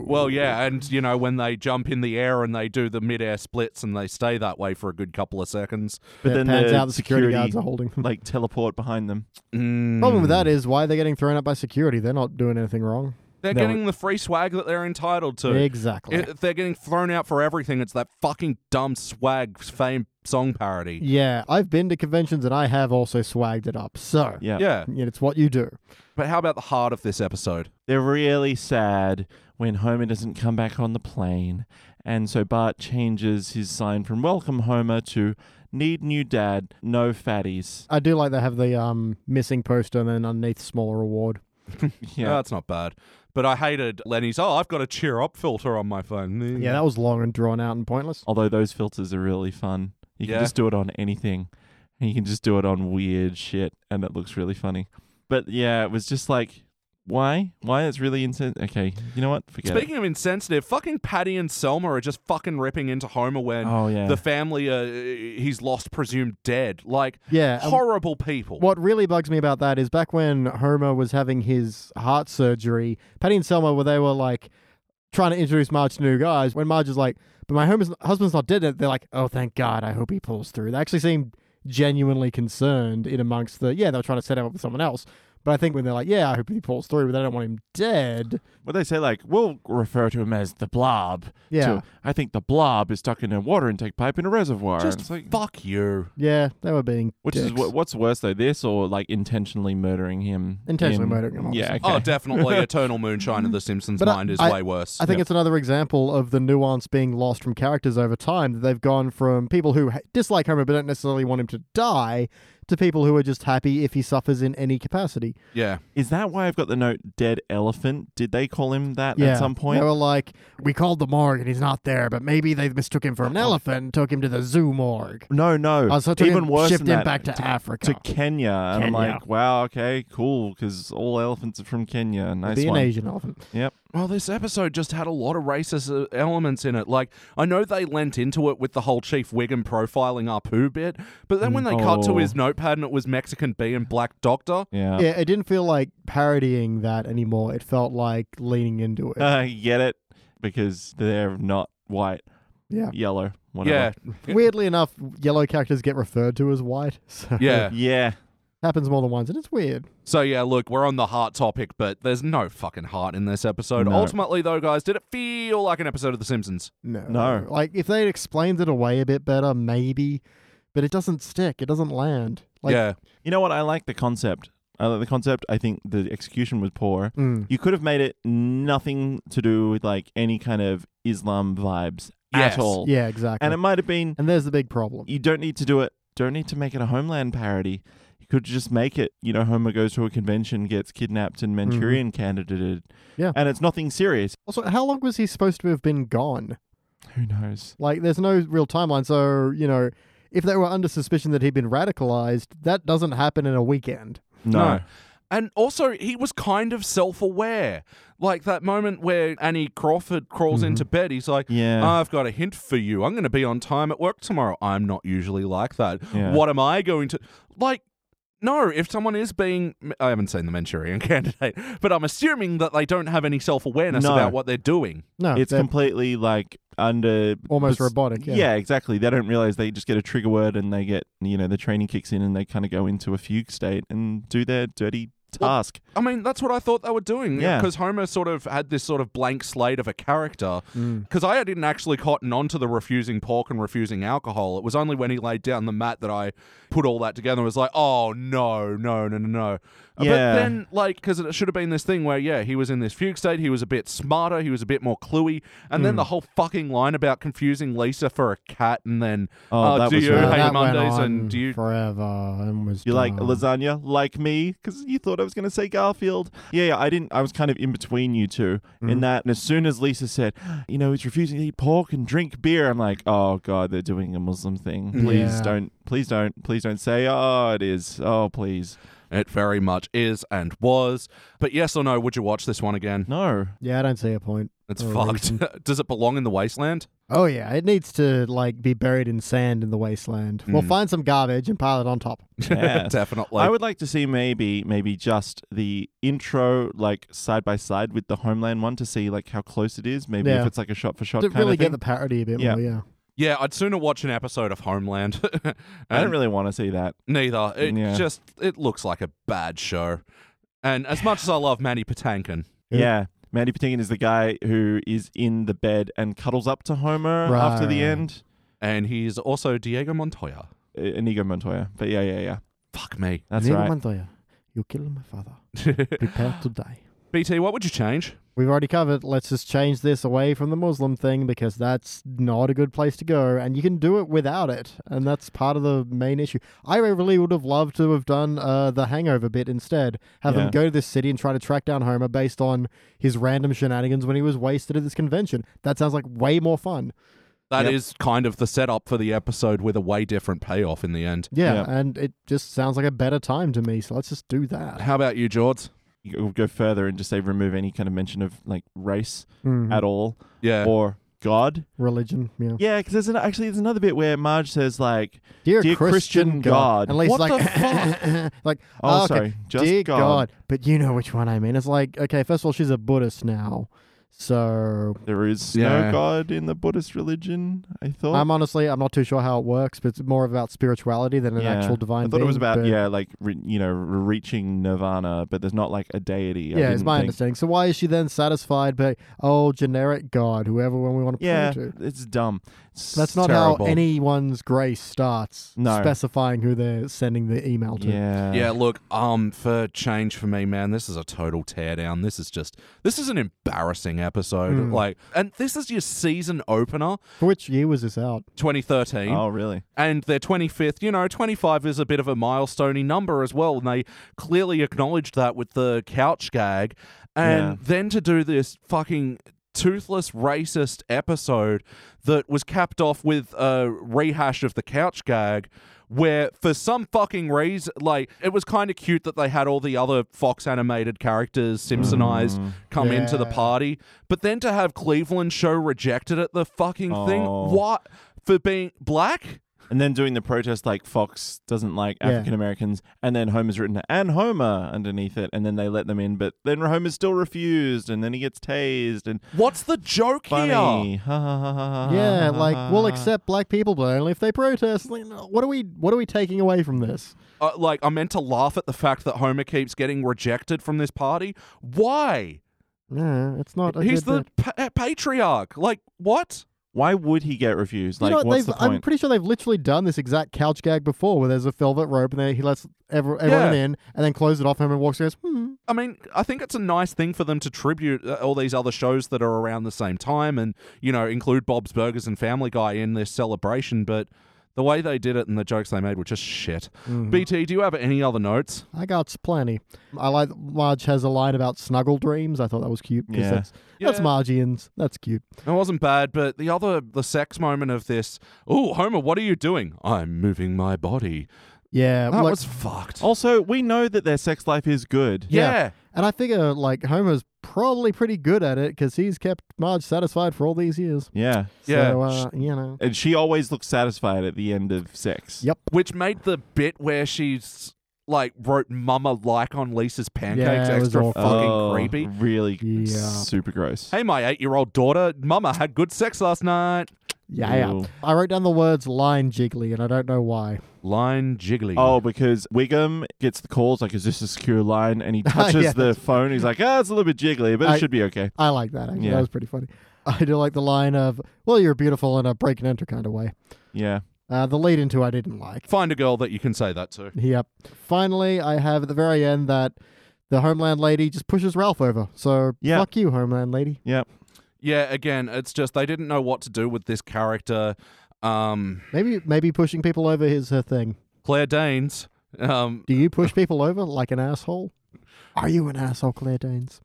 Speaker 1: Well, yeah, and you know when they jump in the air and they do the midair splits and they stay that way for a good couple of seconds.
Speaker 3: But
Speaker 2: Yeah,
Speaker 3: then
Speaker 2: pans
Speaker 3: the
Speaker 2: out the security,
Speaker 3: security-
Speaker 2: guards are holding them.
Speaker 3: like teleport behind them.
Speaker 1: Mm.
Speaker 2: Problem with that is why they're getting thrown up by security. They're not doing anything wrong.
Speaker 1: they're
Speaker 2: no,
Speaker 1: getting the free swag that they're entitled to.
Speaker 2: exactly.
Speaker 1: If they're getting thrown out for everything. It's that fucking dumb swag fame song parody.
Speaker 2: yeah, I've been to conventions and I have also swagged it up. So
Speaker 3: Yeah.
Speaker 1: yeah,
Speaker 2: yeah, it's what you do.
Speaker 1: but how about the heart of this episode?
Speaker 3: They're really sad when Homer doesn't come back on the plane. And so Bart changes his sign from Welcome Homer to Need New Dad, No Fatties.
Speaker 2: I do like they have the um, missing poster and then underneath smaller award.
Speaker 1: Yeah,
Speaker 3: Yeah.
Speaker 1: that's not bad. But I hated Lenny's. Oh, I've got a cheer up filter on my phone. Mm.
Speaker 3: Oh,
Speaker 2: Yeah, that was long and drawn out and pointless.
Speaker 3: Although those filters are really fun. You
Speaker 1: Yeah.
Speaker 3: can just do it on anything. And you can just do it on weird shit and it looks really funny. But yeah, it was just like why? Why it's really intense. Okay, you know what? Forget
Speaker 1: Speaking of insensitive, fucking Patty and Selma are just fucking ripping into Homer
Speaker 3: it.
Speaker 1: when
Speaker 3: Oh yeah.
Speaker 1: the family uh, he's lost presumed dead. Like
Speaker 2: Yeah. um, and
Speaker 1: horrible people.
Speaker 2: What really bugs me about that is back when Homer was having his heart surgery, Patty and Selma were they were like trying to introduce Marge to new guys. When Marge is like, "But my Homer's husband's not dead," yet," they're like, "Oh, thank God! I hope he pulls through." They actually seemed genuinely concerned in amongst the yeah they were trying to set him up with someone else. But I think when they're like, "Yeah, I hope he pulls through," but they don't want him dead.
Speaker 3: what they say like we'll refer to him as the blob.
Speaker 2: Yeah,
Speaker 3: to- I think the blob is stuck in a water intake pipe in a reservoir.
Speaker 1: Just
Speaker 3: It's like-
Speaker 1: fuck you.
Speaker 2: yeah, they were being
Speaker 3: which is
Speaker 2: dicks.
Speaker 3: what, what's worse though, this or like intentionally murdering him?
Speaker 2: Intentionally
Speaker 3: in-
Speaker 2: murdering him,
Speaker 3: Yeah.
Speaker 2: obviously.
Speaker 3: okay.
Speaker 1: Oh, definitely Eternal Moonshine of the Simpsons
Speaker 2: But I-
Speaker 1: Mind is
Speaker 2: I-
Speaker 1: way worse.
Speaker 2: I think
Speaker 3: Yep.
Speaker 2: it's another example of the nuance being lost from characters over time. That they've gone from people who ha- dislike Homer but don't necessarily want him to die to people who are just happy if he suffers in any capacity.
Speaker 1: yeah.
Speaker 3: Is that why I've got the note dead elephant? Did they call him that at some point?
Speaker 2: They were like, we called the morgue and he's not there, but maybe they mistook him for an elephant and took him to the zoo morgue.
Speaker 3: No, no.
Speaker 2: Oh, so it took
Speaker 3: Oh. Even
Speaker 2: him-
Speaker 3: worse
Speaker 2: shipped
Speaker 3: than
Speaker 2: him
Speaker 3: that,
Speaker 2: back to Africa.
Speaker 3: to Kenya. And I'm
Speaker 2: Kenya.
Speaker 3: like, wow, okay, cool, because all elephants are from Kenya. Nice
Speaker 2: Be an
Speaker 3: one.
Speaker 2: Asian elephant.
Speaker 1: Well, Oh, this episode just had a lot of racist uh, elements in it. Like, I know they lent into it with the whole Chief Wiggum profiling Apu bit, but then when they cut to
Speaker 3: Oh.
Speaker 1: his notepad and it was Mexican bee and Black Doctor,
Speaker 3: Yeah.
Speaker 2: Yeah, it didn't feel like parodying that anymore. It felt like leaning into it.
Speaker 3: I get it because they're not white,
Speaker 2: yeah.
Speaker 3: yellow, whatever.
Speaker 1: yeah,
Speaker 2: Weirdly enough, yellow characters get referred to as white. So
Speaker 1: yeah.
Speaker 3: Yeah.
Speaker 2: happens more than once, and it's weird.
Speaker 1: So yeah, look, we're on the heart topic, but there's no fucking heart in this episode.
Speaker 3: No.
Speaker 1: Ultimately, though, guys, did it feel like an episode of The Simpsons?
Speaker 2: No.
Speaker 3: No.
Speaker 2: Like if they'd explained it away a bit better, maybe. But it doesn't stick. It doesn't land. Like
Speaker 1: yeah,
Speaker 3: You know what? I like the concept. I like the concept. I think the execution was poor.
Speaker 2: mm,
Speaker 3: You could have made it nothing to do with like any kind of Islam vibes
Speaker 1: Yes.
Speaker 3: at all.
Speaker 2: yeah, exactly.
Speaker 3: And
Speaker 2: And,
Speaker 3: it might have been
Speaker 2: there's the big problem.
Speaker 3: you don't need to do it. Don't need to make it a Homeland parody. You could just make it, you know, Homer goes to a convention, gets kidnapped, and Manchurian candidated.
Speaker 2: Yeah.
Speaker 3: And it's nothing serious.
Speaker 2: Also, how long was he supposed to have been gone?
Speaker 3: Who knows?
Speaker 2: Like there's no real timeline, so you know, if they were under suspicion that he'd been radicalized, that doesn't happen in a weekend.
Speaker 1: No. And also, he was kind of self aware. Like that moment where Annie Crawford crawls
Speaker 3: Mm-hmm.
Speaker 1: into bed, he's like,
Speaker 3: Yeah.
Speaker 1: I've got a hint for you. I'm going to be on time at work tomorrow. I'm not usually like that.
Speaker 3: Yeah.
Speaker 1: What am I going to. Like, no, if someone is being. I haven't seen the Manchurian candidate, but I'm assuming that they don't have any self awareness
Speaker 3: No.
Speaker 1: about what they're doing.
Speaker 2: No,
Speaker 3: it's
Speaker 2: they're
Speaker 3: completely like under.
Speaker 2: almost
Speaker 3: bes-
Speaker 2: robotic. Yeah.
Speaker 3: exactly. They don't realize they just get a trigger word and they get, you know, the training kicks in and they kind of go into a fugue state and do their dirty
Speaker 1: Well,
Speaker 3: task.
Speaker 1: I mean, that's what I thought they were doing.
Speaker 3: Yeah.
Speaker 1: Because Homer sort of had this sort of blank slate of a character.
Speaker 2: Mm.
Speaker 1: Because I didn't actually cotton on to the refusing pork and refusing alcohol. It was only when he laid down the mat that I put all that together and was like, oh, no, no, no, no, no.
Speaker 3: Yeah.
Speaker 1: But then, like, because it should have been this thing where, yeah, he was in this fugue state. He was a bit smarter. He was a bit more cluey. And
Speaker 3: Mm.
Speaker 1: then the whole fucking line about confusing Lisa for a cat and then,
Speaker 3: Oh,
Speaker 1: uh,
Speaker 3: that
Speaker 1: do
Speaker 3: was
Speaker 1: you
Speaker 3: really-
Speaker 2: Uh,
Speaker 3: Hey,
Speaker 1: hate
Speaker 2: that went
Speaker 1: Mondays
Speaker 2: on
Speaker 1: and do you.
Speaker 2: forever and was
Speaker 3: You like
Speaker 2: done.
Speaker 3: lasagna, like me, because you thought I was going to say Garfield. Yeah, yeah, I didn't. I was kind of in between you 2
Speaker 2: Mm.
Speaker 3: in that. And as soon as Lisa said, you know, he's refusing to eat pork and drink beer, I'm like, oh god, they're doing a Muslim thing. Please
Speaker 2: Yeah.
Speaker 3: don't, please don't, please don't say, oh, it is. Oh, please,
Speaker 1: It very much is and was. But yes or no, would you watch this one again?
Speaker 3: no.
Speaker 2: Yeah, I don't see a point.
Speaker 1: It's
Speaker 3: Oh,
Speaker 2: or reason.
Speaker 1: fucked. Does it belong in the wasteland?
Speaker 2: Oh yeah, it needs to like be buried in sand in the wasteland. We'll
Speaker 3: Mm.
Speaker 2: find some garbage and pile it on top.
Speaker 3: Yeah.
Speaker 1: Definitely.
Speaker 3: I would like to see maybe, maybe just the intro, like side by side with the Homeland one, to see like how close it is. Maybe
Speaker 2: Yeah.
Speaker 3: if it's like a shot for shot
Speaker 2: to
Speaker 3: kind
Speaker 2: really
Speaker 3: of thing.
Speaker 2: get the parody a bit
Speaker 3: Yeah.
Speaker 2: more, yeah.
Speaker 1: yeah, I'd sooner watch an episode of Homeland.
Speaker 3: I don't
Speaker 1: And
Speaker 3: really want to see that.
Speaker 1: Neither. It
Speaker 3: Yeah.
Speaker 1: just it looks like a bad show. And as much as I love Manny Patinkin,
Speaker 2: Yeah.
Speaker 3: Yeah. Mandy Patinkin is the guy who is in the bed and cuddles up to Homer
Speaker 2: Right,
Speaker 3: after the
Speaker 2: right.
Speaker 3: end.
Speaker 1: and he's also Diego Montoya.
Speaker 3: Uh, Inigo Montoya. But yeah, yeah, yeah.
Speaker 1: Fuck me.
Speaker 3: That's
Speaker 2: Inigo
Speaker 3: right.
Speaker 2: Montoya, you killed my father. Prepare to die.
Speaker 1: BT, what would you change?
Speaker 2: We've already covered. Let's just change this away from the Muslim thing because that's not a good place to go, and you can do it without it, and that's part of the main issue. I really would have loved to have done uh, the Hangover bit instead. Have
Speaker 3: Yeah.
Speaker 2: them go to this city and try to track down Homer based on his random shenanigans when he was wasted at this convention. That sounds like way more fun.
Speaker 1: That is
Speaker 3: Yep.
Speaker 1: kind of the setup for the episode with a way different payoff in the end.
Speaker 2: Yeah,
Speaker 3: Yeah.
Speaker 2: and it just sounds like a better time to me. So let's just do that.
Speaker 1: How about you, George?
Speaker 3: You could go further and just say remove any kind of mention of like race
Speaker 2: Mm,
Speaker 3: at all
Speaker 1: Yeah.
Speaker 3: or God.
Speaker 2: Religion, yeah.
Speaker 3: Mm-hmm. Yeah, because there's an, actually there's another bit where Marge says like,
Speaker 2: Dear,
Speaker 3: Dear Christian God.
Speaker 2: At least
Speaker 3: What
Speaker 2: like,
Speaker 3: the fuck?
Speaker 2: like, "Ah,
Speaker 3: oh,
Speaker 2: okay,
Speaker 3: sorry, just
Speaker 2: dear
Speaker 3: God.
Speaker 2: But you know which one I mean. It's like, okay, first of all, she's a Buddhist now, so
Speaker 3: There is
Speaker 1: Yeah.
Speaker 3: no God in the Buddhist religion. I thought.
Speaker 2: I'm honestly I'm not too sure how it works, but it's more about spirituality than an
Speaker 3: Yeah.
Speaker 2: actual divine.
Speaker 3: I thought it was
Speaker 2: being,
Speaker 3: about
Speaker 2: but-
Speaker 3: yeah, like re- you know, re- reaching nirvana, but there's not like a deity. I
Speaker 2: Yeah, it's
Speaker 3: didn't
Speaker 2: my
Speaker 3: think.
Speaker 2: understanding. So why is she then satisfied by oh generic God, whoever one we want to pray
Speaker 3: Yeah,
Speaker 2: to?
Speaker 3: it's dumb. It's
Speaker 2: That's not
Speaker 1: terrible.
Speaker 2: how anyone's grace starts.
Speaker 3: No.
Speaker 2: Specifying who they're sending the email to.
Speaker 3: Yeah,
Speaker 1: Yeah, look, um, for change for me, man, this is a total teardown. This is just, this is an embarrassing episode.
Speaker 2: Mm.
Speaker 1: Like, and this is your season opener,
Speaker 2: For which year was this out?
Speaker 1: 2013,
Speaker 3: Oh, really?
Speaker 1: and their 25th. You know, 25 is a bit of a milestoney number as well, and they clearly acknowledged that with the couch gag. And
Speaker 3: Yeah.
Speaker 1: then to do this fucking toothless racist episode that was capped off with a rehash of the couch gag where for some fucking reason like it was kind of cute that they had all the other fox animated characters simpsonized
Speaker 3: Mm.
Speaker 1: come into the
Speaker 2: Yeah.
Speaker 1: party but then to have cleveland show rejected at the fucking thing
Speaker 3: Oh.
Speaker 1: what for being black
Speaker 3: And then doing the protest like Fox doesn't like
Speaker 2: Yeah.
Speaker 3: African Americans, and then Homer's written and Homer underneath it, and then they let them in, but then Homer's still refused, and then he gets tased and
Speaker 1: What's the joke here?
Speaker 3: funny. yeah,
Speaker 2: Yeah, like
Speaker 3: uh.
Speaker 2: we'll accept black people, but only if they protest. Like, no, what are we? What are we taking away from this?
Speaker 1: Uh, like, I meant to laugh at the fact that Homer keeps getting rejected from this party. Why?
Speaker 2: No, it's not. A
Speaker 1: He's
Speaker 2: good
Speaker 1: the pa- eh, patriarch. Like, what?
Speaker 3: Why would he get refused?
Speaker 2: You
Speaker 3: Like,
Speaker 2: know what,
Speaker 3: what's
Speaker 2: they've-
Speaker 3: the point?
Speaker 2: I'm pretty sure they've literally done this exact couch gag before, where there's a velvet rope and then he lets every, everyone
Speaker 1: Yeah.
Speaker 2: in, and then closes it off. Him and walks. and Goes, hmm.
Speaker 1: I mean, I think it's a nice thing for them to tribute uh, all these other shows that are around the same time and, you know, include Bob's Burgers and Family Guy in this celebration, but the way they did it and the jokes they made were just shit. BT, do you have any other notes?
Speaker 2: I got plenty. I like Marge has a line about snuggle dreams. I thought that was cute. 'cause
Speaker 3: Yeah.
Speaker 2: That's, that's
Speaker 1: Yeah.
Speaker 2: Margians. That's cute.
Speaker 1: It wasn't bad, but the other, the sex moment of this, oh, Homer, what are you doing? I'm moving my body.
Speaker 2: Yeah.
Speaker 1: That
Speaker 2: like-
Speaker 1: was fucked.
Speaker 3: also, we know that their sex life is good.
Speaker 1: oh, yeah.
Speaker 2: and I figure like Homer's probably pretty good at it because he's kept Marge satisfied for all these years.
Speaker 3: Yeah.
Speaker 1: Yeah.
Speaker 2: So, uh, you know.
Speaker 3: And she always looks satisfied at the end of sex.
Speaker 2: Yep.
Speaker 1: Which made the bit where she's like wrote mama like on Lisa's pancakes
Speaker 2: Yeah, it was
Speaker 1: extra
Speaker 2: awful.
Speaker 1: fucking
Speaker 3: Oh,
Speaker 1: creepy.
Speaker 3: Really
Speaker 2: Yeah.
Speaker 3: super gross.
Speaker 1: Hey, my eight year old daughter, mama had good sex last night.
Speaker 2: Yeah.
Speaker 3: Ew.
Speaker 2: I wrote down the words "line jiggly" and I don't know why.
Speaker 1: Line jiggly.
Speaker 3: Oh, because Wiggum gets the calls like, "Is this a secure line?" And he touches
Speaker 2: Yeah.
Speaker 3: the phone. He's like, "Ah, it's a little bit jiggly, but
Speaker 2: I-
Speaker 3: it should be okay."
Speaker 2: I like that actually.
Speaker 3: Yeah.
Speaker 2: That was pretty funny. I do like the line of "Well, you're beautiful" in a break and enter kind of way.
Speaker 3: Yeah,
Speaker 2: Uh, the lead into I didn't like.
Speaker 1: Find a girl that you can say that to.
Speaker 2: Yep. Finally, I have at the very end that the Homeland lady just pushes Ralph over. So
Speaker 3: Yeah.
Speaker 2: fuck you, Homeland lady.
Speaker 3: yeah.
Speaker 1: Yeah, again, it's just they didn't know what to do with this character. Um,
Speaker 2: Maybe maybe pushing people over is her thing.
Speaker 1: Claire Danes. Um,
Speaker 2: Do you push people over like an asshole? Are you an asshole, Claire Danes?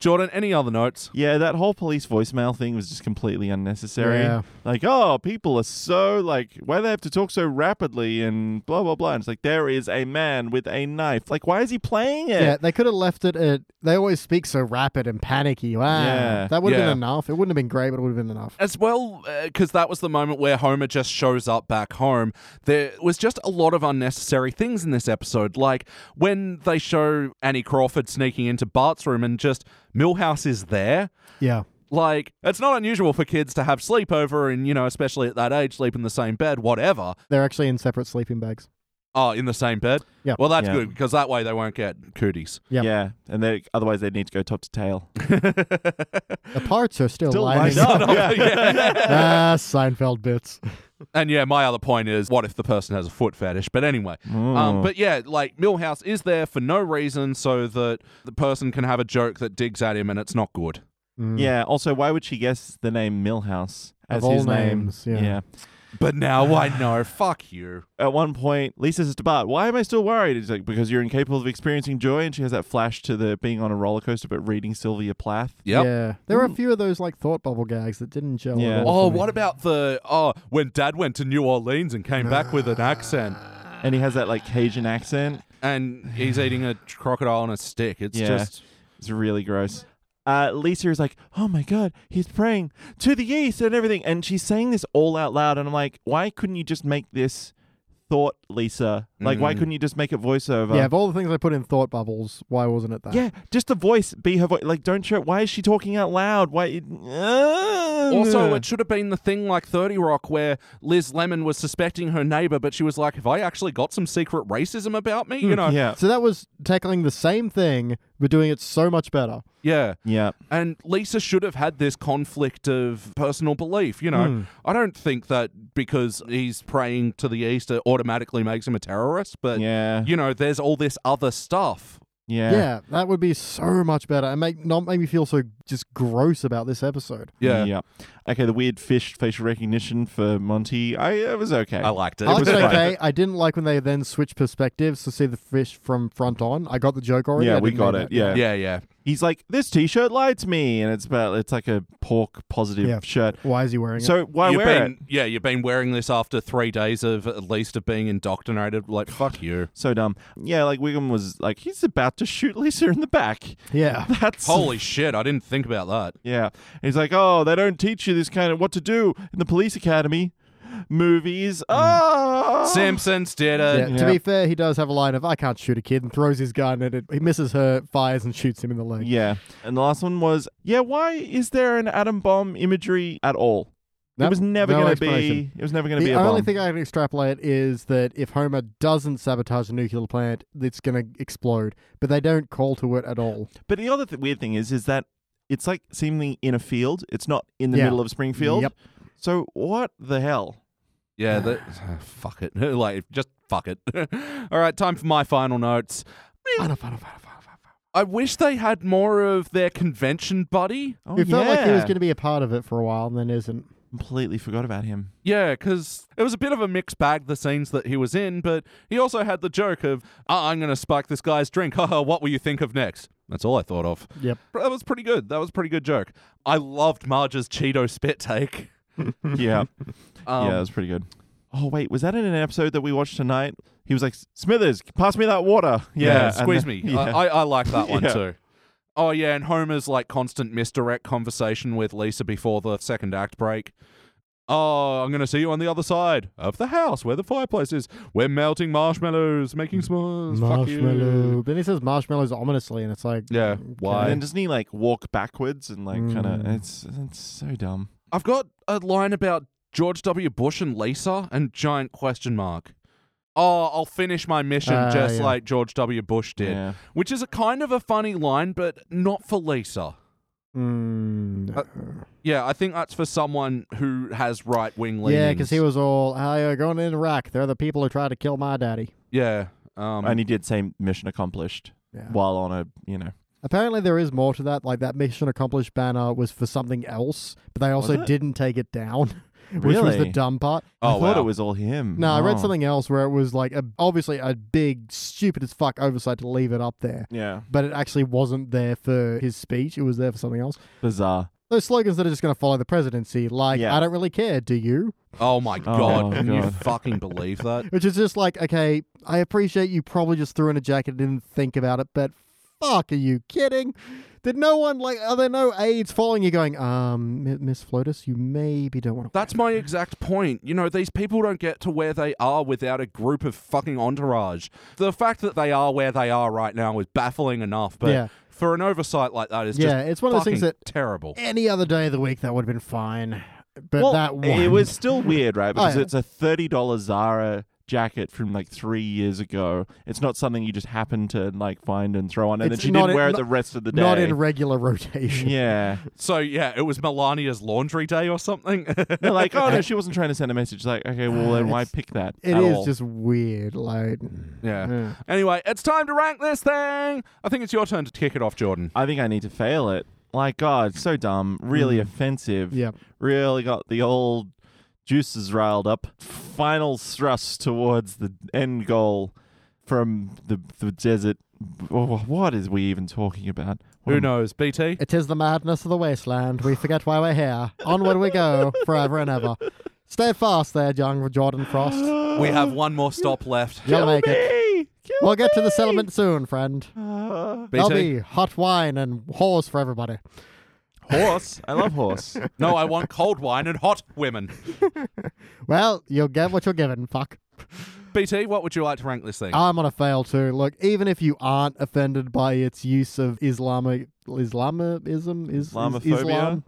Speaker 1: Jordan, any other notes?
Speaker 3: Yeah, that whole police voicemail thing was just completely unnecessary.
Speaker 2: Yeah.
Speaker 3: Like, oh, people are so like, why do they have to talk so rapidly and blah blah blah? And it's like there is a man with a knife. Like, why is he playing
Speaker 2: Yeah,
Speaker 3: it?
Speaker 2: they could have left it at. They always speak so rapid and panicky. Wow.
Speaker 3: Yeah.
Speaker 2: That would have
Speaker 1: Yeah.
Speaker 2: been enough. It wouldn't have been great, but it would have been enough.
Speaker 1: As well, because that was the moment where Homer just shows up back home. There was just a lot of unnecessary things in this episode, like when they show Annie Crawford sneaking into Bart's room and just Millhouse is there.
Speaker 2: Yeah.
Speaker 1: Like, it's not unusual for kids to have sleepover and, you know, especially at that age, sleep in the same bed, whatever.
Speaker 2: They're actually in separate sleeping bags.
Speaker 1: Oh, in the same bed?
Speaker 2: Yeah.
Speaker 1: Well, that's
Speaker 3: Yeah.
Speaker 1: good because that way they won't get cooties.
Speaker 2: Yeah.
Speaker 3: Yeah, and they otherwise they'd need to go top to tail.
Speaker 2: The parts are still,
Speaker 3: Still
Speaker 2: lining
Speaker 3: lined up.
Speaker 2: up.
Speaker 3: Yeah.
Speaker 2: ah, Seinfeld bits.
Speaker 1: And yeah, my other point is what if the person has a foot fetish? But anyway.
Speaker 3: Mm.
Speaker 1: Um, but yeah, like Millhouse is there for no reason so that the person can have a joke that digs at him and it's not good.
Speaker 2: Mm.
Speaker 3: yeah. Also, why would she guess the name Millhouse
Speaker 2: Of
Speaker 3: as
Speaker 2: all
Speaker 3: his name?
Speaker 2: names, yeah.
Speaker 3: yeah.
Speaker 1: But now I know. Fuck you.
Speaker 3: At one point, Lisa says to Bart, Why am I still worried? He's like, Because you're incapable of experiencing joy. And she has that flash to the being on a roller coaster but reading Sylvia Plath.
Speaker 1: Yep.
Speaker 2: Yeah. There were a few of those like thought bubble gags that didn't gel.
Speaker 3: Mm. Yeah.
Speaker 2: At all
Speaker 1: Oh,
Speaker 2: for me.
Speaker 1: what about the oh when Dad went to New Orleans and came back with an accent
Speaker 3: And he has that like Cajun accent.
Speaker 1: and he's eating a crocodile on a stick? It's
Speaker 3: Yeah.
Speaker 1: just
Speaker 3: It's really gross. Uh, Lisa is like, oh my God, he's praying to the east and everything. And she's saying this all out loud. And I'm like, why couldn't you just make this thought, Lisa? Like, why
Speaker 1: Mm.
Speaker 3: couldn't you just make it voiceover?
Speaker 2: Yeah, of all the things I put in thought bubbles, why wasn't it that?
Speaker 3: Yeah, just the voice, be her voice. Like, don't show. Why is she talking out loud? Why? uh,
Speaker 1: Also, it should have been the thing like 30 Rock where Liz Lemon was suspecting her neighbor, but she was like, Have I actually got some secret racism about me? You know?
Speaker 3: Hmm, yeah,
Speaker 2: So that was tackling the same thing, but doing it so much better.
Speaker 1: Yeah.
Speaker 3: yeah.
Speaker 1: And Lisa should have had this conflict of personal belief. You know,
Speaker 3: Hmm.
Speaker 1: I don't think that because he's praying to the East, it automatically makes him a terrorist, but,
Speaker 3: Yeah.
Speaker 1: you know, there's all this other stuff.
Speaker 3: Yeah.
Speaker 2: Yeah. that would be so much better, and make not make me feel so just gross about this episode.
Speaker 1: Yeah.
Speaker 3: Okay, the weird fish facial recognition for Monty. I it was okay.
Speaker 1: I liked it.
Speaker 2: I liked
Speaker 1: was
Speaker 2: it
Speaker 1: fun.
Speaker 2: okay. I didn't like when they then switch perspectives to see the fish from front on. I got the joke already.
Speaker 3: Yeah,
Speaker 2: I
Speaker 3: we
Speaker 2: didn't
Speaker 3: got
Speaker 2: need
Speaker 3: it.
Speaker 2: that.
Speaker 3: Yeah.
Speaker 1: Yeah, yeah.
Speaker 3: He's like, this t-shirt lied to me, and it's about it's like a pork positive
Speaker 2: Yeah.
Speaker 3: shirt.
Speaker 2: Why is he wearing it?
Speaker 3: So why
Speaker 1: You've
Speaker 3: wear
Speaker 1: been,
Speaker 3: it?
Speaker 1: yeah, you've been wearing this after three days of at least of being indoctrinated. Like, fuck you.
Speaker 3: So dumb. Yeah, like Wiggum was like, he's about to shoot Lisa in the back.
Speaker 1: Ah,
Speaker 2: Yeah.
Speaker 3: That's
Speaker 1: Holy shit, I didn't think about that.
Speaker 3: Yeah. He's like, oh, they don't teach you this kind of what to do in the police academy movies. Oh,
Speaker 1: Simpsons did
Speaker 2: Yeah,
Speaker 1: it.
Speaker 2: To
Speaker 3: Yeah.
Speaker 2: be fair, he does have a line of "I can't shoot a kid" and throws his gun at it. He misses her, fires, and shoots him in the leg.
Speaker 3: Yeah. And the last one was, yeah, why is there an atom bomb imagery at all? it
Speaker 2: Nope,
Speaker 3: was never
Speaker 2: no
Speaker 3: going to be.
Speaker 2: explanation.
Speaker 3: It was never going to
Speaker 2: The
Speaker 3: be a
Speaker 2: only
Speaker 3: bomb.
Speaker 2: thing I can extrapolate is that if Homer doesn't sabotage a nuclear plant, it's going to explode. But they don't call to it at all.
Speaker 3: but the other th- weird thing is, is that it's like seemingly in a field. It's not in the
Speaker 2: Yeah.
Speaker 3: middle of Springfield.
Speaker 2: Yep.
Speaker 3: So what the hell?
Speaker 1: Yeah, that, fuck it. like, just fuck it. All right, time for my final notes.
Speaker 2: Final, final, final, final, final.
Speaker 1: I wish they had more of their convention buddy.
Speaker 3: Oh,
Speaker 2: it felt
Speaker 3: yeah.
Speaker 2: like he was going to be a part of it for a while and then isn't.
Speaker 3: Completely forgot about him.
Speaker 1: Yeah, because it was a bit of a mixed bag, the scenes that he was in, but he also had the joke of, oh, I'm going to spike this guy's drink. Haha, what will you think of next? That's all I thought of.
Speaker 2: Yep.
Speaker 1: That was pretty good. That was a pretty good joke. I loved Marge's Cheeto spit take.
Speaker 3: Yeah.
Speaker 1: Um,
Speaker 3: yeah, that was pretty good. Oh wait, was that in an episode that we watched tonight? He was like, "Smithers, pass me that water."
Speaker 1: Yeah,
Speaker 3: Yeah, and
Speaker 1: squeeze
Speaker 3: then-
Speaker 1: me.
Speaker 3: Yeah.
Speaker 1: I, I, I like that one
Speaker 3: Yeah.
Speaker 1: too. Oh yeah, and Homer's like constant misdirect conversation with Lisa before the second act break. Oh, I'm gonna see you on the other side of the house where the fireplace is. We're melting marshmallows, making s'mores. Fuck you.
Speaker 2: Marshmallow. Then he says marshmallows ominously, and it's like,
Speaker 1: Yeah. Why?
Speaker 3: And then doesn't he like walk backwards and like kind of?
Speaker 2: Mm.
Speaker 3: It's it's so dumb.
Speaker 1: I've got a line about George W. Bush and Lisa and giant question mark. Oh, I'll finish my mission
Speaker 2: Ah,
Speaker 1: just
Speaker 2: yeah.
Speaker 1: like George W. Bush did,
Speaker 3: Yeah.
Speaker 1: which is a kind of a funny line, but not for Lisa.
Speaker 2: Mm,
Speaker 1: Uh, Yeah, I think that's for someone who has right wing leanings.
Speaker 2: yeah, because he was all, "Oh, you're going to Iraq. They're the people who tried to kill my daddy."
Speaker 1: Yeah. Um,
Speaker 3: and he did say mission accomplished
Speaker 2: Yeah.
Speaker 3: while on a you know.
Speaker 2: Apparently, there is more to that. Like that mission accomplished banner was for something else, but they also
Speaker 3: it?
Speaker 2: didn't take it down, which was the
Speaker 3: Really?
Speaker 2: dumb part.
Speaker 1: oh,
Speaker 3: I thought
Speaker 1: wow.
Speaker 3: it was all him.
Speaker 2: No, I read
Speaker 3: Oh.
Speaker 2: something else where it was like a, obviously a big stupid as fuck oversight to leave it up there,
Speaker 3: Yeah,
Speaker 2: but it actually wasn't there for his speech. It was there for something else.
Speaker 3: bizarre.
Speaker 2: Those slogans that are just going to follow the presidency, like
Speaker 3: Yeah.
Speaker 2: "I don't really care," do you?
Speaker 1: Oh my god!
Speaker 3: Oh,
Speaker 1: Can you
Speaker 3: God.
Speaker 1: fucking believe that?
Speaker 2: Which is just like, okay, I appreciate you probably just threw in a jacket, and didn't think about it, but fuck, are you kidding? Did no one like? Are there no aides following you going? Um, M- Miss Flotus, you maybe don't want to.
Speaker 1: That's my exact point. You know, these people don't get to where they are without a group of fucking entourage. The fact that they are where they are right now is baffling enough, but
Speaker 2: Yeah.
Speaker 1: for an oversight like that is
Speaker 2: Yeah,
Speaker 1: just
Speaker 2: it's one of those things
Speaker 1: fucking
Speaker 2: that-
Speaker 1: terrible.
Speaker 2: Any other day of the week, that would have been fine. But
Speaker 3: well,
Speaker 2: that one, Oh,
Speaker 3: it was still weird, right? Because
Speaker 2: yeah.
Speaker 3: it's a thirty dollar Zara jacket from like three years ago. It's not something you just happen to like find and throw on, and
Speaker 2: It's
Speaker 3: then she
Speaker 2: not
Speaker 3: didn't
Speaker 2: in-
Speaker 3: wear it
Speaker 2: not-
Speaker 3: the rest of the day.
Speaker 2: not in regular rotation.
Speaker 3: yeah.
Speaker 1: So yeah, it was Melania's laundry day or something.
Speaker 3: They're like, oh no, she wasn't trying to send a message. Like, okay, well then why
Speaker 2: It's-
Speaker 3: pick that?
Speaker 2: It
Speaker 3: at
Speaker 2: is
Speaker 3: all? Mm.
Speaker 2: just weird. Like,
Speaker 1: yeah.
Speaker 2: yeah.
Speaker 1: Anyway, it's time to rank this thing. I think it's your turn to kick it off, Jordan.
Speaker 3: I think I need to fail oh, it. Like God, so dumb. Really offensive.
Speaker 2: Yep.
Speaker 3: Really got the old juices riled up. Final thrust towards the end goal from the, the desert. Oh, what is we even talking about? What
Speaker 1: Who
Speaker 3: am-
Speaker 1: knows? BT?
Speaker 2: It is the madness of the wasteland. We forget why we're here. Onward we go, forever and ever. Stay fast there, young Jordan Frost.
Speaker 1: We have one more stop left.
Speaker 2: You'll make it.
Speaker 3: Me! Kill
Speaker 2: We'll get to the
Speaker 3: me!
Speaker 2: settlement soon, friend.
Speaker 3: Uh,
Speaker 2: There'll
Speaker 1: BT?
Speaker 2: be hot wine and whores for everybody.
Speaker 3: horse. I love horse.
Speaker 1: No, I want cold wine and hot women.
Speaker 2: Well, you'll get what you're given, fuck.
Speaker 1: BT, what would you like to rank this thing?
Speaker 2: I'm on a fail too. Look, even if you aren't offended by its use of Islamic Islamism is is-
Speaker 3: Islamophobia?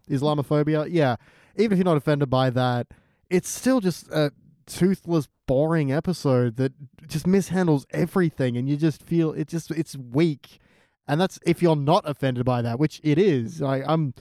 Speaker 2: Islam, Islamophobia, yeah. Even if you're not offended by that, it's still just a toothless, boring episode that just mishandles everything, and you just feel it just it's weak. And that's if you're not offended by that, which it is. I, I'm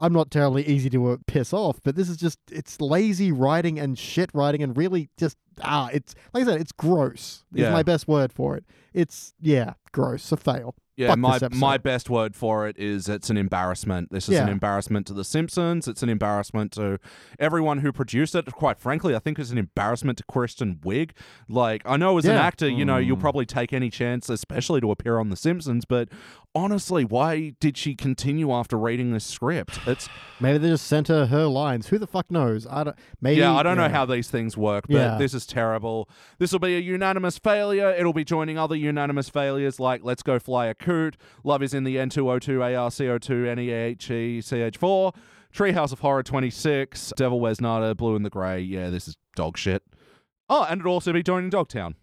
Speaker 2: I'm not terribly easy to uh, piss off, but this is just it's lazy writing and shit writing and really just ah it's like I said it's gross. Is
Speaker 1: Yeah.
Speaker 2: my best word for it. It's yeah, gross. A fail.
Speaker 1: yeah,
Speaker 2: fuck
Speaker 1: my
Speaker 2: this episode.
Speaker 1: my best word for it is it's an embarrassment. This is an
Speaker 2: Yeah.
Speaker 1: embarrassment to the Simpsons. It's an embarrassment to everyone who produced it. Quite frankly, I think it's an embarrassment to Kristen Wiig. Like, I know as an
Speaker 2: Yeah.
Speaker 1: actor, you know, you'll probably take any chance, especially to appear on the Simpsons. But honestly, why did she continue after reading this script? It's
Speaker 2: Maybe they just sent her her lines. Who the fuck knows? I don't. Maybe
Speaker 1: Yeah, I don't know how these things work, but
Speaker 2: Yeah.
Speaker 1: this is terrible. This will be a unanimous failure. It'll be joining other unanimous failures like Let's Go Fly a Coot, Love is in the oh E N2O2ARCO2NEAHECH4, Treehouse of Horror 26, Devil Wears Nada, Blue in the Grey. Yeah, this is dog shit. Oh, and it'll also be joining Dogtown,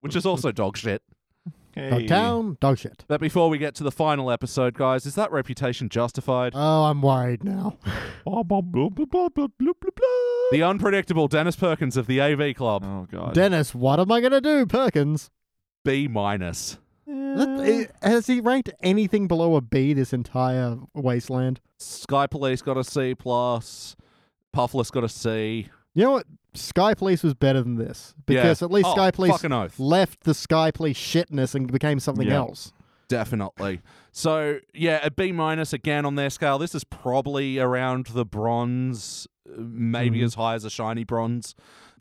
Speaker 1: which is also dog shit.
Speaker 2: Dog town, dog shit.
Speaker 1: But before we get to the final episode, guys, is that reputation justified?
Speaker 2: Oh, I'm worried now.
Speaker 3: Blah, blah, blah, blah, blah, blah, blah, blah, blah.
Speaker 1: The unpredictable Dennis Perkins of the AV Club,
Speaker 3: Oh god.
Speaker 2: Dennis, what am I gonna do, Perkins?
Speaker 1: B minus.
Speaker 2: That- i- has he ranked anything below a B this entire wasteland?
Speaker 1: Sky Police got a C plus. Puffless got a C.
Speaker 2: You know what? Sky Police was better than this
Speaker 1: Yeah.
Speaker 2: because at least
Speaker 1: Oh,
Speaker 2: Sky Police
Speaker 1: fucking oath.
Speaker 2: left the Sky Police shitness and became something
Speaker 3: Yeah.
Speaker 2: else.
Speaker 1: Definitely. So yeah, a B minus again on their scale. This is probably around the bronze, uh, maybe
Speaker 2: Mm-hmm.
Speaker 1: as high as a shiny bronze.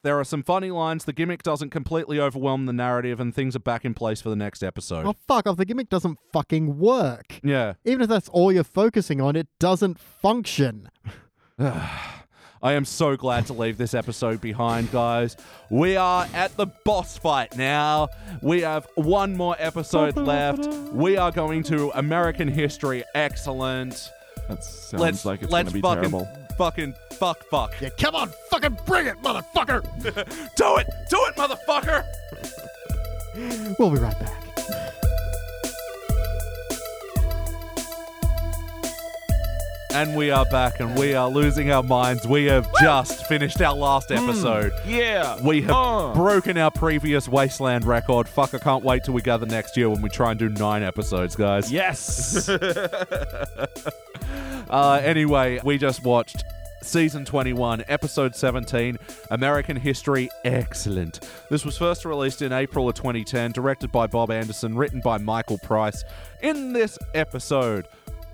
Speaker 1: There are some funny lines. The gimmick doesn't completely overwhelm the narrative, and things are back in place for the next episode.
Speaker 2: Oh fuck off! The gimmick doesn't fucking work.
Speaker 1: Yeah.
Speaker 2: Even if that's all you're focusing on, it doesn't function.
Speaker 1: I am so glad to leave this episode behind, guys. We are at the boss fight now. We have one more episode left. We are going to American History Excellent.
Speaker 3: That sounds
Speaker 1: Let's
Speaker 3: like it's
Speaker 1: let's
Speaker 3: gonna be
Speaker 1: fucking
Speaker 3: terrible.
Speaker 1: fucking fuck fuck.
Speaker 2: Yeah, come on, fucking bring it, motherfucker!
Speaker 1: Do it, do it, motherfucker.
Speaker 2: We'll be right back.
Speaker 1: And we are back, and we are losing our minds. We have just finished our last episode.
Speaker 3: Hmm. Yeah.
Speaker 1: We have
Speaker 3: Uh.
Speaker 1: broken our previous Wasteland record. Fuck, I can't wait till we gather next year when we try and do nine episodes, guys.
Speaker 3: Yes.
Speaker 1: Uh, anyway, we just watched season 21, episode 17, American History Excellent. This was first released in April of 2010, directed by Bob Anderson, written by Michael Price. In this episode,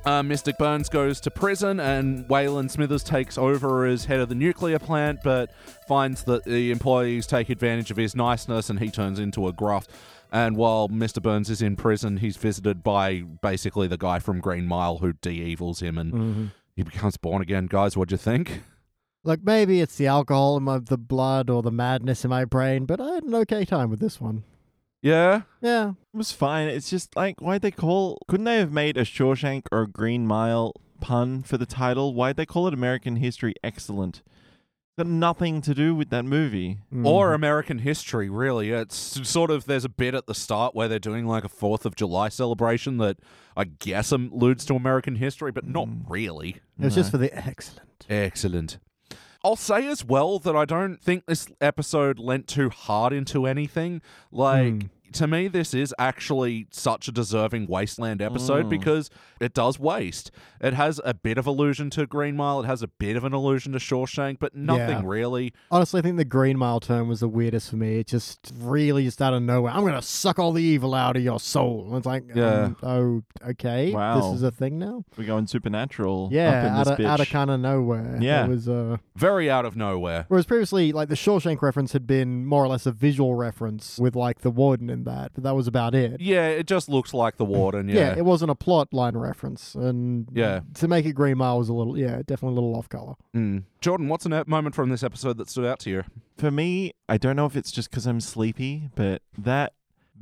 Speaker 1: uh, Mr. Burns goes to prison and Waylon Smithers takes over as head of the nuclear plant, but finds that the employees take advantage of his niceness and he turns into a graft. And while Mr. Burns is in prison, he's visited by basically the guy from Green Mile who de evils him and he becomes born again. Guys, what'd you think?
Speaker 2: Look, maybe it's the alcohol in my, the blood or the madness in my brain, but I had an okay time with this one.
Speaker 1: Yeah.
Speaker 2: Yeah,
Speaker 3: It was fine. It's just like, why'd they call? Couldn't they have made a Shawshank or a Green Mile pun for the title? Why'd they call it American History Excellent? Got nothing to do with that movie.
Speaker 1: Or American history, really. It's s- sort of, there's a bit at the start where they're doing like a 4th of July celebration that I guess um, alludes to American history, but not really.
Speaker 2: it was just for the excellent.
Speaker 1: Excellent. I'll say
Speaker 2: Hmm.
Speaker 1: as well that I don't think this episode lent too hard into anything. Like, to me, this is actually such a deserving wasteland episode
Speaker 2: Hmm.
Speaker 1: because it does waste. It has a bit of allusion to Green Mile, it has a bit of an allusion to Shawshank, but nothing
Speaker 2: Yeah.
Speaker 1: really.
Speaker 2: Honestly, I think the Green Mile turn was the weirdest for me. It just really just out of nowhere. I'm gonna suck all the evil out of your soul. And it's like,
Speaker 1: Yeah.
Speaker 2: um, oh, okay,
Speaker 3: Wow.
Speaker 2: this is a thing now.
Speaker 3: We're going supernatural. up in
Speaker 2: Yeah, out
Speaker 3: this
Speaker 2: of, out of
Speaker 3: bitch.
Speaker 2: kind of nowhere.
Speaker 3: Yeah.
Speaker 2: it was. Uh,
Speaker 1: Very out of nowhere.
Speaker 2: whereas previously, like the Shawshank reference had been more or less a visual reference with like the warden in that, but that was about it.
Speaker 1: Yeah, it just looks like the Warden. Yeah.
Speaker 2: Yeah, it wasn't a plot line reference, and
Speaker 1: Yeah.
Speaker 2: to make it Green Mile was a little, yeah, definitely a little off color.
Speaker 1: Mm. Jordan, what's a moment from this episode that stood out to you?
Speaker 3: For me, I don't know if it's just because I'm sleepy, but that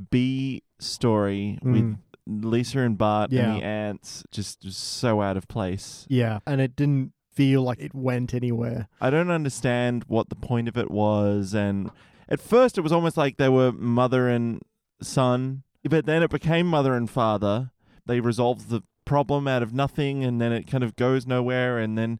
Speaker 3: B story with Lisa and Bart
Speaker 2: Mm. Yeah.
Speaker 3: and the ants just, just so out of place.
Speaker 2: Yeah, and it didn't feel like it went anywhere.
Speaker 3: I don't understand what the point of it was. And at first, it was almost like they were mother and son, but then it became mother and father. They resolved the problem out of nothing, and then it kind of goes nowhere, and then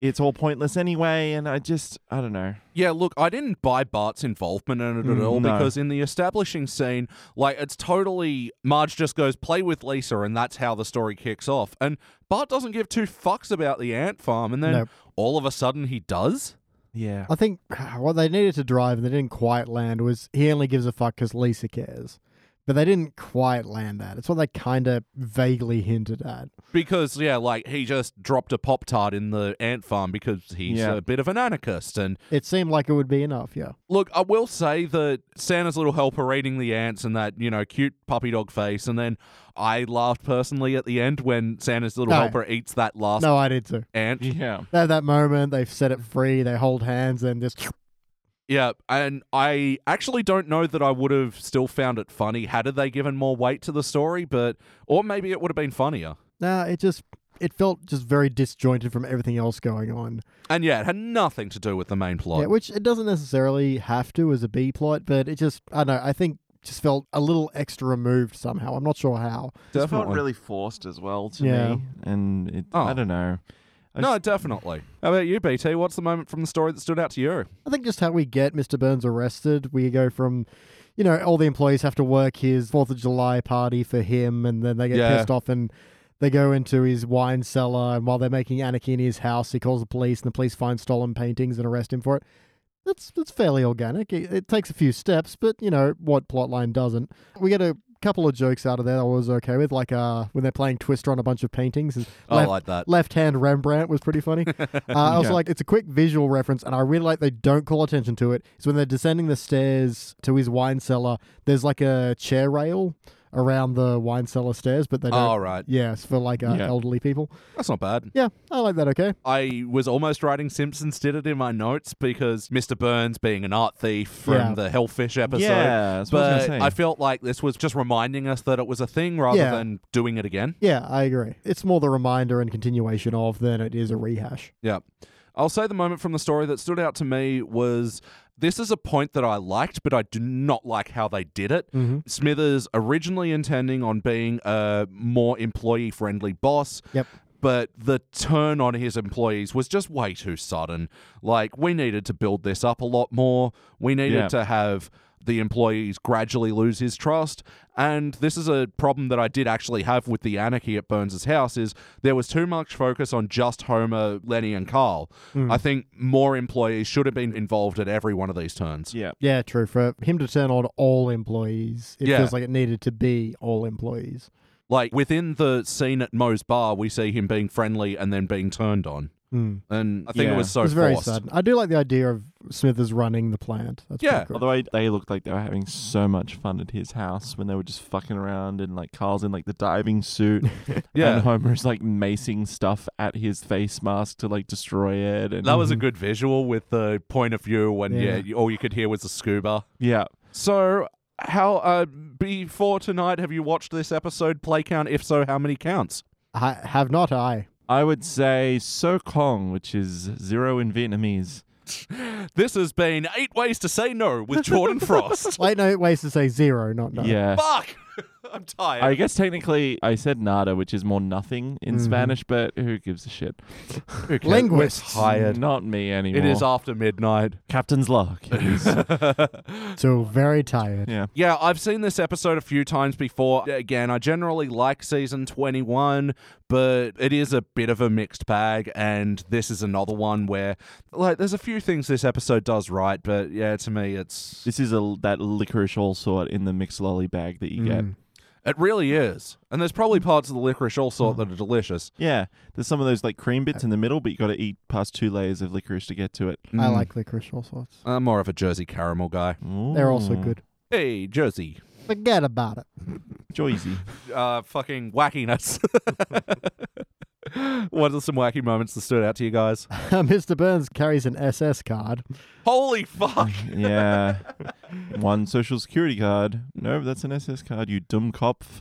Speaker 3: it's all pointless anyway. And I just, I don't know.
Speaker 1: Yeah, look, I didn't buy Bart's involvement in it at
Speaker 2: Mm,
Speaker 1: all
Speaker 3: no.
Speaker 1: because in the establishing scene, like it's totally Marge just goes play with Lisa and that's how the story kicks off. And Bart doesn't give two fucks about the ant farm and then
Speaker 2: Nope.
Speaker 1: all of a sudden he does.
Speaker 3: Yeah.
Speaker 2: I think what they needed to drive and they didn't quite land was he only gives a fuck because Lisa cares. But they didn't quite land that. It's what they kind of vaguely hinted at.
Speaker 1: Because yeah, like he just dropped a pop tart in the ant farm because he's
Speaker 3: Yeah.
Speaker 1: a bit of an anarchist and
Speaker 2: It seemed like it would be enough, yeah.
Speaker 1: Look, I will say that Santa's little helper eating the ants and that, you know, cute puppy dog face. And then I laughed personally at the end when Santa's little
Speaker 2: No.
Speaker 1: helper eats that last
Speaker 2: No, I did too.
Speaker 1: ant.
Speaker 3: Yeah.
Speaker 2: At that moment, they've set it free, they hold hands, and just.
Speaker 1: Yeah. And I actually don't know that I would have still found it funny had they given more weight to the story, but, or maybe it would have been funnier.
Speaker 2: Nah, it just. It felt just very disjointed from everything else going on.
Speaker 1: And yeah, it had nothing to do with the main plot.
Speaker 2: Yeah, which it doesn't necessarily have to as a B plot, but it just. I don't know. I think just felt a little extra removed somehow. I'm not sure how.
Speaker 3: Just felt
Speaker 1: Definitely.
Speaker 3: really forced as well to
Speaker 2: Yeah.
Speaker 3: me. And it,
Speaker 1: Oh.
Speaker 3: I don't know. I
Speaker 1: no,
Speaker 3: just-
Speaker 1: definitely. How about you, BT? What's the moment from the story that stood out to you?
Speaker 2: I think just how we get Mr. Burns arrested, we go from, you know, all the employees have to work his 4th of July party for him, and then they get
Speaker 1: Yeah.
Speaker 2: pissed off and they go into his wine cellar. And while they're making anarchy in his house, he calls the police, and the police find stolen paintings and arrest him for it. That's, that's fairly organic. It, it takes a few steps, but, you know, what plotline doesn't? We get a couple of jokes out of there that I was okay with, like uh, when they're playing Twister on a bunch of paintings. And
Speaker 1: Oh,
Speaker 3: Oh,
Speaker 1: I
Speaker 2: left-
Speaker 1: like that.
Speaker 2: left hand Rembrandt was pretty funny. Uh, I was
Speaker 3: Yeah.
Speaker 2: like, it's a quick visual reference, and I really like they don't call attention to it. It's when they're descending the stairs to his wine cellar, there's like a chair rail around the wine cellar stairs, but they don't.
Speaker 1: All right.
Speaker 2: Yeah, it's for like uh,
Speaker 3: Yeah.
Speaker 2: elderly people.
Speaker 1: That's not bad.
Speaker 2: Yeah, I like that. Okay.
Speaker 1: I was almost writing Simpsons did it in my notes because Mr. Burns being an art thief from
Speaker 2: Yeah.
Speaker 1: the Hellfish episode.
Speaker 3: Yeah, that's what I was
Speaker 1: but
Speaker 3: gonna say.
Speaker 1: I felt like this was just reminding us that it was a thing rather
Speaker 2: Yeah.
Speaker 1: than doing it again.
Speaker 2: Yeah, I agree. It's more the reminder and continuation of than it is a rehash.
Speaker 1: Yeah. I'll say the moment from the story that stood out to me was this is a point that I liked, but I do not like how they did it.
Speaker 2: Mm.
Speaker 1: Smithers originally intending on being a more employee friendly boss.
Speaker 2: Yep.
Speaker 1: But the turn on his employees was just way too sudden. Like, we needed to build this up a lot more. We needed
Speaker 3: Yeah.
Speaker 1: to have the employees gradually lose his trust. And this is a problem that I did actually have with the anarchy at Burns's house is there was too much focus on just Homer, Lenny, and Carl. I think more employees should have been involved at every one of these turns.
Speaker 3: Yeah.
Speaker 2: Yeah, true. For him to turn on all employees, it
Speaker 1: Yeah.
Speaker 2: feels like it needed to be all employees.
Speaker 1: Like within the scene at Moe's bar, we see him being friendly and then being turned on.
Speaker 2: Mm.
Speaker 1: And I think it
Speaker 3: Yeah.
Speaker 1: was so
Speaker 2: it was very
Speaker 1: forced.
Speaker 2: sudden. I do like the idea of Smithers running the plant. That's
Speaker 1: Yeah,
Speaker 2: pretty cool.
Speaker 3: Although I, they looked like they were having so much fun at his house when they were just fucking around and like Carl's in like the diving suit and
Speaker 1: Yeah.
Speaker 3: Homer's like macing stuff at his face mask to like destroy it and
Speaker 1: That was a good visual with the point of view when Mm-hmm. yeah,
Speaker 2: Yeah.
Speaker 1: you- all you could hear was the scuba.
Speaker 3: yeah
Speaker 1: So how uh before tonight have you watched this episode play count? If so, how many counts?
Speaker 2: I have not I.
Speaker 3: I would say so kong which is zero in Vietnamese
Speaker 1: This has been eight ways to say no with Jordan Frost.
Speaker 2: Late night ways to say zero, not no.
Speaker 3: yeah
Speaker 1: Fuck! I'm tired.
Speaker 3: I guess technically I said nada, which is more nothing in
Speaker 2: Mhm.
Speaker 3: Spanish, but who gives a shit?
Speaker 1: Who cares? We're
Speaker 2: Linguists.
Speaker 1: tired.
Speaker 3: Not me anymore.
Speaker 1: It is after midnight.
Speaker 3: Captain's luck.
Speaker 4: So very tired.
Speaker 3: yeah.
Speaker 1: Yeah, I've seen this episode a few times before. Again, I generally like season 21, but it is a bit of a mixed bag and this is another one where like there's a few things this episode does right, but yeah, to me it's
Speaker 3: This is a that licorice all sort in the mixed lolly bag that you get.
Speaker 2: Mm.
Speaker 1: it really is. And there's probably parts of the licorice all sort that are delicious.
Speaker 3: Yeah, there's some of those like cream bits
Speaker 2: Uh,
Speaker 3: in the middle, but you got to eat past two layers of licorice to get to it.
Speaker 2: I
Speaker 1: Mm.
Speaker 2: like licorice all sorts.
Speaker 1: I'm more of a Jersey caramel guy.
Speaker 2: They're also
Speaker 3: Ooh,
Speaker 2: good.
Speaker 1: Hey, Jersey.
Speaker 2: Forget about it.
Speaker 3: Joyzy.
Speaker 1: Uh fucking wackiness. what are some wacky moments that stood out to you guys?
Speaker 2: Mr. Burns carries an SS card.
Speaker 1: Holy fuck.
Speaker 3: yeah. One social security card. No, that's an SS card. You dumb kopf.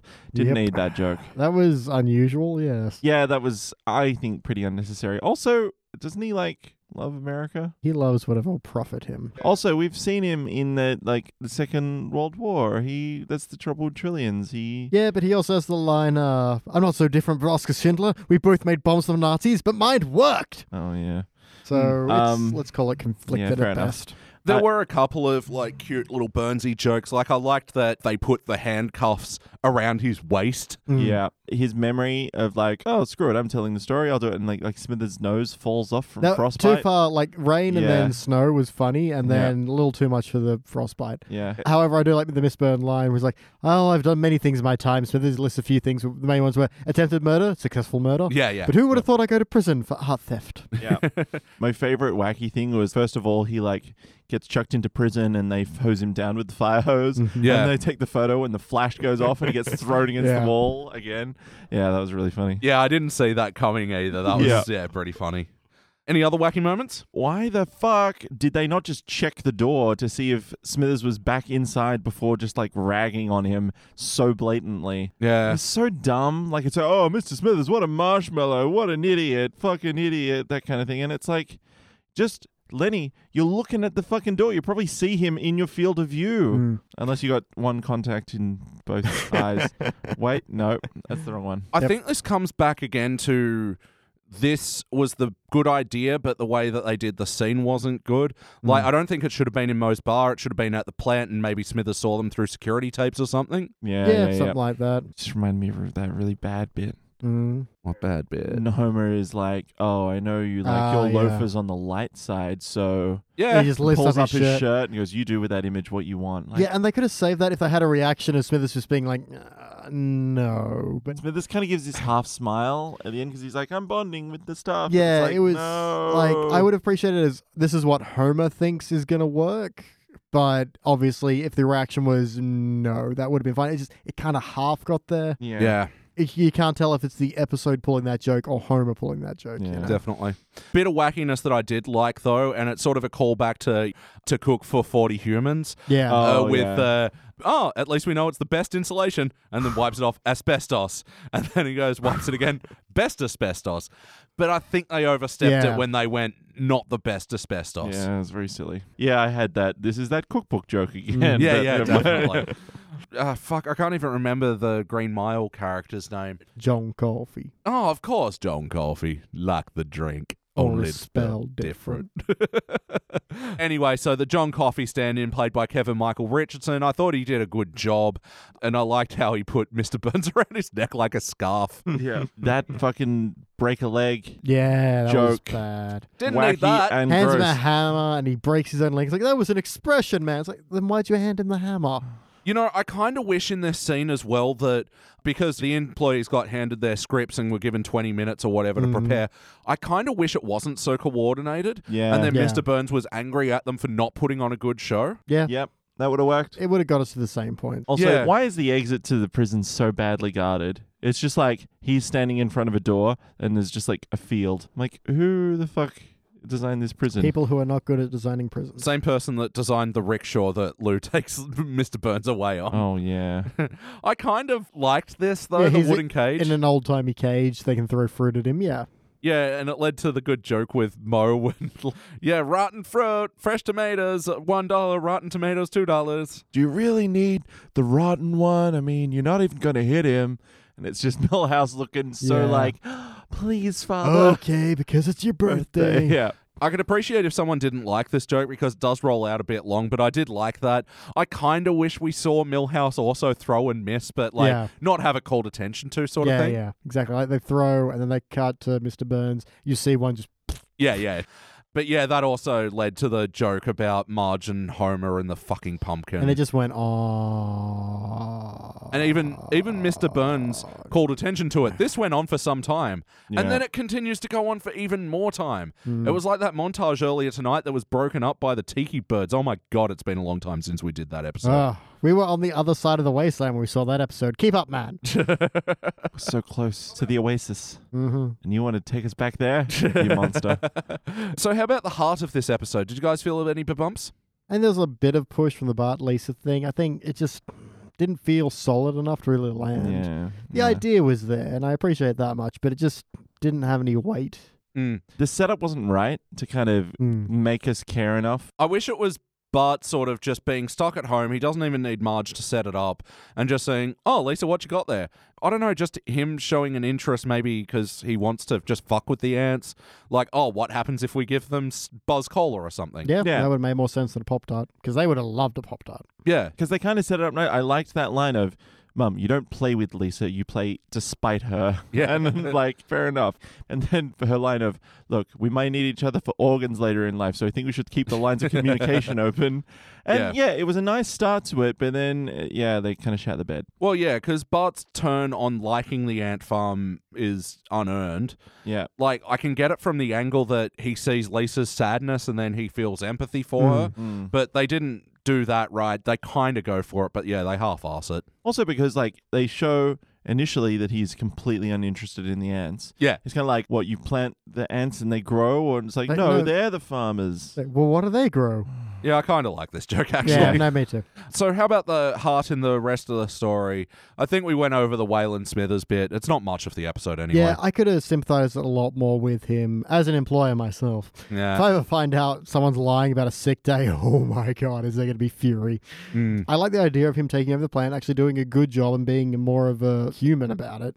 Speaker 2: Yep.
Speaker 3: Didn't need that joke.
Speaker 2: That was unusual, yes.
Speaker 3: Yeah, that was I think pretty unnecessary. Also, doesn't he like love America?
Speaker 2: He loves whatever will profit him.
Speaker 3: Also, we've seen him in the like the Second World War. He that's the troubled trillions. He
Speaker 2: Yeah, but he also has the line, uh, I'm not so different from Oscar Schindler. We both made bombs for the Nazis, but mine worked.
Speaker 3: Oh yeah.
Speaker 2: So it's,
Speaker 3: Um,
Speaker 2: let's call it conflicted
Speaker 3: yeah, fair
Speaker 2: at
Speaker 3: enough.
Speaker 2: best.
Speaker 1: There
Speaker 3: Uh,
Speaker 1: were a couple of like cute little Burnsy jokes. Like I liked that they put the handcuffs around his waist.
Speaker 2: Mm.
Speaker 3: Yeah. His memory of like, oh screw it, I'm telling the story, I'll do it and like like Smithers' nose falls off from
Speaker 2: Now,
Speaker 3: frostbite.
Speaker 2: Too far, like rain and
Speaker 3: Yeah.
Speaker 2: then snow was funny, and
Speaker 3: Yeah.
Speaker 2: then a little too much for the frostbite.
Speaker 3: Yeah.
Speaker 2: However, I do like the Miss Byrne line was like, "Oh, I've done many things in my time." So there's a list of few things. The main ones were attempted murder, successful murder.
Speaker 1: Yeah, yeah.
Speaker 2: But who would have thought I'd go to prison for art theft?
Speaker 3: Yeah. My favorite wacky thing was first of all he like gets chucked into prison and they hose him down with the fire hose.
Speaker 2: Mm-hmm.
Speaker 1: Yeah.
Speaker 3: And they take the photo and the flash goes off and he gets thrown against
Speaker 2: Yeah.
Speaker 3: the wall again. Yeah, that was really funny.
Speaker 1: Yeah, I didn't see that coming either. That was yeah,
Speaker 3: Yeah.
Speaker 1: pretty funny. Any other wacky moments?
Speaker 3: Why the fuck did they not just check the door to see if Smithers was back inside before just like ragging on him so blatantly?
Speaker 1: Yeah.
Speaker 3: It's so dumb. Like it's like, oh, Mr. Smithers, what a marshmallow, what an idiot, fucking idiot, that kind of thing. And it's like, just Lenny, you're looking at the fucking door. You probably see him in your field of view,
Speaker 2: Mm.
Speaker 3: unless you got one contact in both eyes. Wait, no, that's the wrong one.
Speaker 1: I think this comes back again to this was the good idea, but the way that they did the scene wasn't good. Like, I don't think it should have been in Moe's bar. It should have been at the plant, and maybe Smithers saw them through security tapes or something.
Speaker 3: Yeah,
Speaker 2: Yeah,
Speaker 3: yeah,
Speaker 2: something
Speaker 3: yeah.
Speaker 2: like that.
Speaker 3: Just remind me of that really bad bit.
Speaker 2: Mm.
Speaker 1: What bad bit?
Speaker 3: And Homer is like, "Oh, I know you like
Speaker 2: Ah,
Speaker 3: your
Speaker 2: yeah.
Speaker 3: loafers on the light side." So
Speaker 1: Yeah.
Speaker 2: He just lifts
Speaker 3: pulls
Speaker 2: up,
Speaker 3: up
Speaker 2: his shirt.
Speaker 3: and he goes, "You do with that image what you want." Like,
Speaker 2: yeah, and they could have saved that if they had a reaction of Smithers just being like, uh, "No," but
Speaker 3: Smith, this kind of gives this half smile at the end because he's like, "I'm bonding with the stuff."
Speaker 2: yeah,
Speaker 3: It's like,
Speaker 2: it was
Speaker 3: "No."
Speaker 2: like I would appreciate it as this is what Homer thinks is gonna work. But obviously, if the reaction was no, that would have been fine. It just it kind of half got there.
Speaker 3: Yeah.
Speaker 1: yeah.
Speaker 2: it- you can't tell if it's the episode pulling that joke or Homer pulling that joke. you
Speaker 3: Yeah.
Speaker 2: know?
Speaker 1: Definitely. Bit of wackiness that I did like though, and it's sort of a callback to to cook for forty humans.
Speaker 2: Yeah.
Speaker 3: Uh,
Speaker 1: uh,
Speaker 3: Oh,
Speaker 1: with
Speaker 3: yeah.
Speaker 1: uh, oh, at least we know it's the best insulation, and then wipes it off asbestos, and then he goes wipes it again, best asbestos. But I think they overstepped
Speaker 2: Yeah.
Speaker 1: it when they went not the best asbestos.
Speaker 3: Yeah, it was very silly. Yeah, I had that. This is that cookbook joke
Speaker 2: Mm.
Speaker 3: again.
Speaker 1: yeah,
Speaker 3: but-
Speaker 1: yeah,
Speaker 3: but-
Speaker 1: definitely. Ah, fuck, I can't even remember the Green Mile character's name.
Speaker 2: John Coffey.
Speaker 1: Oh, of course, John Coffey, like the drink.
Speaker 2: Or
Speaker 1: Only
Speaker 2: it's
Speaker 1: spelled
Speaker 2: spelled
Speaker 1: different. anyway, so the John Coffey stand in, played by Kevin Michael Richardson, I thought he did a good job, and I liked how he put Mr. Burns around his neck like a scarf.
Speaker 3: yeah. That fucking break a leg.
Speaker 2: Yeah, that was
Speaker 3: Joke.
Speaker 2: bad.
Speaker 1: Didn't
Speaker 3: wacky
Speaker 1: need that.
Speaker 3: and
Speaker 2: Hands him
Speaker 3: gross.
Speaker 2: a hammer and he breaks his own leg. It's like, that was an expression, man. It's like, then why'd you hand him the hammer?
Speaker 1: You know, I kind of wish in this scene as well that because the employees got handed their scripts and were given 20 minutes or whatever
Speaker 3: Mm-hmm.
Speaker 1: to prepare, I kind of wish it wasn't so coordinated.
Speaker 3: Yeah.
Speaker 1: And then
Speaker 2: Yeah.
Speaker 1: Mr. Burns was angry at them for not putting on a good show.
Speaker 2: Yeah.
Speaker 3: Yep, that would have worked.
Speaker 2: It would have got us to the same point.
Speaker 3: Also,
Speaker 1: Yeah.
Speaker 3: why is the exit to the prison so badly guarded? It's just like he's standing in front of a door and there's just like a field. I'm like, who the fuck designed this prison?
Speaker 2: People who are not good at designing prisons.
Speaker 1: Same person that designed the rickshaw that Lou takes Mr. Burns away on.
Speaker 3: Oh yeah.
Speaker 1: I kind of liked this though,
Speaker 2: Yeah,
Speaker 1: the
Speaker 2: he's
Speaker 1: wooden cage.
Speaker 2: In an old timey cage, they can throw fruit at him. Yeah.
Speaker 1: Yeah, and it led to the good joke with Mo when, yeah, rotten fruit, fresh tomatoes, uh, $1, rotten tomatoes, $2.
Speaker 3: Do you really need the rotten one? I mean, you're not even gonna hit him. And it's just Millhouse looking so
Speaker 2: Yeah.
Speaker 3: like, please,
Speaker 1: Oh.
Speaker 3: father.
Speaker 2: Okay, because it's your birthday.
Speaker 3: Yeah.
Speaker 1: I could appreciate if someone didn't like this joke because it does roll out a bit long, but I did like that. I kind of wish we saw Millhouse also throw and miss, but like
Speaker 4: Yeah.
Speaker 1: not have it called attention to, sort of
Speaker 4: yeah,
Speaker 1: thing.
Speaker 4: yeah.
Speaker 2: Exactly. Like they throw and then they cut to Mr. Burns. You see one just
Speaker 1: Yeah, yeah. But yeah, that also led to the joke about Marge and Homer and the fucking pumpkin.
Speaker 2: and it just went oh.
Speaker 1: And even even Mr. Burns called attention to it. This went on for some time. And then it continues to go on for even more time.
Speaker 3: Hmm.
Speaker 1: It was like that montage earlier tonight that was broken up by the Tiki Birds. Oh my god, it's been a long time since we did that episode.
Speaker 2: Ah, we were on the other side of the wasteland when we saw that episode. Keep up, man.
Speaker 3: We're so close to the oasis.
Speaker 2: hmm
Speaker 3: And you want to take us back there? you monster.
Speaker 1: so how about the heart of this episode? Did you guys feel any bumps?
Speaker 2: And there's a bit of push from the Bart Lisa thing. I think it just didn't feel solid enough to really land.
Speaker 3: yeah.
Speaker 2: The
Speaker 3: yeah.
Speaker 2: idea was there, and I appreciate that much, but it just didn't have any weight.
Speaker 1: Mm.
Speaker 3: The setup wasn't right to kind of
Speaker 2: Mm.
Speaker 3: make us care enough.
Speaker 1: I wish it was Bart sort of just being stuck at home. He doesn't even need Marge to set it up and just saying, "Oh, Lisa, what you got there?" I don't know, just him showing an interest maybe because he wants to just fuck with the ants. Like, "Oh, what happens if we give them s- Buzz Cola or something?"
Speaker 2: Yeah,
Speaker 3: Yeah.
Speaker 2: that would have made more sense than a Pop Tart because they would have loved a Pop Tart.
Speaker 1: Yeah.
Speaker 3: Because they kind of set it up right. I liked that line of, Mum, you don't play with Lisa, you play despite her.
Speaker 1: Yeah.
Speaker 3: and then, like, fair enough. And then for her line of, Look, we may need each other for organs later in life, so I think we should keep the lines of communication open. And yeah. it was a nice start to it, but then, uh, yeah, they kind of shat the bed.
Speaker 1: Well, yeah, because Bart's turn on liking the ant farm is unearned.
Speaker 3: Yeah.
Speaker 1: Like, I can get it from the angle that he sees Lisa's sadness and then he feels empathy for her,
Speaker 3: Mm.
Speaker 1: but they didn't do that right. They kind of go for it, but yeah, they half ass it.
Speaker 3: Also, because, like, they show initially that he's completely uninterested in the ants.
Speaker 1: Yeah.
Speaker 3: It's kind of like, what, you plant the ants and they grow? And it's like,
Speaker 2: Like,
Speaker 3: no,
Speaker 2: no.
Speaker 3: they're the farmers.
Speaker 2: It's like, well, what do they grow?
Speaker 1: Yeah, I kind of like this joke, actually.
Speaker 2: Yeah, no, me too.
Speaker 1: So, how about the heart in the rest of the story? I think we went over the Wayland Smithers bit. It's not much of the episode, anyway.
Speaker 2: Yeah, I could have sympathized a lot more with him as an employer myself.
Speaker 1: Yeah.
Speaker 2: If I ever find out someone's lying about a sick day, oh my god, is there going to be fury?
Speaker 1: Mm.
Speaker 2: I like the idea of him taking over the plant, actually doing a good job and being more of a human about it,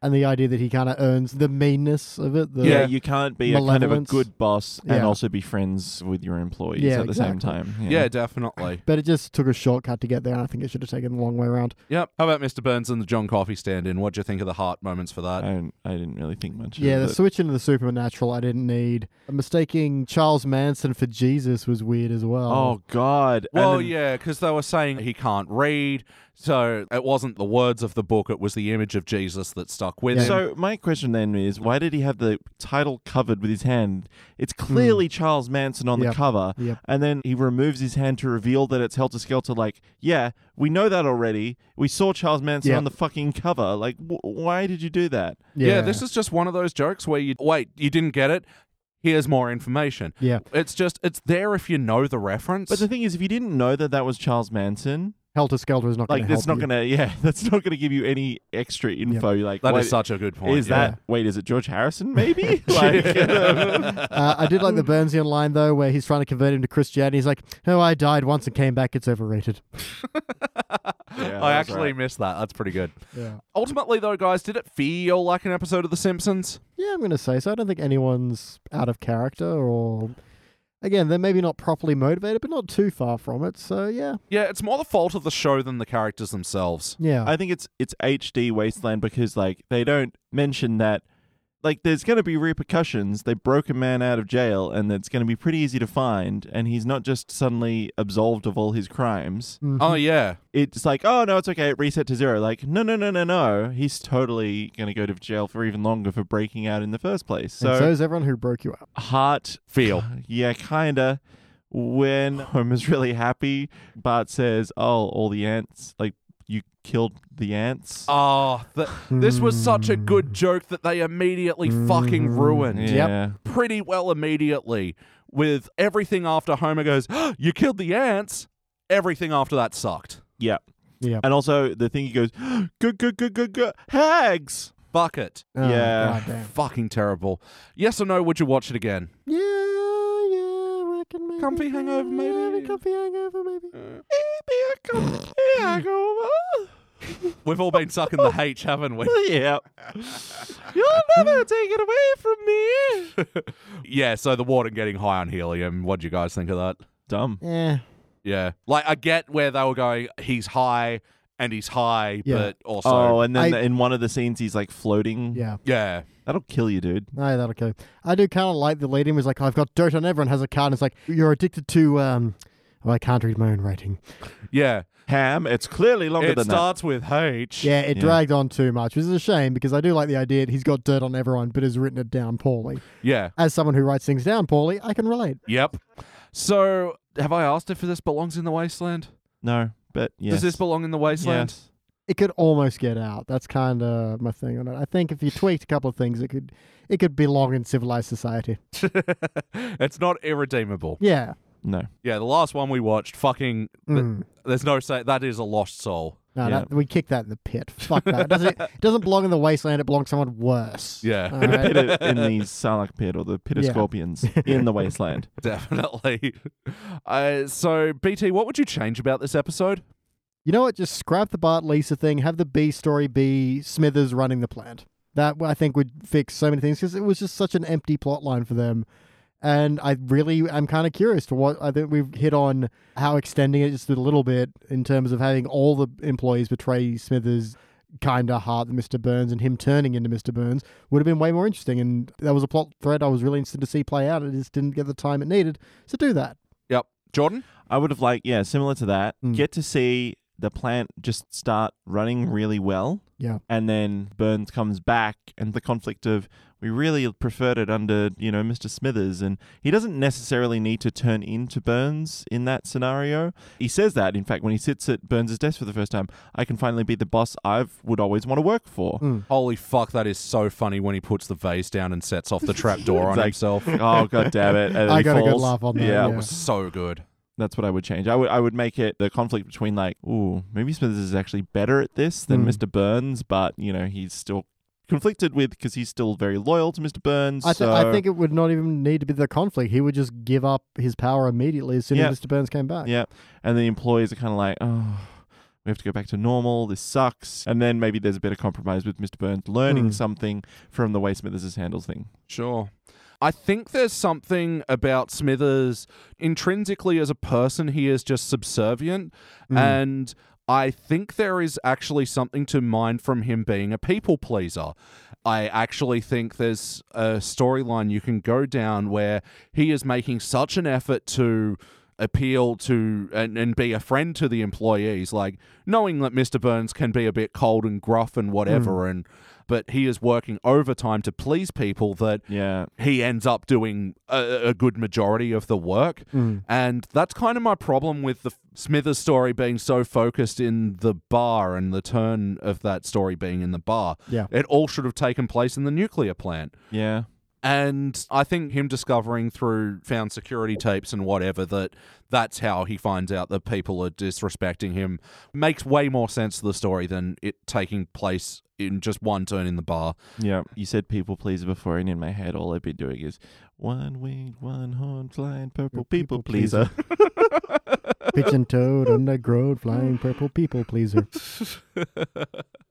Speaker 2: and the idea that he kind of earns the meanness of it. The,
Speaker 3: yeah, you can't be a kind of a
Speaker 2: Malevolence.
Speaker 3: good boss and
Speaker 2: Yeah.
Speaker 3: also be friends with your employees
Speaker 2: Yeah,
Speaker 3: at the same
Speaker 2: exactly.
Speaker 3: time.
Speaker 1: yeah, definitely.
Speaker 2: But it just took a shortcut to get there, and I think it should have taken the long way around.
Speaker 1: Yep. How about Mr. Burns and the John Coffee stand in? What'd you think of the heart moments for
Speaker 3: I,
Speaker 1: that?
Speaker 3: don't- I didn't really think much.
Speaker 2: Yeah, the
Speaker 3: of it.
Speaker 2: switching to the supernatural I didn't need. Mistaking Charles Manson for Jesus was weird as well.
Speaker 3: oh God. And
Speaker 1: Well,
Speaker 3: then-
Speaker 1: yeah, because they were saying he can't read, so it wasn't the words of the book; it was the image of Jesus that stuck with him.
Speaker 3: So my question then is, why did he have the title covered with his hand? It's clearly Charles Manson on
Speaker 2: Hmm. Yep.
Speaker 3: the cover,
Speaker 2: Yep.
Speaker 3: and then he removes his hand to reveal that it's Helter Skelter. Like, yeah, we know that already. We saw Charles Manson
Speaker 2: Yep.
Speaker 3: on the fucking cover. Like, wh- why did you do that?
Speaker 1: yeah. this is just one of those jokes where you wait, you didn't get it. Here's more information.
Speaker 2: Yeah.
Speaker 1: It's just it's there if you know the reference.
Speaker 3: But the thing is, if you didn't know that that was Charles Manson,
Speaker 2: Helter Skelter is not
Speaker 3: like,
Speaker 2: going to
Speaker 3: that's not gonna, yeah, that's not gonna give you any extra info. Like,
Speaker 1: that
Speaker 3: why-
Speaker 1: is such a good point.
Speaker 3: is
Speaker 1: yeah.
Speaker 3: that wait is it george harrison maybe like um,
Speaker 2: Uh, I did like the Burnsian line though, where he's trying to convert him to Christianity. He's like, "No, I died once and came back. It's overrated."
Speaker 3: yeah,
Speaker 1: I
Speaker 3: that's
Speaker 1: actually
Speaker 3: right.
Speaker 1: missed that. That's pretty good.
Speaker 2: Yeah,
Speaker 1: Ultimately, though, guys, did it feel like an episode of The Simpsons?
Speaker 2: yeah, I'm going to say so. I don't think anyone's out of character, or again, they're maybe not properly motivated, but not too far from it. So yeah,
Speaker 1: Yeah, it's more the fault of the show than the characters themselves.
Speaker 2: yeah,
Speaker 3: i think it's it's hd wasteland because like they don't mention that like there's going to be repercussions they broke a man out of jail and it's going to be pretty easy to find and he's not just suddenly absolved of all his crimes
Speaker 2: Mhm.
Speaker 1: Oh yeah,
Speaker 3: it's like oh no it's okay it reset to zero like no no no no no he's totally going to go to jail for even longer for breaking out in the first place
Speaker 2: and so
Speaker 3: so
Speaker 2: is everyone who broke you up.
Speaker 3: heart
Speaker 1: feel.
Speaker 3: Yeah, kinda. When Homer's really happy, Bart says, "Oh, all the ants! Like you killed the ants."
Speaker 1: Oh, th- this was such a good
Speaker 3: Hmm.
Speaker 1: joke that they immediately fucking ruined.
Speaker 3: yeah.
Speaker 1: Pretty well immediately. With everything after Homer goes, "Ah, You killed the ants. Everything after that sucked.
Speaker 3: yeah,
Speaker 2: Yeah.
Speaker 3: And also the thing he goes, "Good, good, good, good, good hags."
Speaker 1: bucket.
Speaker 2: Oh,
Speaker 3: Yeah.
Speaker 2: goddamn.
Speaker 1: Fucking terrible. Yes or no, would you watch it again?
Speaker 2: Yeah, yeah, I reckon maybe.
Speaker 1: Comfy hangover, maybe.
Speaker 2: Maybe comfy hangover, maybe.
Speaker 1: We've all been sucking the H, haven't we?
Speaker 3: yeah. You'll never take it away from me.
Speaker 1: yeah, so the warden getting high on helium. What do you guys think of that?
Speaker 3: Dumb.
Speaker 2: Yeah.
Speaker 1: Yeah. Like, I get where they were going, he's high and he's high,
Speaker 2: Yeah.
Speaker 1: but also.
Speaker 3: oh, and then
Speaker 2: I-
Speaker 3: in one of the scenes, he's like floating.
Speaker 2: Yeah.
Speaker 1: yeah.
Speaker 3: That'll kill you, dude.
Speaker 2: No, that'll go. I do kind of like the lead in was like, I've got dirt on everyone has a card. And it's like, you're addicted to, um, well, I can't read my own rating.
Speaker 1: Yeah.
Speaker 3: Ham, it's clearly longer
Speaker 1: it
Speaker 3: than
Speaker 1: starts with H.
Speaker 2: Yeah, it
Speaker 3: Yeah.
Speaker 2: dragged on too much, which is a shame because I do like the idea that he's got dirt on everyone but has written it down poorly.
Speaker 1: Yeah.
Speaker 2: As someone who writes things down poorly, I can relate.
Speaker 1: Yep. So, have I asked if this belongs in the wasteland?
Speaker 3: that. No, but yeah.
Speaker 1: Does this belong in the wasteland?
Speaker 2: It could almost get out. That's kind of my thing on it. I think if you tweaked a couple of things, it could it could belong in civilized society.
Speaker 1: it's not irredeemable.
Speaker 2: Yeah.
Speaker 3: No.
Speaker 1: Yeah, the last one we watched, fucking, th-
Speaker 2: Mm.
Speaker 1: there's no say that is a lost soul.
Speaker 2: No,
Speaker 3: Yeah.
Speaker 2: that, we kick that in the pit. Fuck that. It doesn't, it doesn't belong in the wasteland. It belongs to someone worse.
Speaker 1: Yeah.
Speaker 2: All
Speaker 3: In a
Speaker 2: right.
Speaker 3: pit of- in the Salak pit or the pit of
Speaker 2: Yeah.
Speaker 3: scorpions in the wasteland.
Speaker 1: Definitely. Uh, so, BT, what would you change about this episode?
Speaker 2: You know what? Just scrap the Bart Lisa thing. Have the B story be Smithers running the plant. That I think would fix so many things because it was just such an empty plot line for them. And I really am kind of curious to what I think we've hit on how extending it just a little bit in terms of having all the employees betray Smithers' kinder heart than Mr. Burns and him turning into Mr. Burns would have been way more interesting. And that was a plot thread I was really interested to see play out. I just didn't get the time it needed to do that.
Speaker 1: Yep. Jordan?
Speaker 3: I would have liked, yeah, similar to that,
Speaker 2: Mm.
Speaker 3: get to see the plant just start running really well.
Speaker 2: Yeah.
Speaker 3: And then Burns comes back and the conflict of we really preferred it under, you know, Mr. Smithers and he doesn't necessarily need to turn into Burns in that scenario. He says that, in fact, when he sits at Burns' desk for the first time, I can finally be the boss I would always want to work for.
Speaker 1: Holy fuck, that is so funny when he puts the vase down and sets off the trap door on
Speaker 3: Like-
Speaker 1: himself.
Speaker 3: Oh god damn it. And then
Speaker 2: Mm. I
Speaker 3: he
Speaker 2: got a good
Speaker 3: falls.
Speaker 2: laugh on that,
Speaker 3: Yeah,
Speaker 2: yeah.
Speaker 1: That was so good.
Speaker 3: That's what I would change. I would I would make it the conflict between like, ooh, maybe Smithers is actually better at this than
Speaker 2: Mm.
Speaker 3: Mr. Burns, but you know he's still conflicted with because he's still very loyal to Mr. Burns.
Speaker 2: I, th-
Speaker 3: so
Speaker 2: I think it would not even need to be the conflict. He would just give up his power immediately as soon
Speaker 3: Yeah.
Speaker 2: as Mr. Burns came back.
Speaker 3: yeah, and the employees are kind of like, oh, we have to go back to normal. This sucks. And then maybe there's a bit of compromise with Mr. Burns learning
Speaker 2: Mm.
Speaker 3: something from the way Smithers handles thing.
Speaker 1: Sure. I think there's something about Smithers intrinsically as a person, he is just subservient. And I think there is actually something to mind from him being a people pleaser. I actually think there's a storyline you can go down where he is making such an effort to appeal to and, and be a friend to the employees like knowing that mr burns can be a bit cold and gruff and whatever and but he is working overtime to please people that
Speaker 3: Yeah,
Speaker 1: he ends up doing a, a good majority of the work. And that's kind of my problem with the Smithers story being so focused in the bar and the turn of that story being in the bar.
Speaker 2: Yeah.
Speaker 1: It all should have taken place in the nuclear plant.
Speaker 3: yeah,
Speaker 1: And I think him discovering through found security tapes and whatever that that's how he finds out that people are disrespecting him makes way more sense to the story than it taking place in just one turn in the bar.
Speaker 3: yeah. You said people pleaser before, and in my head, all I've been doing is one winged, one horned, flying purple people,
Speaker 2: people
Speaker 3: pleaser.
Speaker 2: Pigeon toad on the road, flying purple people pleaser.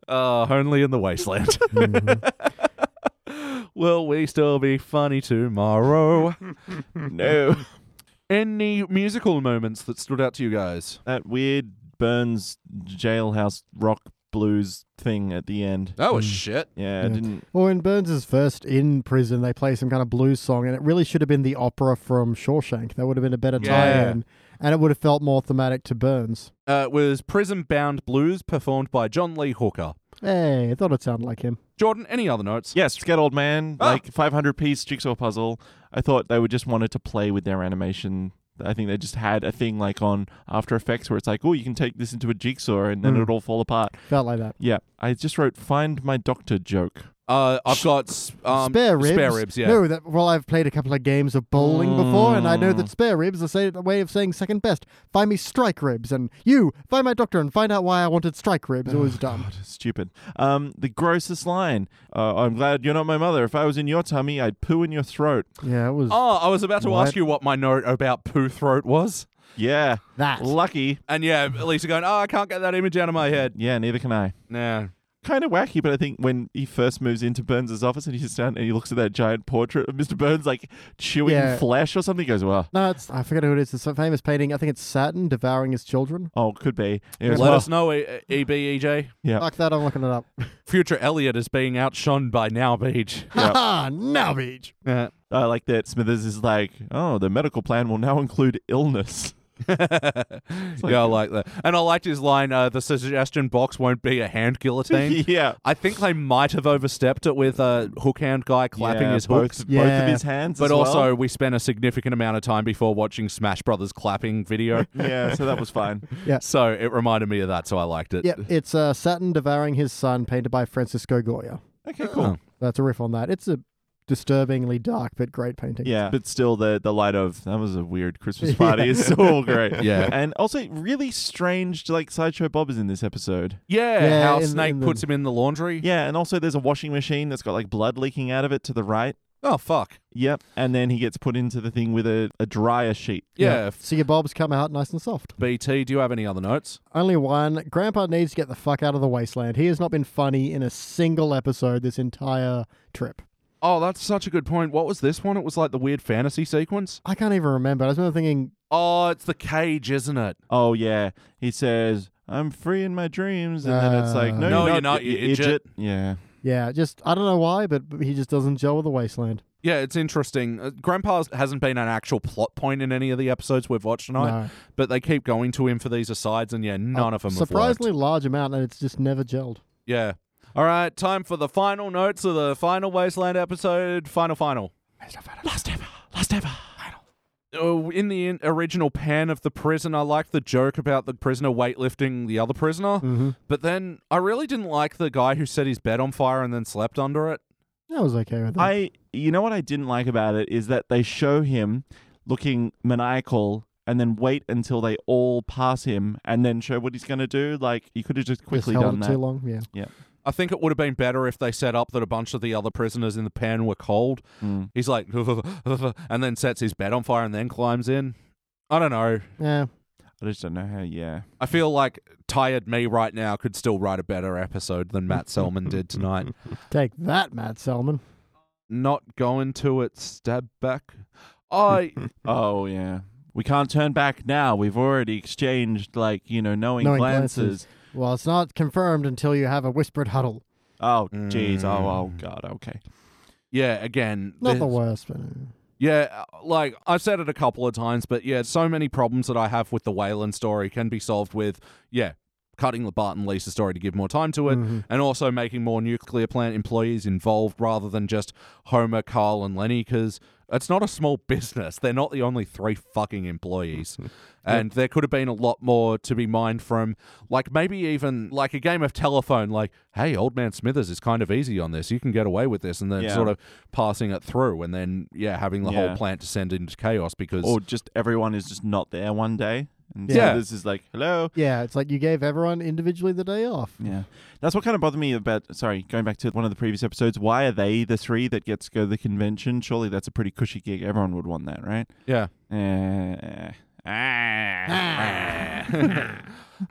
Speaker 1: Uh, only in the wasteland.
Speaker 2: Mhm.
Speaker 1: Will we still be funny tomorrow?
Speaker 3: no.
Speaker 1: Any musical moments that stood out to you guys?
Speaker 3: that weird Burns jailhouse rock blues thing at the end.
Speaker 1: That
Speaker 2: was Mm.
Speaker 1: shit.
Speaker 3: Yeah, I
Speaker 2: Yeah.
Speaker 3: didn't.
Speaker 2: Or in Burns' first in prison, they play some kind of blues song, and it really should have been the opera from Shawshank. That would have been a better
Speaker 1: Yeah.
Speaker 2: tie-in, and it would have felt more thematic to Burns.
Speaker 1: Uh, it was Prison Bound Blues performed by John Lee Hooker.
Speaker 2: Hey, I thought it sounded like him.
Speaker 1: Jordan, any other notes?
Speaker 3: Yes, Scared Old Man,
Speaker 1: Ah.
Speaker 3: like 500 piece jigsaw puzzle. I thought they would just wanted to play with their animation. I think they just had a thing like on After Effects where it's like, oh, you can take this into a jigsaw and then
Speaker 2: Mm.
Speaker 3: it'll all fall apart.
Speaker 2: Felt like that.
Speaker 3: Yeah, I just wrote find my doctor joke.
Speaker 1: Uh, I've got s- um,
Speaker 2: spare ribs.
Speaker 1: Spare ribs, yeah.
Speaker 2: No, that, well, I've played a couple of games of bowling before, and I know that
Speaker 3: Mm.
Speaker 2: spare ribs is a way of saying second best. Find me strike ribs, and you find my doctor and find out why I wanted strike ribs. It was dumb.
Speaker 3: God, stupid. Um, the grossest line. Uh, I'm glad you're not my mother. If I was in your tummy, I'd poo in your throat.
Speaker 2: Yeah, it was
Speaker 1: Oh, I was about to
Speaker 2: What?
Speaker 1: ask you what my note about poo throat was.
Speaker 3: Yeah,
Speaker 2: that.
Speaker 3: lucky.
Speaker 1: And yeah, Lisa going, oh, I can't get that image out of my head.
Speaker 3: Yeah, neither can I.
Speaker 1: Nah.
Speaker 3: Kind of wacky, but I think when he first moves into Burns' office and he sits down and he looks at that giant portrait of Mr. Burns, like chewing
Speaker 2: Yeah.
Speaker 3: flesh or something, he goes, "Well,
Speaker 2: No, it's I forget who it is. It's a famous painting. I think it's Saturn devouring his children.
Speaker 3: oh, could be." He
Speaker 1: Let
Speaker 3: goes, "Well,
Speaker 1: us know, E- EBEJ.
Speaker 3: Yeah.
Speaker 2: Fuck that. I'm looking it up.
Speaker 1: Future Elliot is being outshone by Now Beach.
Speaker 2: Ha ha! Now, beach.
Speaker 1: Yeah.
Speaker 3: I like that Smithers is like, "Oh, the medical plan will now include illness."
Speaker 1: yeah, I like that. And I liked his line uh, the suggestion box won't be a hand guillotine.
Speaker 3: yeah.
Speaker 1: I think they might have overstepped it with a hook hand guy clapping
Speaker 3: Yeah,
Speaker 1: his
Speaker 3: both,
Speaker 1: hooks.
Speaker 3: both
Speaker 2: Yeah.
Speaker 3: of his hands,
Speaker 1: But
Speaker 3: as well.
Speaker 1: also, we spent a significant amount of time before watching Smash Brothers clapping video.
Speaker 3: yeah, so that was fine.
Speaker 1: so it reminded me of that, so I liked it.
Speaker 2: Yep, it's uh, Saturn devouring his son, painted by Francisco Goya.
Speaker 3: Okay, cool.
Speaker 2: That's a riff on that. It's a disturbingly dark but great painting.
Speaker 3: Yeah, but still, the the light of that was a weird Christmas party is so great.
Speaker 1: Yeah.
Speaker 3: and also really strange. Like sideshow Bob is in this episode.
Speaker 1: Yeah,
Speaker 2: Yeah,
Speaker 1: how
Speaker 2: in-
Speaker 1: Snake
Speaker 2: in the-
Speaker 1: puts him in the laundry.
Speaker 3: Yeah, and also there's a washing machine that's got like blood leaking out of it to the right.
Speaker 1: Oh, fuck.
Speaker 3: Yep, and then he gets put into the thing with a, a dryer sheet.
Speaker 1: Yeah. f-
Speaker 2: See your bobs come out nice and soft.
Speaker 1: BT, do you have any other notes?
Speaker 2: Only one. Grandpa needs to get the fuck out of the wasteland. He has not been funny in a single episode this entire trip.
Speaker 1: Oh, that's such a good point. What was this one? It was like the weird fantasy sequence.
Speaker 2: I can't even remember. I was remember thinking,
Speaker 1: Oh, it's the cage, isn't it?
Speaker 3: Oh yeah, he says I'm free in my dreams, and then it's like
Speaker 2: Uh,
Speaker 1: No,
Speaker 3: no, you're,
Speaker 1: you're
Speaker 3: not,
Speaker 1: not, you
Speaker 3: you
Speaker 1: idiot."
Speaker 3: idiot. Yeah,
Speaker 2: yeah, just I don't know why, but he just doesn't gel with the wasteland.
Speaker 1: Yeah, it's interesting. Uh, Grandpa hasn't been an actual plot point in any of the episodes we've watched tonight,
Speaker 2: No. Oh,
Speaker 1: but they keep going to him for these asides, and yeah, none of them
Speaker 2: Surprisingly
Speaker 1: Have worked.
Speaker 2: large amount, and it's just never gelled.
Speaker 1: Yeah. All right, time for the final notes of the final Wasteland episode. Final, final.
Speaker 3: last ever, last ever.
Speaker 1: Oh, in the in- original pan of the prison, I liked the joke about the prisoner weightlifting the other prisoner,
Speaker 2: Mm-hmm.
Speaker 1: but then I really didn't like the guy who set his bed on fire and then slept under it.
Speaker 2: I was okay with that.
Speaker 3: I you know what I didn't like about it is that they show him looking maniacal and then wait until they all pass him and then show what he's going to do. Like you could have just
Speaker 2: just
Speaker 3: quickly
Speaker 2: held
Speaker 3: done
Speaker 2: it
Speaker 3: that.
Speaker 2: too long. Yeah.
Speaker 1: I think it would have been better if they set up that a bunch of the other prisoners in the pen were cold.
Speaker 3: Mm.
Speaker 1: He's like, and then sets his bed on fire and then climbs in. I don't know.
Speaker 2: Yeah.
Speaker 3: I just don't know how. Yeah,
Speaker 1: I feel like tired me right now could still write a better episode than Matt Selman did tonight.
Speaker 2: Take that, Matt Selman.
Speaker 1: Not going to it, stab back. I
Speaker 3: Oh yeah. We can't turn back now. We've already exchanged like, you know, knowing,
Speaker 2: Knowing
Speaker 3: glances.
Speaker 2: glances. Well, it's not confirmed until you have a whispered huddle.
Speaker 3: Oh jeez. Oh oh
Speaker 1: Mm.
Speaker 3: god. Okay.
Speaker 1: yeah, again,
Speaker 2: Not the
Speaker 1: this-
Speaker 2: worst, but uh,
Speaker 1: Yeah, uh, like I've said it a couple of times, but yeah, so many problems that I have with the Wayland story can be solved with, yeah, cutting the Bart and Lisa story to give more time to it,
Speaker 2: Mhm.
Speaker 1: and also making more nuclear plant employees involved rather than just Homer, Carl, and Lenny, because it's not a small business. They're not the only three fucking employees. and there could have been a lot more to be mined from, like maybe even like a game of telephone, like, hey, Old Man Smithers is kind of easy on this. You can get away with this. And then
Speaker 3: Yeah.
Speaker 1: sort of passing it through and then, yeah, having the
Speaker 3: Yeah.
Speaker 1: whole plant descend into chaos because.
Speaker 3: Or just everyone is just not there one day. And so
Speaker 1: Yeah.
Speaker 3: this is like, hello.
Speaker 2: yeah, it's like you gave everyone individually the day off.
Speaker 3: Yeah. That's what kind of bothered me about sorry, going back to one of the previous episodes, why are they the three that get to go to the convention? Surely that's a pretty cushy gig. Everyone would want that, right?
Speaker 1: yeah.
Speaker 3: Eh, ah.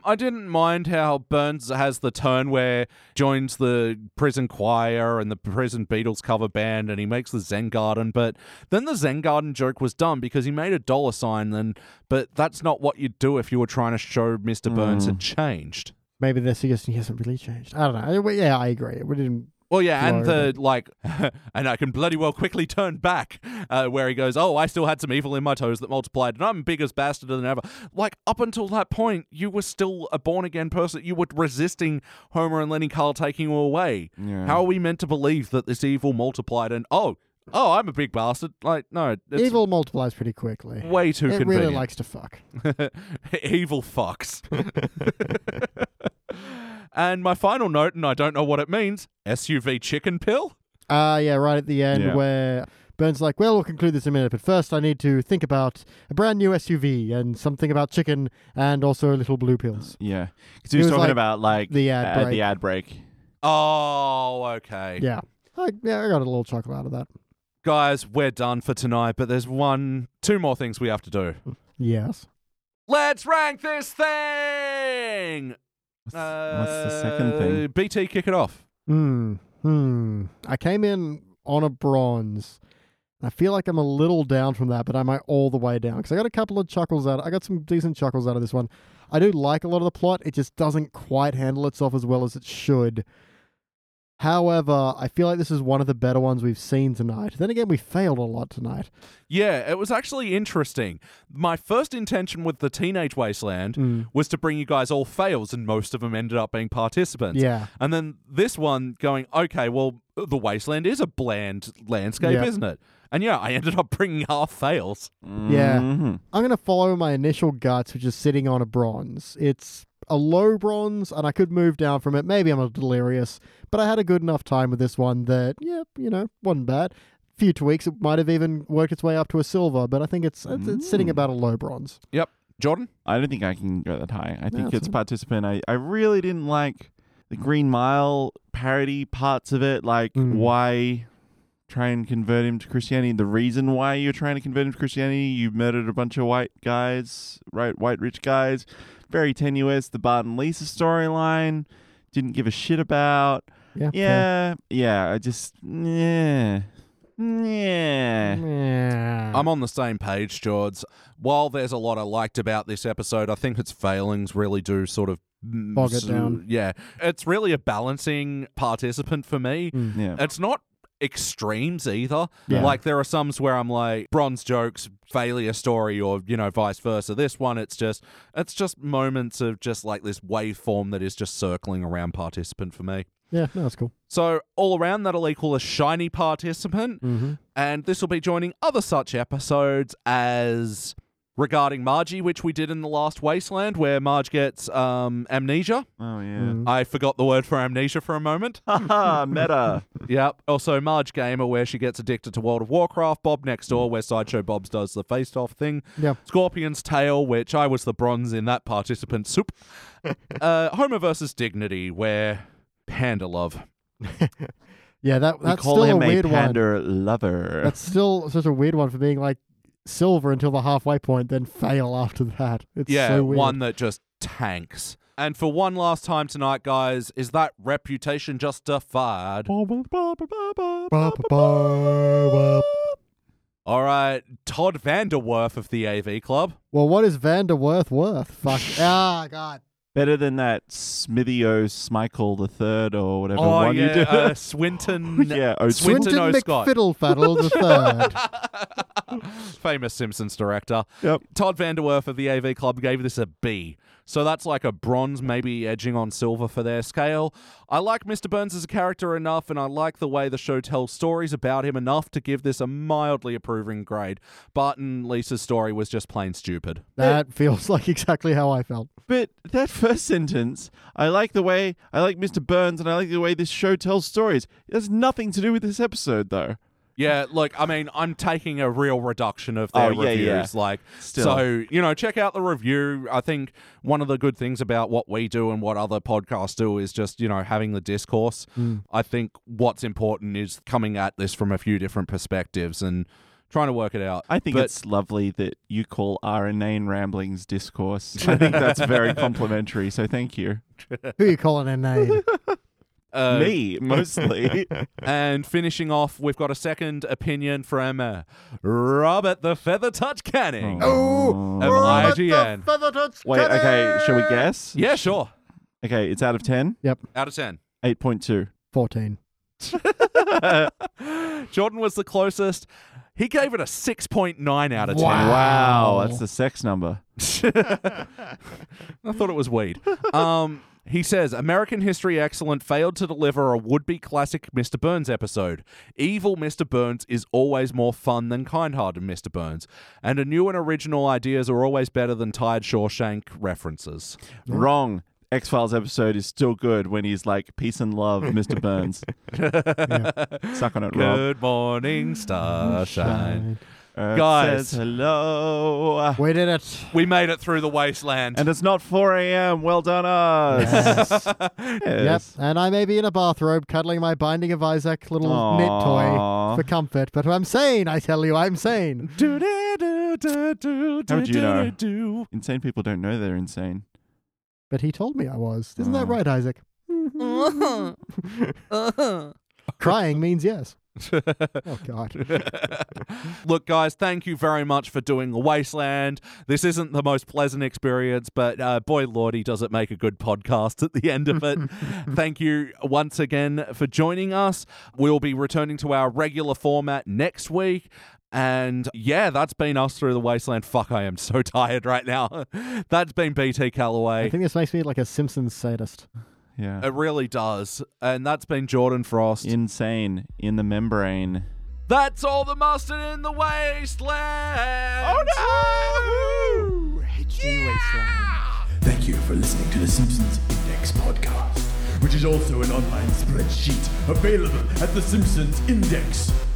Speaker 1: I didn't mind how Burns has the turn where joins the prison choir and the prison Beatles cover band and he makes the Zen Garden, but then the Zen Garden joke was dumb because he made a dollar sign and but that's not what you'd do if you were trying to show Mr. Burns had
Speaker 3: Mm.
Speaker 1: changed.
Speaker 2: Maybe they're suggesting he hasn't really changed. I don't know. Well, Yeah, I agree. We didn't.
Speaker 1: Well, yeah, and
Speaker 2: Florida.
Speaker 1: the like, and I can bloody well quickly turn back, uh, where he goes, "Oh, I still had some evil in my toes that multiplied, and I'm bigger bastard than ever." Like up until that point, you were still a born again person. You were resisting Homer and Lenny Carl taking you away.
Speaker 3: Yeah.
Speaker 1: How are we meant to believe that this evil multiplied? And oh, oh, I'm a big bastard. Like no, it's
Speaker 2: evil multiplies pretty quickly.
Speaker 1: way Mm, too
Speaker 2: it
Speaker 1: convenient.
Speaker 2: really likes to fuck.
Speaker 1: Evil fucks. And my final note, and I don't know what it means SUV chicken pill?
Speaker 2: Ah, yeah, right at the end
Speaker 3: Yeah.
Speaker 2: where Burns like, well, we'll conclude this in a minute, but first I need to think about a brand new SUV and something about chicken and also little blue pills.
Speaker 3: Yeah, because
Speaker 2: It
Speaker 3: he was,
Speaker 2: was
Speaker 3: talking
Speaker 2: like
Speaker 3: about like
Speaker 2: the ad
Speaker 3: uh,
Speaker 2: break.
Speaker 3: the ad break.
Speaker 1: Oh, okay.
Speaker 2: Yeah. I, yeah, I got a little chuckle out of that.
Speaker 1: Guys, we're done for tonight, but there's one, two more things we have to do.
Speaker 2: Yes.
Speaker 1: Let's rank this thing!
Speaker 3: What's, what's the second
Speaker 1: Uh,
Speaker 3: thing?
Speaker 1: BT, kick it off.
Speaker 2: Hmm. Hmm. I came in on a bronze. I feel like I'm a little down from that, but am I all the way down? Because I got a couple of chuckles out. I got some decent chuckles out of this one. I do like a lot of the plot. It just doesn't quite handle itself as well as it should. However, I feel like this is one of the better ones we've seen tonight. Then again, we failed a lot tonight.
Speaker 1: Yeah, it was actually interesting. My first intention with the Teenage Wasteland
Speaker 2: Mm.
Speaker 1: was to bring you guys all fails, and most of them ended up being participants.
Speaker 2: Yeah.
Speaker 1: And then this one going, okay, well, the Wasteland is a bland landscape,
Speaker 2: Yeah.
Speaker 1: isn't it? And yeah, I ended up bringing half fails.
Speaker 2: Yeah.
Speaker 3: Mhm.
Speaker 2: I'm going to follow my initial guts, which is sitting on a bronze. It's a low bronze, and I could move down from it. Maybe I'm a delirious, but I had a good enough time with this one that, yeah, you know, wasn't bad. Few tweaks, it might have even worked its way up to a silver, but I think it's it's, it's sitting
Speaker 3: Mm.
Speaker 2: about a low bronze.
Speaker 1: Jordan?
Speaker 3: I don't think I can go that high. I think
Speaker 2: that's
Speaker 3: it's
Speaker 2: fine.
Speaker 3: participant. I, I really didn't like the Green Mile parody parts of it. Like,
Speaker 2: Mm.
Speaker 3: why try and convert him to Christianity? The reason why you're trying to convert him to Christianity, you murdered a bunch of white guys, right? White rich guys. Very tenuous. The Bart and Lisa storyline, didn't give a shit about.
Speaker 2: Yeah.
Speaker 3: Yeah. Yeah. I just, yeah. Yeah.
Speaker 2: Mm.
Speaker 3: Um,
Speaker 2: Yeah.
Speaker 1: I'm on the same page, Jords. While there's a lot I liked about this episode, I think its failings really do sort of mm,
Speaker 2: Bog it
Speaker 1: s-
Speaker 2: down.
Speaker 1: Yeah, it's really a balancing participant for me.
Speaker 2: Mm.
Speaker 3: Yeah.
Speaker 1: It's not extremes either.
Speaker 2: Yeah.
Speaker 1: Like there are somes where I'm like bronze jokes, failure story, or you know vice versa. This one, it's just it's just moments of just like this waveform that is just circling around participant for me.
Speaker 2: Yeah, no, that's cool.
Speaker 1: So all around, that'll equal a shiny participant
Speaker 2: Mm-hmm.
Speaker 1: and this will be joining other such episodes as regarding Margie, which we did in the last Wasteland, where Marge gets um, amnesia.
Speaker 3: Oh, yeah.
Speaker 2: Mm.
Speaker 1: I forgot the word for amnesia for a moment.
Speaker 3: Haha, meta.
Speaker 1: yep. Also, Marge Gamer, where she gets addicted to World of Warcraft. Bob Next Door, where Sideshow Bob's does the faced off thing.
Speaker 2: Yeah.
Speaker 1: Scorpion's Tail, which I was the bronze in that participant soup. uh, Homer versus Dignity, where Panda Love.
Speaker 2: Yeah, that,
Speaker 3: We
Speaker 2: that's
Speaker 3: call
Speaker 2: still
Speaker 3: him
Speaker 2: a
Speaker 3: a
Speaker 2: weird one.
Speaker 3: pander lover.
Speaker 2: That's still such a weird one for being like silver until the halfway point, then fail after that. It's
Speaker 1: yeah,
Speaker 2: so weird.
Speaker 1: one that just tanks. And for one last time tonight, guys, is that reputation justified?
Speaker 2: Ba-ba-ba-ba-ba.
Speaker 1: All right, Todd Vanderwerf of the AV Club.
Speaker 2: Well, what is Vanderworth worth? Fuck. ah, God.
Speaker 3: Better than that Smithy O. Smichael the third or whatever
Speaker 1: Oh
Speaker 3: one
Speaker 1: yeah,
Speaker 3: you do.
Speaker 1: uh, Swinton.
Speaker 3: yeah, oh, O.
Speaker 1: Swin-
Speaker 3: Swin-
Speaker 1: Swinton O. Scott.
Speaker 2: McFiddle Faddle the third.
Speaker 1: Famous Simpsons director.
Speaker 3: Yep.
Speaker 1: Todd Vanderwerf of the AV Club gave this a B. So that's like a bronze, maybe edging on silver for their scale. I like Mr. Burns as a character enough, and I like the way the show tells stories about him enough to give this a mildly approving grade. Barton Lisa's story was just plain stupid.
Speaker 2: That feels like exactly how I felt.
Speaker 3: But that first sentence, I like the way I like Mr. Burns and I like the way this show tells stories. It has nothing to do with this episode though.
Speaker 1: Yeah, look, I mean, I'm taking a real reduction of their
Speaker 3: Oh, yeah,
Speaker 1: reviews.
Speaker 3: yeah.
Speaker 1: Like,
Speaker 3: Still.
Speaker 1: so you know, check out the review. I think one of the good things about what we do and what other podcasts do is just you know having the discourse.
Speaker 3: Hmm.
Speaker 1: I think what's important is coming at this from a few different perspectives and trying to work it out.
Speaker 3: I think
Speaker 1: But-
Speaker 3: it's lovely that you call our inane ramblings discourse. I think that's very complimentary, so thank you.
Speaker 2: Who you calling a name?
Speaker 1: Uh,
Speaker 3: Me, mostly.
Speaker 1: And finishing off, we've got a second opinion from uh, Robert the Feather Touch Canning.
Speaker 2: Oh,
Speaker 1: Of
Speaker 2: Robert the
Speaker 1: IGN.
Speaker 2: Feathertouch
Speaker 3: Wait, okay, shall we
Speaker 2: Cutter.
Speaker 3: guess?
Speaker 1: Yeah, sure.
Speaker 3: Okay, it's out of 10,
Speaker 1: Out of ten.
Speaker 3: 8.2.
Speaker 2: 14.
Speaker 1: Jordan was the closest. He gave it a 6.9 out of 10.
Speaker 2: Wow.
Speaker 3: Wow, that's the sex number.
Speaker 1: I thought it was weed. Um, he says American History Excellent failed to deliver a would be classic Mr. Burns episode. Evil Mr. Burns is always more fun than kind hearted Mr. Burns, and a new and original ideas are always better than tired Shawshank references.
Speaker 3: Wrong. X Files episode is still good when he's like, peace and love, Mr. Burns. Suck on it, Rob.
Speaker 1: Good morning, starshine.
Speaker 3: Earth
Speaker 1: Guys.
Speaker 3: says hello.
Speaker 2: We did it.
Speaker 1: We made it through the wasteland.
Speaker 3: And it's not 4 a.m. Well done, us. Yes.
Speaker 2: Yep. And I may be in a bathrobe cuddling my Binding of Isaac little knit
Speaker 3: Aw.
Speaker 2: toy for comfort, but I'm sane, I tell you, I'm sane.
Speaker 1: How
Speaker 3: How would you know? Insane people don't know they're insane.
Speaker 2: But he told me I was. Isn't
Speaker 3: Aw.
Speaker 2: that right, Isaac? Crying means yes. Oh, God.
Speaker 1: Look, guys, thank you very much for doing The Wasteland. This isn't the most pleasant experience, but uh, boy, lordy, does it make a good podcast at the end of it. thank you once again for joining us. We'll be returning to our regular format next week. And yeah, that's been us through the wasteland. Fuck, I am so tired right now. that's been BT Calloway.
Speaker 2: I think this makes me like a Simpsons sadist.
Speaker 3: Yeah.
Speaker 2: Uh,
Speaker 1: It really does. And that's been Jordan Frost.
Speaker 3: Insane in the membrane.
Speaker 1: That's all the mustard in the wasteland. Oh no!
Speaker 5: Thank you for listening to the Simpsons Index podcast, which is also an online spreadsheet available at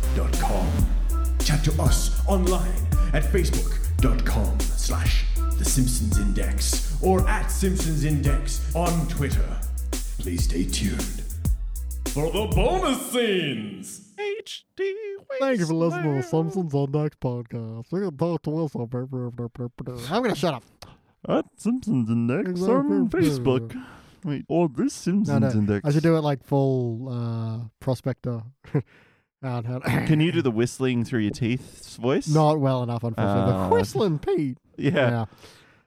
Speaker 5: thesimpsonsindex.com. Chat to us online at facebook.com slash the Simpsons Index or at Simpsons Index on Twitter. Please stay tuned for the bonus scenes.
Speaker 3: HD
Speaker 2: Thank you for listening to the Simpsons on Next podcast. We're going to talk to us on I'm going to shut up.
Speaker 3: At Simpsons Index on Facebook. Wait, or this
Speaker 2: No,
Speaker 3: Simpsons
Speaker 2: no.
Speaker 3: Index.
Speaker 2: I should do it like full uh, prospector. And how-
Speaker 3: Can you do the whistling through your teeth voice?
Speaker 2: Not well enough, unfortunately.
Speaker 3: Oh.
Speaker 2: but Whistling Pete.
Speaker 3: Yeah.
Speaker 2: Yeah.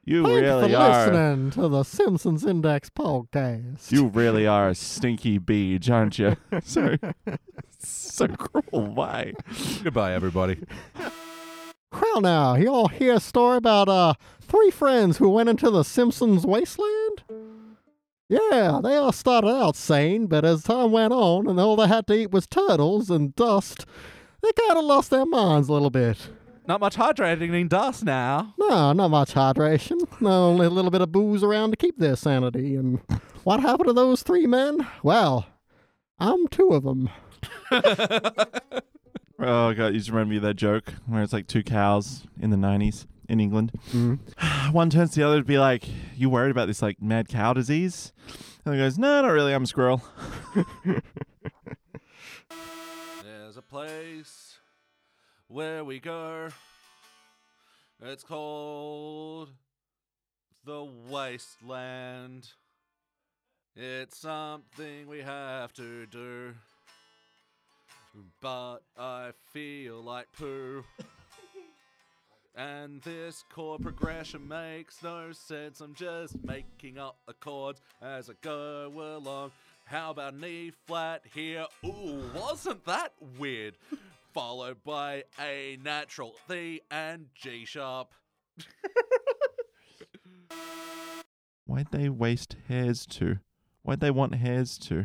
Speaker 3: You
Speaker 2: Thanks
Speaker 3: really
Speaker 2: for
Speaker 3: are.
Speaker 2: listening to the Simpsons Index podcast.
Speaker 3: You really are a stinky beach, aren't you? so, so cruel. Why?
Speaker 1: Goodbye, everybody.
Speaker 2: Well, now, you all hear a story about uh, three friends who went into the Simpsons wasteland? Yeah, they all started out sane, but as time went on and all they had to eat was turtles and dust, they kind of lost their minds a little bit.
Speaker 1: Not much hydrating in dust now.
Speaker 2: No, not much hydration. No, only a little bit of booze around to keep their sanity. And what happened to those three men? Well, I'm two of them.
Speaker 3: Oh god, you just remember me of that joke where it's like two cows in the nineties in England. One turns to the other to be like, "You worried about this like mad cow disease?" And the other goes, "No, not really. I'm a squirrel."
Speaker 1: There's a place where we go. It's called the wasteland. It's something we have to do. But I feel like poo. And this chord progression makes no sense. I'm just making up the chords as I go along. How about an E flat here? Ooh, wasn't that weird? Followed by A natural, D, and G sharp.
Speaker 3: Why'd they waste hairs to? Why'd they want hairs to?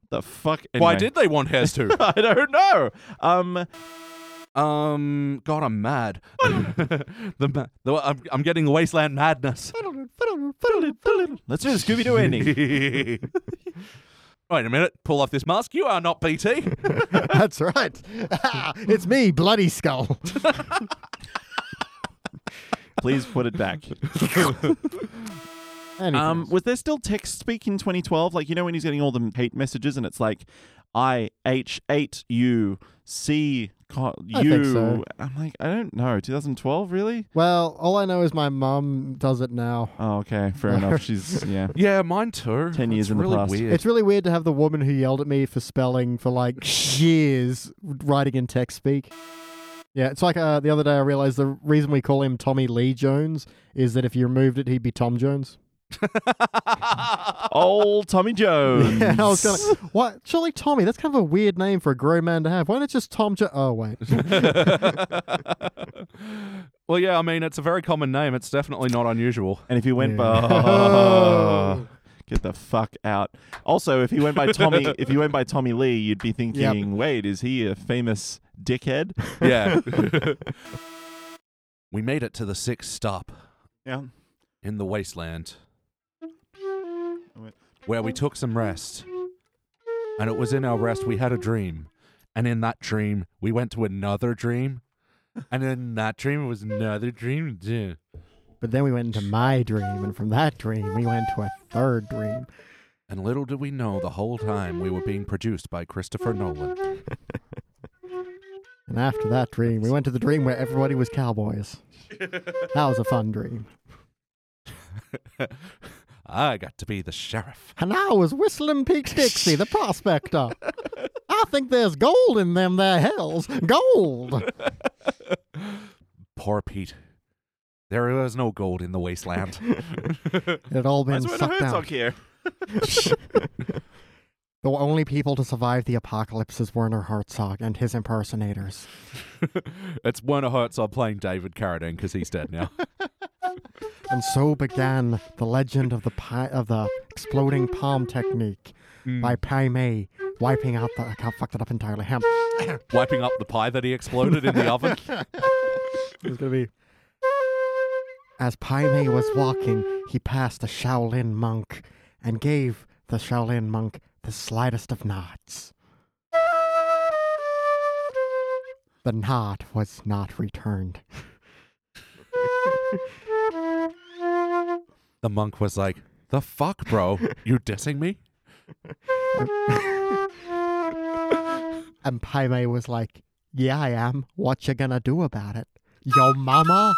Speaker 3: What the fuck?
Speaker 1: Why
Speaker 3: Anyway,
Speaker 1: did they want hairs too?
Speaker 3: I don't know. Um,
Speaker 1: um, God, I'm mad. the, ma- the I'm, I'm getting the wasteland madness.
Speaker 3: let's do the Scooby Doo ending.
Speaker 1: Wait a minute, pull off this mask. You are not BT.
Speaker 2: That's right. it's me, Bloody Skull.
Speaker 3: Please put it back.
Speaker 2: Anyways.
Speaker 3: Um, was there still text speak in 2012? Like, you know, when he's getting all the hate messages and it's like, I H 8 U C co-
Speaker 2: I think
Speaker 3: U.
Speaker 2: so.
Speaker 3: I'm like, I don't know. 2012, really?
Speaker 2: well, all I know is my mum does it now.
Speaker 3: Oh, okay. Fair enough. She's, yeah.
Speaker 1: Yeah, mine too.
Speaker 3: 10 years
Speaker 1: That's
Speaker 3: in the
Speaker 1: really
Speaker 3: past.
Speaker 1: Weird.
Speaker 2: It's really weird to have the woman who yelled at me for spelling for like years writing in text speak. Yeah, it's like uh, the other day I realized the reason we call him Tommy Lee Jones is that if you removed it, he'd be Tom Jones.
Speaker 3: Old Tommy Jones.
Speaker 2: And I was kind of what? Surely Tommy, that's kind of a weird name for a grown man to have. Why not just Tom jo- Oh, wait.
Speaker 1: well, yeah, I mean, it's a very common name. It's definitely not unusual.
Speaker 3: And if he went
Speaker 2: Yeah.
Speaker 3: by. Oh. Get the fuck out! Also, if he went by Tommy, if he went by Tommy Lee, you'd be thinking, "Wait, is he a famous dickhead?"
Speaker 1: Yeah. we made it to the sixth stop
Speaker 3: Yeah.
Speaker 1: in the wasteland. where we took some rest. And it was in our rest we had a dream. And in that dream, we went to another dream. And in that dream, it was another dream. too.
Speaker 2: But then we went into my dream, and from that dream, we went to a third dream.
Speaker 1: And little did we know the whole time we were being produced by Christopher Nolan.
Speaker 2: And after that dream, we went to the dream where everybody was cowboys. That was a fun dream.
Speaker 1: I got to be the sheriff.
Speaker 2: And I was Whistling Peaks Dixie, the prospector. I think there's gold in them there hills. Gold!
Speaker 1: Poor Pete. There was no gold in the wasteland.
Speaker 2: It had all been
Speaker 3: That's why the
Speaker 2: sucked out.
Speaker 3: Herzog here.
Speaker 2: The only people to survive the apocalypses were Werner Herzog and his impersonators.
Speaker 1: it's Werner Herzog playing David Carradine because he's dead now.
Speaker 2: And so began the legend of the pi- of the exploding palm technique
Speaker 3: Hmm.
Speaker 2: by Pai Mei, wiping out the. I can't fuck that up entirely. Him.
Speaker 1: Wiping up the pie that he exploded in the oven.
Speaker 2: It's gonna be. As Pai Mei was walking, he passed a Shaolin monk and gave the Shaolin monk the slightest of nods. The nod was not returned.
Speaker 1: The monk was like, The fuck, bro? You dissing me?
Speaker 2: And Pai Mei was like, Yeah, I am. What you gonna do about it? Yo, mama?